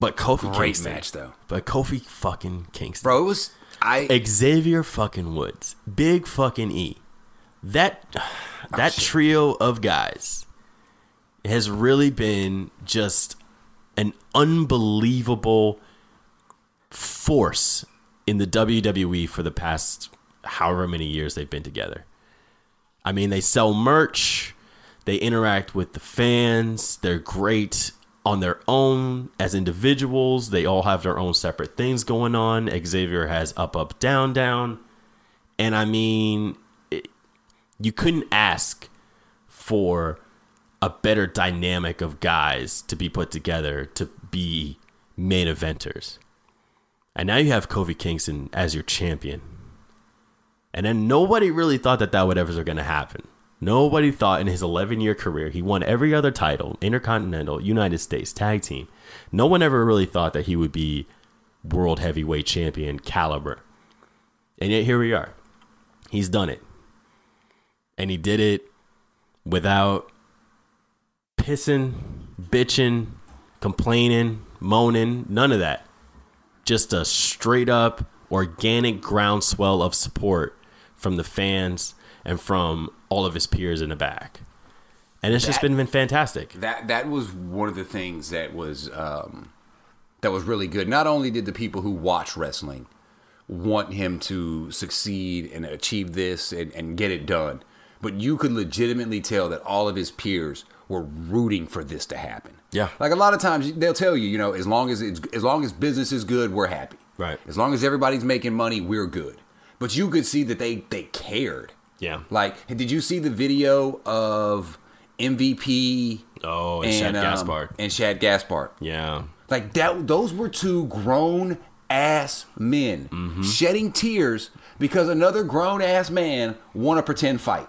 Speaker 1: But Kofi
Speaker 2: great
Speaker 1: Kingston.
Speaker 2: match though,
Speaker 1: But Kofi fucking Kingston.
Speaker 2: bro. It was. I
Speaker 1: Xavier fucking Woods, Big fucking E. That that trio of guys has really been just an unbelievable force in the WWE for the past however many years they've been together. I mean, they sell merch, they interact with the fans, they're great on their own as individuals. They all have their own separate things going on. Xavier has up, up, down, down. And I mean, it, you couldn't ask for a better dynamic of guys to be put together to be main eventers. And now you have Kofi Kingston as your champion. And then nobody really thought that that would ever going to happen. Nobody thought in his 11 year career, he won every other title Intercontinental, United States, Tag Team. No one ever really thought that he would be world heavyweight champion caliber. And yet here we are. He's done it. And he did it without pissing, bitching, complaining, moaning, none of that just a straight up organic groundswell of support from the fans and from all of his peers in the back. And it's just
Speaker 2: That-
Speaker 1: been, been fantastic.
Speaker 2: that that was one of the things that was um, that was really good. Not only did the people who watch wrestling want him to succeed and achieve this and, and get it done, but you could legitimately tell that all of his peers were rooting for this to happen.
Speaker 1: Yeah.
Speaker 2: like a lot of times they'll tell you, you know, as long as it's, as long as business is good, we're happy.
Speaker 1: Right.
Speaker 2: As long as everybody's making money, we're good. But you could see that they they cared.
Speaker 1: Yeah.
Speaker 2: Like, did you see the video of MVP
Speaker 1: Oh, and Shad Gaspard.
Speaker 5: um,
Speaker 2: and Shad Gaspard?
Speaker 1: Yeah.
Speaker 5: Like that those were two grown ass men
Speaker 1: Mm-hmm.
Speaker 5: shedding tears because another grown ass man won a pretend fight.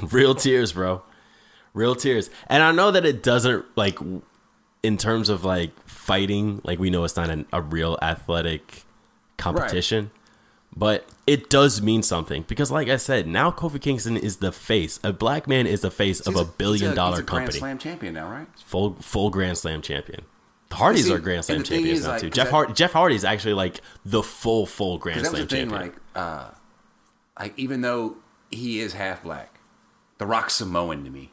Speaker 1: real tears, bro. Real tears. And I know that it doesn't like w- in terms of like fighting, like we know it's not an, a real athletic competition, but it does mean something because like I said, now Kofi Kingston is the face. A black man is the face of a billion
Speaker 5: he's
Speaker 1: dollar
Speaker 5: he's a Grand
Speaker 1: company.
Speaker 5: Slam champion now, right?
Speaker 1: Full full Grand Slam champion. The Hardys
Speaker 5: See,
Speaker 1: are Grand Slam
Speaker 5: and the thing
Speaker 1: champions
Speaker 5: is,
Speaker 1: now
Speaker 5: like,
Speaker 1: too.
Speaker 5: 'cause
Speaker 1: Jeff
Speaker 5: that-
Speaker 1: Hard Jeff Hardy is actually like the full full Grand
Speaker 5: Because that was
Speaker 1: Slam
Speaker 5: the thing,
Speaker 1: champion.
Speaker 5: like, uh, like even though he is half black, The Rock's Samoan to me.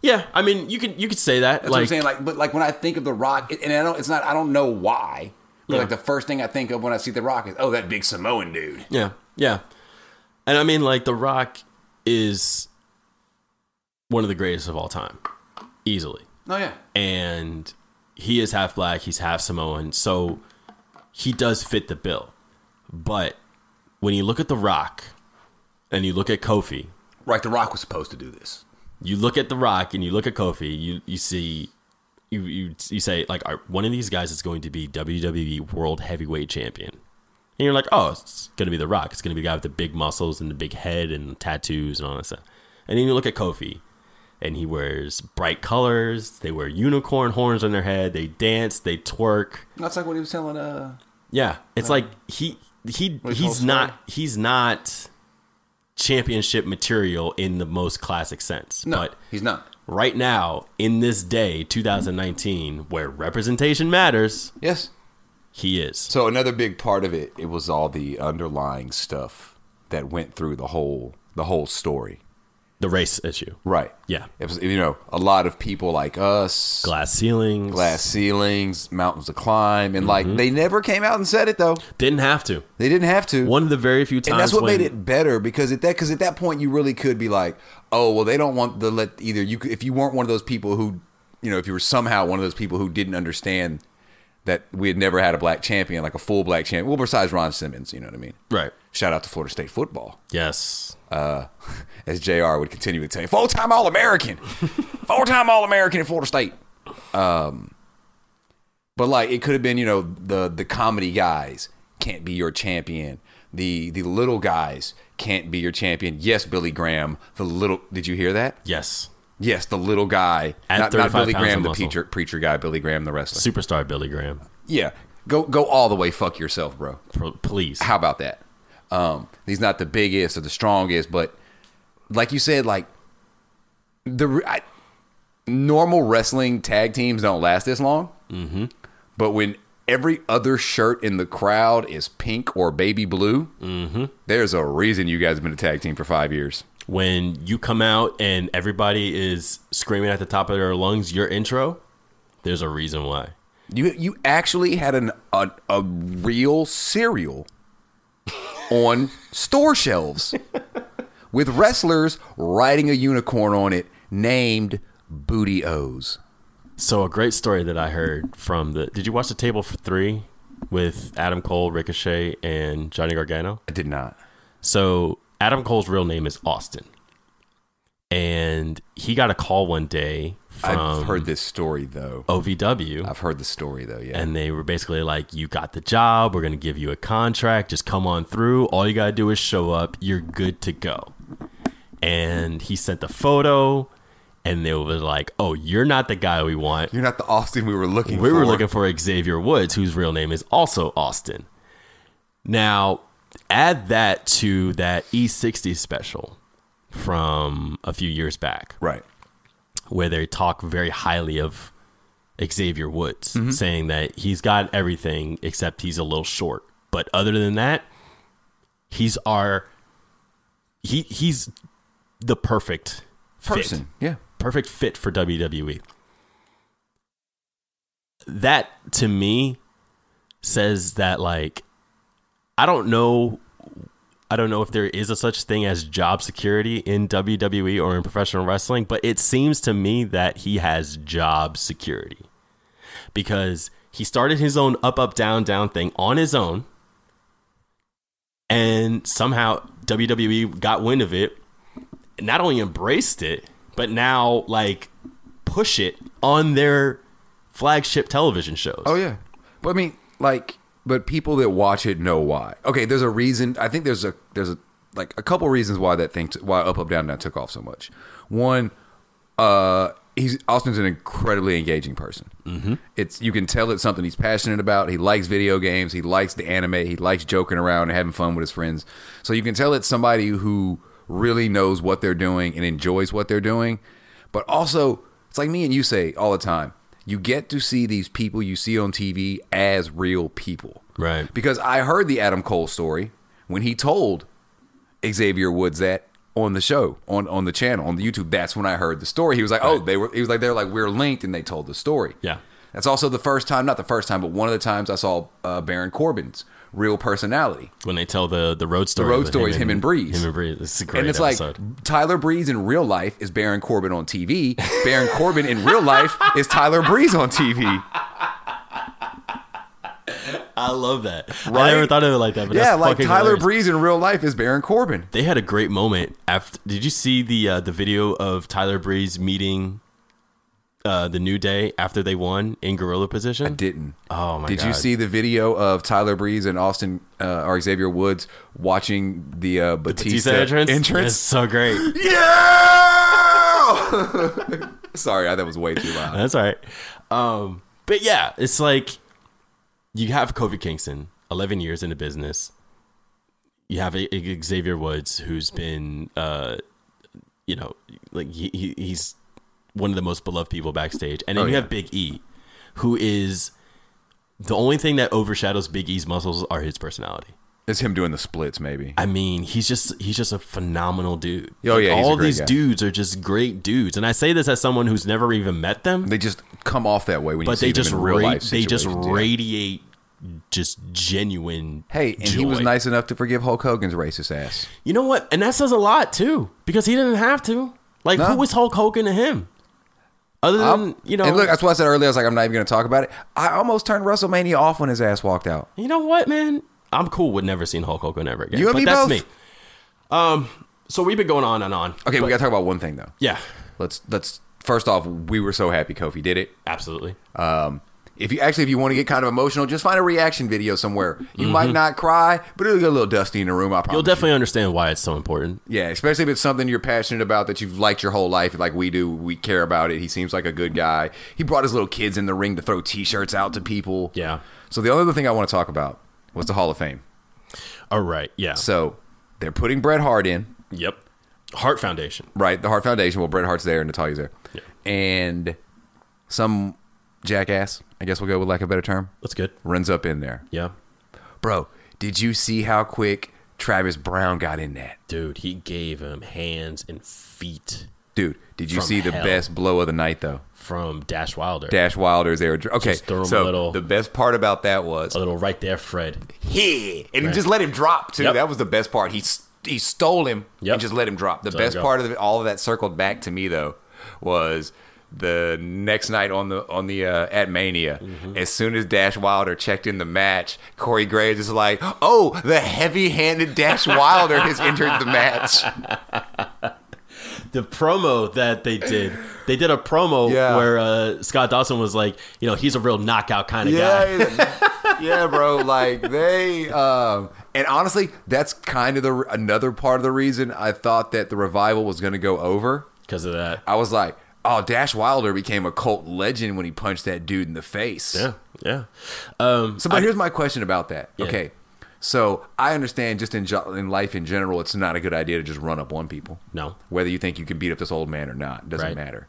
Speaker 1: yeah, I mean you could you could say that.
Speaker 5: That's what I'm
Speaker 1: like
Speaker 5: saying. Like, but like when I think of The Rock, and I don't, it's not, I don't know why, but
Speaker 1: Yeah.
Speaker 5: like the first thing I think of when I see The Rock is, oh, that big Samoan dude.
Speaker 1: Yeah, yeah. And I mean, like, The Rock is one of the greatest of all time, easily.
Speaker 5: Oh yeah,
Speaker 1: And he is half black, he's half Samoan, so he does fit the bill. But when you look at The Rock and you look at Kofi,
Speaker 5: right. The Rock was supposed to do this.
Speaker 1: you look at The Rock and you look at Kofi, you, you see. You, you, you say like all right, one of these guys is going to be WWE World Heavyweight Champion. And you're like, oh, it's going to be The Rock. It's going to be the guy with the big muscles and the big head and tattoos and all that stuff. And then you look at Kofi, and he wears bright colors. They wear unicorn horns on their head. They dance. They twerk.
Speaker 5: That's like what he was telling. Uh,
Speaker 1: Yeah, it's like he he
Speaker 5: Like
Speaker 1: he's
Speaker 5: Hulk
Speaker 1: not he's not championship material in the most classic sense.
Speaker 5: no,
Speaker 1: But
Speaker 5: he's not.
Speaker 1: right now, in this day, 2019, where representation matters,
Speaker 2: Yes.
Speaker 1: he is.
Speaker 2: So another big part of it, it was all the underlying stuff that went through the whole the whole story.
Speaker 1: The race issue,
Speaker 2: Right.
Speaker 1: Yeah.
Speaker 2: It was you know, a lot of people like us,
Speaker 1: glass ceilings,
Speaker 2: glass ceilings, mountains to climb, and like they never came out and said it though.
Speaker 1: didn't have to.
Speaker 2: They didn't have to.
Speaker 1: One of the very few times
Speaker 2: and that's what
Speaker 1: when-
Speaker 2: made it better because at that because at that point you really could be like, oh well, they don't want the let either you if you weren't one of those people who you know if you were somehow one of those people who didn't understand that we had never had a black champion like a full black champion. Well, besides Ron Simmons, you know what I mean?
Speaker 1: Right.
Speaker 2: Shout out to Florida State football,
Speaker 1: Yes.
Speaker 2: as Jr. would continue to tell you, full time All American, four time All American at Florida State. Um, but like it could have been you know the the comedy guys can't be your champion. The the little guys can't be your champion. Yes, Billy Graham. The little did you hear that?
Speaker 1: Yes.
Speaker 2: Yes, the little guy,
Speaker 1: At
Speaker 2: not,
Speaker 1: 35
Speaker 2: not Billy
Speaker 1: pounds
Speaker 2: Graham,
Speaker 1: of
Speaker 2: the
Speaker 1: muscle.
Speaker 2: preacher, preacher guy. Billy Graham, the wrestler.
Speaker 1: Superstar Billy Graham.
Speaker 2: Yeah, go go all the way. Fuck yourself, bro.
Speaker 1: Pro- Please.
Speaker 2: How about that? Um, he's not the biggest or the strongest, but like you said, like the re- I, normal wrestling tag teams don't last this long. Mm-hmm. But when every other shirt in the crowd is pink or baby blue, Mm-hmm. there's a reason you guys have been a tag team for five years.
Speaker 1: When you come out and everybody is screaming at the top of their lungs your intro, there's a reason why.
Speaker 2: You you actually had an a, a real cereal on store shelves with wrestlers riding a unicorn on it named Booty O's.
Speaker 1: So a great story that I heard from the Did you watch the Table for 3 with Adam Cole, Ricochet and Johnny Gargano?
Speaker 2: I did not.
Speaker 1: So Adam Cole's real name is Austin. And he got a call one day from
Speaker 2: I've heard this story though.
Speaker 1: OVW.
Speaker 2: I've heard the story though. Yeah.
Speaker 1: and they were basically like, "You got the job. We're gonna give you a contract. Just come on through. All you gotta do is show up. You're good to go." And he sent the photo, and they were like, "Oh, you're not the guy we want.
Speaker 2: You're not the Austin we were looking
Speaker 1: We
Speaker 2: for.
Speaker 1: were looking for Xavier Woods, whose real name is also Austin." Now, add that to that E60 special from a few years back
Speaker 2: right.
Speaker 1: where they talk very highly of Xavier Woods, saying that he's got everything except he's a little short. But other than that, he's our he he's the perfect fit.
Speaker 2: Person. Yeah.
Speaker 1: perfect fit for WWE. That to me says that like I don't know I don't know if there is a such thing as job security in WWE or in professional wrestling, but it seems to me that he has job security. Because he started his own up up down down thing on his own and somehow WWE got wind of it not only embraced it, but now like push it on their flagship television shows.
Speaker 2: Oh yeah,
Speaker 4: But I mean, like,
Speaker 2: but people that watch it know why. Okay, there's a reason. I think there's a there's a like a couple reasons why that thing t- why up up down down took off so much. One, uh, he's Austin's an incredibly engaging person. Mm-hmm. It's you can tell it's something he's passionate about. He likes video games. He likes the anime. He likes joking around and having fun with his friends. So you can tell it's somebody who really knows what they're doing and enjoys what they're doing. But also, it's like me and you say all the time. You get to see these people you see on TV as real people.
Speaker 1: Right.
Speaker 2: Because I heard the Adam Cole story when he told Xavier Woods that on the show, on on the channel, on the YouTube. That's when I heard the story. He was like, "Oh, they were." He was like, "They're like we're linked," and they told the story.
Speaker 1: Yeah.
Speaker 2: That's also the first time, not the first time, but one of the times I saw uh, Baron Corbin's real personality.
Speaker 1: When they tell the the road story,
Speaker 2: road
Speaker 1: with
Speaker 2: story is him and Breeze.
Speaker 1: Him and Breeze. It's a great
Speaker 2: and it's
Speaker 1: episode.
Speaker 2: like Tyler Breeze in real life is Baron Corbin on TV. Baron Corbin in real life is Tyler Breeze on TV.
Speaker 1: I love that. I
Speaker 2: Right?
Speaker 1: never thought of it like that. But
Speaker 2: yeah,
Speaker 1: that's
Speaker 2: like
Speaker 1: fucking
Speaker 2: Tyler
Speaker 1: hilarious.
Speaker 2: Breeze in real life is Baron Corbin.
Speaker 1: They had a great moment after. Did you see the uh, the video of Tyler Breeze meeting uh, the New Day after they won in gorilla position?
Speaker 2: Didn't.
Speaker 1: Oh, my
Speaker 2: Did you
Speaker 1: God.
Speaker 2: see the video of Tyler Breeze and Austin uh, or Xavier Woods watching the uh,
Speaker 1: Batista
Speaker 2: Batista,
Speaker 1: entrance. It's
Speaker 2: entrance?
Speaker 1: so great.
Speaker 2: Yeah. Sorry, I- that was way too loud.
Speaker 1: That's all right. Um, but yeah, it's like you have Kofi Kingston, 11 years in the business. You have a, a Xavier Woods, who's been, uh, you know, like he, he, he's one of the most beloved people backstage. And then
Speaker 2: Oh,
Speaker 1: you have Big E, who is the only thing that overshadows Big E's muscles are his personality.
Speaker 2: It's him doing the splits, maybe.
Speaker 1: I mean, he's just he's just a phenomenal dude.
Speaker 2: Oh, yeah, he's a
Speaker 1: all
Speaker 2: great
Speaker 1: these
Speaker 2: guy.
Speaker 1: dudes are just great dudes, and I say this as someone who's never even met them
Speaker 2: They just come off that way when you
Speaker 1: but
Speaker 2: see
Speaker 1: they
Speaker 2: them
Speaker 1: just
Speaker 2: in real
Speaker 1: ra-
Speaker 2: life.
Speaker 1: they just
Speaker 2: situations, yeah.
Speaker 1: radiate just genuine
Speaker 2: Hey, and he
Speaker 1: joy.
Speaker 2: was nice enough to forgive Hulk Hogan's racist ass.
Speaker 1: you know what and that says a lot too because he didn't have to like
Speaker 2: No.
Speaker 1: who was hulk hogan to him other than
Speaker 2: I'm-
Speaker 1: you know
Speaker 2: and look, that's what I said earlier. I was like, I'm not even going to talk about it. I almost turned WrestleMania off when his ass walked out.
Speaker 1: you know what man i'm cool with never seeing hulk hogan ever again
Speaker 2: You and
Speaker 1: but
Speaker 2: me
Speaker 1: that's
Speaker 2: both.
Speaker 1: me um so we've been going on and on
Speaker 2: Okay,
Speaker 1: but-
Speaker 2: we got to talk about one thing though.
Speaker 1: yeah
Speaker 2: Let's let's first off, we were so happy Kofi did it.
Speaker 1: absolutely
Speaker 2: Um, if you actually if you want to get kind of emotional, just find a reaction video somewhere. You might not cry, but it'll get a little dusty in the room. I promise.
Speaker 1: Mm-hmm. you'll definitely understand why it's so important
Speaker 2: you. yeah, especially if it's something you're passionate about that you've liked your whole life, like we do. We care about it. He seems like a good guy. He brought his little kids in the ring to throw T-shirts out to people.
Speaker 1: Yeah.
Speaker 2: So the only other thing I want to talk about was the Hall of Fame.
Speaker 1: all right yeah
Speaker 2: So they're putting Bret Hart in.
Speaker 1: yep heart foundation
Speaker 2: right? The Hart Foundation. Well, Bret Hart's there, and Natalia's there,
Speaker 1: Yeah.
Speaker 2: and some jackass. I guess we'll go with lack of a better term.
Speaker 1: that's good
Speaker 2: Runs up in there,
Speaker 1: yeah
Speaker 2: bro. Did you see how quick Travis Brown got in that,
Speaker 1: dude he gave him hands and feet
Speaker 2: dude? Did you
Speaker 1: From
Speaker 2: see the
Speaker 1: hell.
Speaker 2: best blow of the night though?
Speaker 1: from dash wilder
Speaker 2: Dash Wilder's there. Okay,
Speaker 1: Just throw him
Speaker 2: so
Speaker 1: a little-
Speaker 2: the best part about that was
Speaker 1: a little right there, Fred.
Speaker 2: Yeah, and just let him drop too.
Speaker 1: Yep.
Speaker 2: That was the best part. He s- he stole him
Speaker 1: Yep.
Speaker 2: and just let him drop. The
Speaker 1: So
Speaker 2: best
Speaker 1: go.
Speaker 2: part of it, all of that circled back to me though was the next night on the on the uh, at Mania.
Speaker 1: Mm-hmm.
Speaker 2: As soon as Dash Wilder checked in the match, Corey Graves is like, "Oh, the heavy-handed Dash Wilder has entered the match."
Speaker 1: The promo that they did, they did a promo
Speaker 2: Yeah.
Speaker 1: where uh, Scott Dawson was like, you know, he's a real knockout kind of guy.
Speaker 2: Yeah, yeah, bro. Like they, um, and honestly, that's kind of the another part of the reason I thought that the revival was going to go over.
Speaker 1: because of that.
Speaker 2: I was like, oh, Dash Wilder became a cult legend when he punched that dude in the face.
Speaker 1: Yeah, yeah. Um,
Speaker 2: So, but here's my question about that. Okay. So I understand just in, jo- in life in general, it's not a good idea to just run up on people.
Speaker 1: No.
Speaker 2: Whether you think you can beat up this old man or not, doesn't
Speaker 1: Right.
Speaker 2: matter.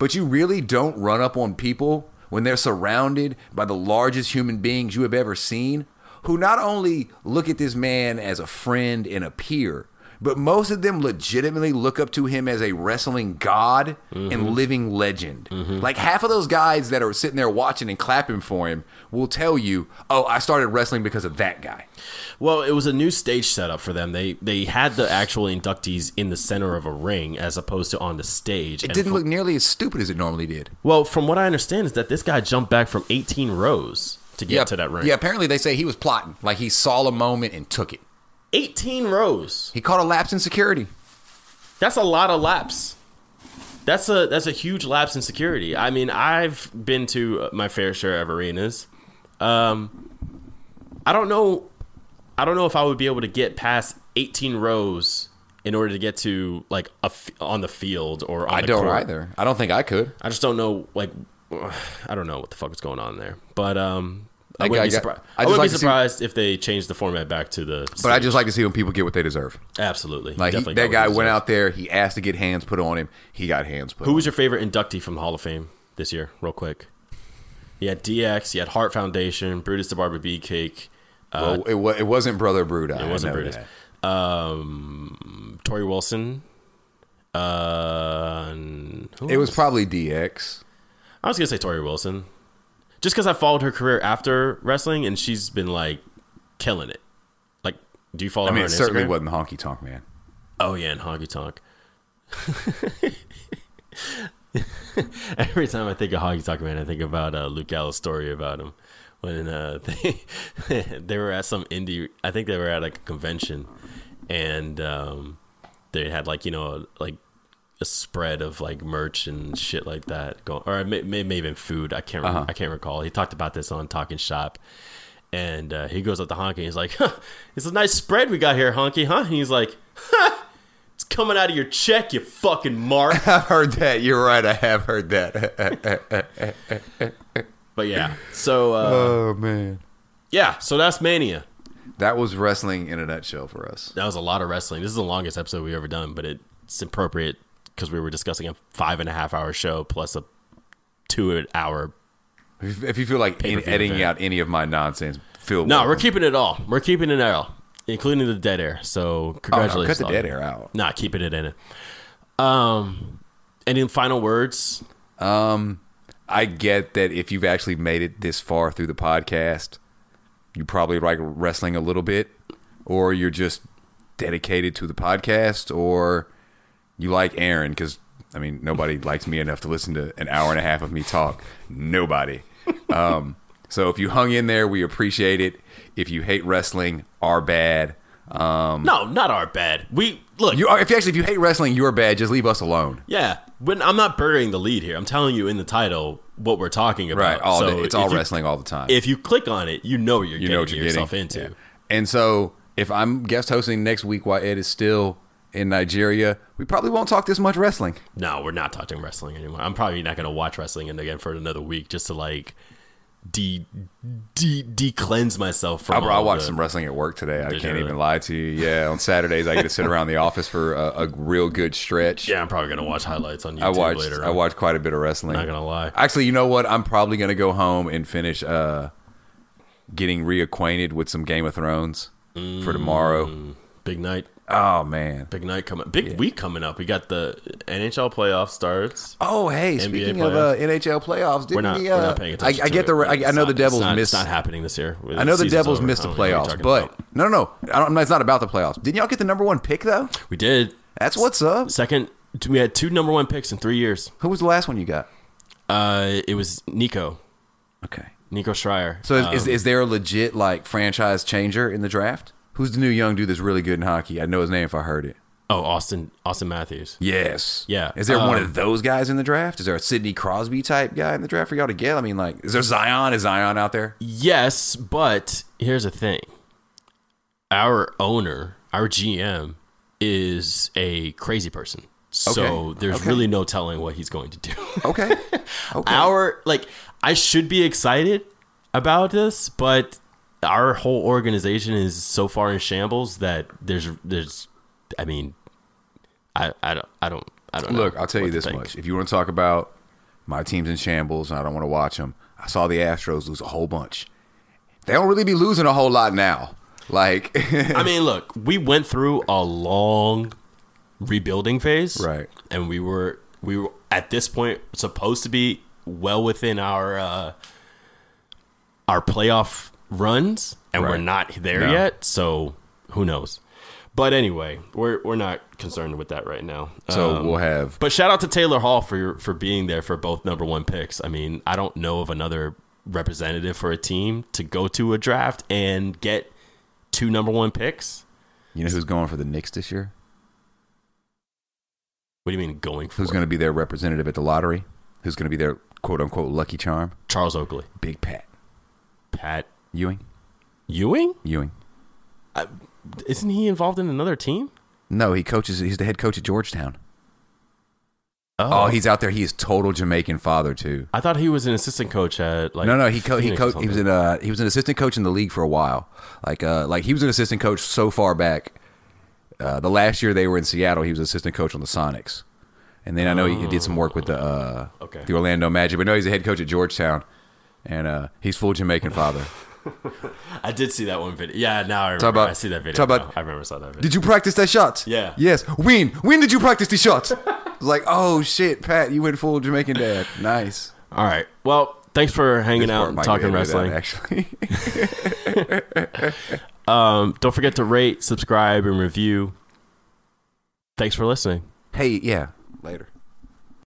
Speaker 2: But you really don't run up on people when they're surrounded by the largest human beings you have ever seen, who not only look at this man as a friend and a peer, but most of them legitimately look up to him as a wrestling god
Speaker 1: Mm-hmm.
Speaker 2: and living legend. Like half of those guys that are sitting there watching and clapping for him will tell you, "Oh, I started wrestling because of that guy."
Speaker 1: well, it was a new stage setup for them. They they had the actual inductees in the center of a ring as opposed to on the stage.
Speaker 2: It
Speaker 1: And
Speaker 2: didn't
Speaker 1: fr-
Speaker 2: look nearly as stupid as it normally did.
Speaker 1: well, from what I understand, is that this guy jumped back from 18 rows to get to that ring.
Speaker 2: Yeah, apparently they say he was plotting. Like he saw a moment and took it.
Speaker 1: 18 rows.
Speaker 2: He caught a lapse in security.
Speaker 1: That's a lot of laps. that's a that's a huge lapse in security. I mean, I've been to my fair share of arenas. Um, I don't know, I don't know if I would be able to get past 18 rows in order to get to like a f- on the field or on
Speaker 2: I
Speaker 1: the
Speaker 2: don't
Speaker 1: court.
Speaker 2: either. I don't think I could.
Speaker 1: I just don't know, like, I don't know what the fuck is going on there. But um, I,
Speaker 2: Like,
Speaker 1: wouldn't
Speaker 2: I
Speaker 1: be,
Speaker 2: got-
Speaker 1: surprised.
Speaker 2: I
Speaker 1: I
Speaker 2: just
Speaker 1: wouldn't
Speaker 2: like
Speaker 1: be
Speaker 2: to see-
Speaker 1: surprised if they changed the format back to the.
Speaker 2: But I just like to see when people get what they deserve.
Speaker 1: absolutely
Speaker 2: Like he,
Speaker 1: Definitely got
Speaker 2: that
Speaker 1: what
Speaker 2: guy
Speaker 1: he
Speaker 2: went
Speaker 1: deserved.
Speaker 2: out there, he asked to get hands put on him. He got hands put.
Speaker 1: Who
Speaker 2: on
Speaker 1: was your favorite inductee from the Hall of Fame this year, real quick? You had DX, you had Heart Foundation, Brutus the Barber Bee Cake,
Speaker 2: him. Well, it, wa- it wasn't Brother Bruda.
Speaker 1: Uh, it wasn't Brutus, um, Tori Wilson. Uh, and who
Speaker 2: It was
Speaker 1: else?
Speaker 2: probably DX.
Speaker 1: I was gonna say Tori Wilson, just because I followed her career after wrestling, and she's been like killing it. Like, do you follow
Speaker 2: I mean,
Speaker 1: her
Speaker 2: it
Speaker 1: on
Speaker 2: certainly
Speaker 1: Instagram?
Speaker 2: wasn't Honky Tonk Man.
Speaker 1: Oh yeah, and honky tonk. Every time I think of honky tonk man, I think about uh, Luke Gallows' story about him when uh, they they were at some indie. I think they were at like a convention, and um, they had like you know like a spread of like merch and shit like that going, or it may, may, may have been food. I can't rem- I can't recall. He talked about this on Talking Shop. And uh, he goes up to Honky and he's like, huh, it's a nice spread we got here, Honky, huh? And he's like, it's coming out of your check, you fucking mark.
Speaker 2: I've heard that. You're right. I have heard that.
Speaker 1: but yeah, so uh,
Speaker 2: oh man,
Speaker 1: yeah, so that's Mania.
Speaker 2: that was wrestling in a nutshell for us.
Speaker 1: That was a lot of wrestling. This is the longest episode we've ever done, but it's appropriate because we were discussing a five and a half hour show plus a two hour.
Speaker 2: If, if you feel like in,
Speaker 1: Pay-per-view
Speaker 2: editing
Speaker 1: event.
Speaker 2: out any of my nonsense, feel
Speaker 1: No,
Speaker 2: welcome.
Speaker 1: we're keeping it all. We're keeping it all, including the dead air. So
Speaker 2: Oh, no,
Speaker 1: congratulations.
Speaker 2: cut the
Speaker 1: on
Speaker 2: dead
Speaker 1: it.
Speaker 2: air out.
Speaker 1: Nah, keeping it in it. Um, any final words?
Speaker 2: I get that if you've actually made it this far through the podcast, you probably like wrestling a little bit, or you're just dedicated to the podcast, or you like Aaron because I mean nobody likes me enough to listen to an hour and a half of me talk. Nobody. Um, so if you hung in there, we appreciate it. If you hate wrestling, are bad. Um,
Speaker 1: No, not our bad. We look.
Speaker 2: you are if you actually if you hate wrestling, you're bad. Just leave us alone.
Speaker 1: Yeah, when I'm not burying the lead here, I'm telling you in the title what we're talking about.
Speaker 2: Right, all
Speaker 1: So
Speaker 2: day. it's
Speaker 1: if
Speaker 2: all
Speaker 1: you-
Speaker 2: wrestling all the time.
Speaker 1: If you click on it, you know what you're
Speaker 2: you
Speaker 1: getting
Speaker 2: know what you're
Speaker 1: yourself
Speaker 2: getting
Speaker 1: into.
Speaker 2: Yeah. And so, if I'm guest hosting next week while Ed is still in Nigeria, we probably won't talk this much wrestling.
Speaker 1: No, we're not talking wrestling anymore. I'm probably not going to watch wrestling and again for another week just to like de de de cleanse myself from.
Speaker 2: I, bro, I
Speaker 1: all
Speaker 2: watched
Speaker 1: the-
Speaker 2: some wrestling at work today. I
Speaker 1: Oh, Did you
Speaker 2: can't
Speaker 1: really?
Speaker 2: even lie to you. Yeah, on Saturdays I get to sit around the office for a, a real good stretch.
Speaker 1: Yeah, I'm probably going to watch highlights on YouTube
Speaker 2: I watched.
Speaker 1: later.
Speaker 2: I watched quite a bit of wrestling.
Speaker 1: Not gonna lie.
Speaker 2: Actually, you know what? I'm probably gonna go home and finish uh, getting reacquainted with some Game of Thrones for
Speaker 1: Mm.
Speaker 2: tomorrow.
Speaker 1: Big night,
Speaker 2: Oh man.
Speaker 1: big night coming, big week coming up. We got the NHL playoff starts.
Speaker 2: Oh, hey! speaking of uh, NHL playoffs, didn't
Speaker 1: We're not,
Speaker 2: the,
Speaker 1: we're
Speaker 2: uh,
Speaker 1: not paying attention.
Speaker 2: I, I
Speaker 1: to
Speaker 2: get
Speaker 1: it.
Speaker 2: the. I, I
Speaker 1: It's
Speaker 2: know the
Speaker 1: not-
Speaker 2: Devils
Speaker 1: it's not,
Speaker 2: missed.
Speaker 1: It's not happening this year.
Speaker 2: I know the
Speaker 1: season's
Speaker 2: Devils
Speaker 1: over.
Speaker 2: missed
Speaker 1: I
Speaker 2: the
Speaker 1: don't know what you're
Speaker 2: playoffs,
Speaker 1: talking
Speaker 2: but
Speaker 1: about.
Speaker 2: no, no, no. I don't, no, it's not about the playoffs. Didn't y'all get the number one pick though?
Speaker 1: we did.
Speaker 2: That's what's up.
Speaker 1: Second, we had two number one picks in three years.
Speaker 2: Who was the last one you got?
Speaker 1: Uh, it was Nico,
Speaker 2: Okay.
Speaker 1: Nico Schreier.
Speaker 2: So is,
Speaker 1: Um,
Speaker 2: is, is there a legit like franchise changer in the draft? Who's the new young dude that's really good in hockey? I know his name if I heard it.
Speaker 1: oh Austin Austin Matthews.
Speaker 2: Yes.
Speaker 1: Yeah.
Speaker 2: Is there one
Speaker 1: Um,
Speaker 2: of those guys in the draft? Is there a Sidney Crosby type guy in the draft for y'all to get? I mean, like, is there Zion? Is Zion out there?
Speaker 1: Yes, but here's the thing: our owner, our GM, is a crazy person. So
Speaker 2: Okay.
Speaker 1: there's
Speaker 2: Okay.
Speaker 1: really no telling what he's going to do.
Speaker 2: Okay. Okay.
Speaker 1: our like, I should be excited about this, but our whole organization is so far in shambles that there's there's, I mean, I I don't I don't I don't know
Speaker 2: Look, I'll tell you
Speaker 1: what to
Speaker 2: this
Speaker 1: think.
Speaker 2: much. If you want to talk about my team's in shambles and I don't want to watch them, I saw the Astros lose a whole bunch. They don't really be losing a whole lot now. Like,
Speaker 1: I mean, look, we went through a long rebuilding phase,
Speaker 2: Right.
Speaker 1: And we were we were at this point supposed to be well within our uh, our playoff runs, and we're
Speaker 2: Right.
Speaker 1: not there
Speaker 2: No.
Speaker 1: yet. So who knows? But anyway, we're we're not concerned with that right now.
Speaker 2: so
Speaker 1: Um,
Speaker 2: we'll have.
Speaker 1: but shout out to Taylor Hall for for being there for both number one picks. I mean, I don't know of another representative for a team to go to a draft and get two number one picks.
Speaker 2: You know who's going for the Knicks this year?
Speaker 1: What do you mean going for
Speaker 2: Who's
Speaker 1: it?
Speaker 2: going to be their representative at the lottery? Who's going to be their quote unquote lucky charm?
Speaker 1: Charles Oakley,
Speaker 2: Big Pat
Speaker 1: Pat
Speaker 2: Ewing.
Speaker 1: Ewing?
Speaker 2: Ewing.
Speaker 1: Isn't he involved in another team?
Speaker 2: No, he coaches. He's the head coach at Georgetown. Oh, he's out there. He is total Jamaican father too.
Speaker 1: I thought he was an assistant coach at like
Speaker 2: no, no, he co- he
Speaker 1: Phoenix or
Speaker 2: co- he was
Speaker 1: something.
Speaker 2: in uh he was an assistant coach in the league for a while. Like uh like he was an assistant coach so far back. Uh, the last year they were in Seattle, he was assistant coach on the Sonics, and then I know he did some work with the uh
Speaker 1: Okay.
Speaker 2: the Orlando Magic. But no, he's a head coach at Georgetown, and uh he's full Jamaican father.
Speaker 1: I did see that one video. Yeah, now I remember.
Speaker 2: about-
Speaker 1: I see that video.
Speaker 2: talk about-
Speaker 1: now. I remember saw that video.
Speaker 2: Did you practice that shot?
Speaker 1: Yeah.
Speaker 2: Yes. When? When did you practice the shot? like, oh shit, Pat, you went full Jamaican dad. Nice.
Speaker 1: All right. Well, thanks for hanging
Speaker 2: This
Speaker 1: out
Speaker 2: part
Speaker 1: and
Speaker 2: might
Speaker 1: talking
Speaker 2: edit out,
Speaker 1: wrestling.
Speaker 2: actually.
Speaker 1: Um, don't forget to rate, subscribe, and review. Thanks for listening.
Speaker 2: hey, yeah. Later.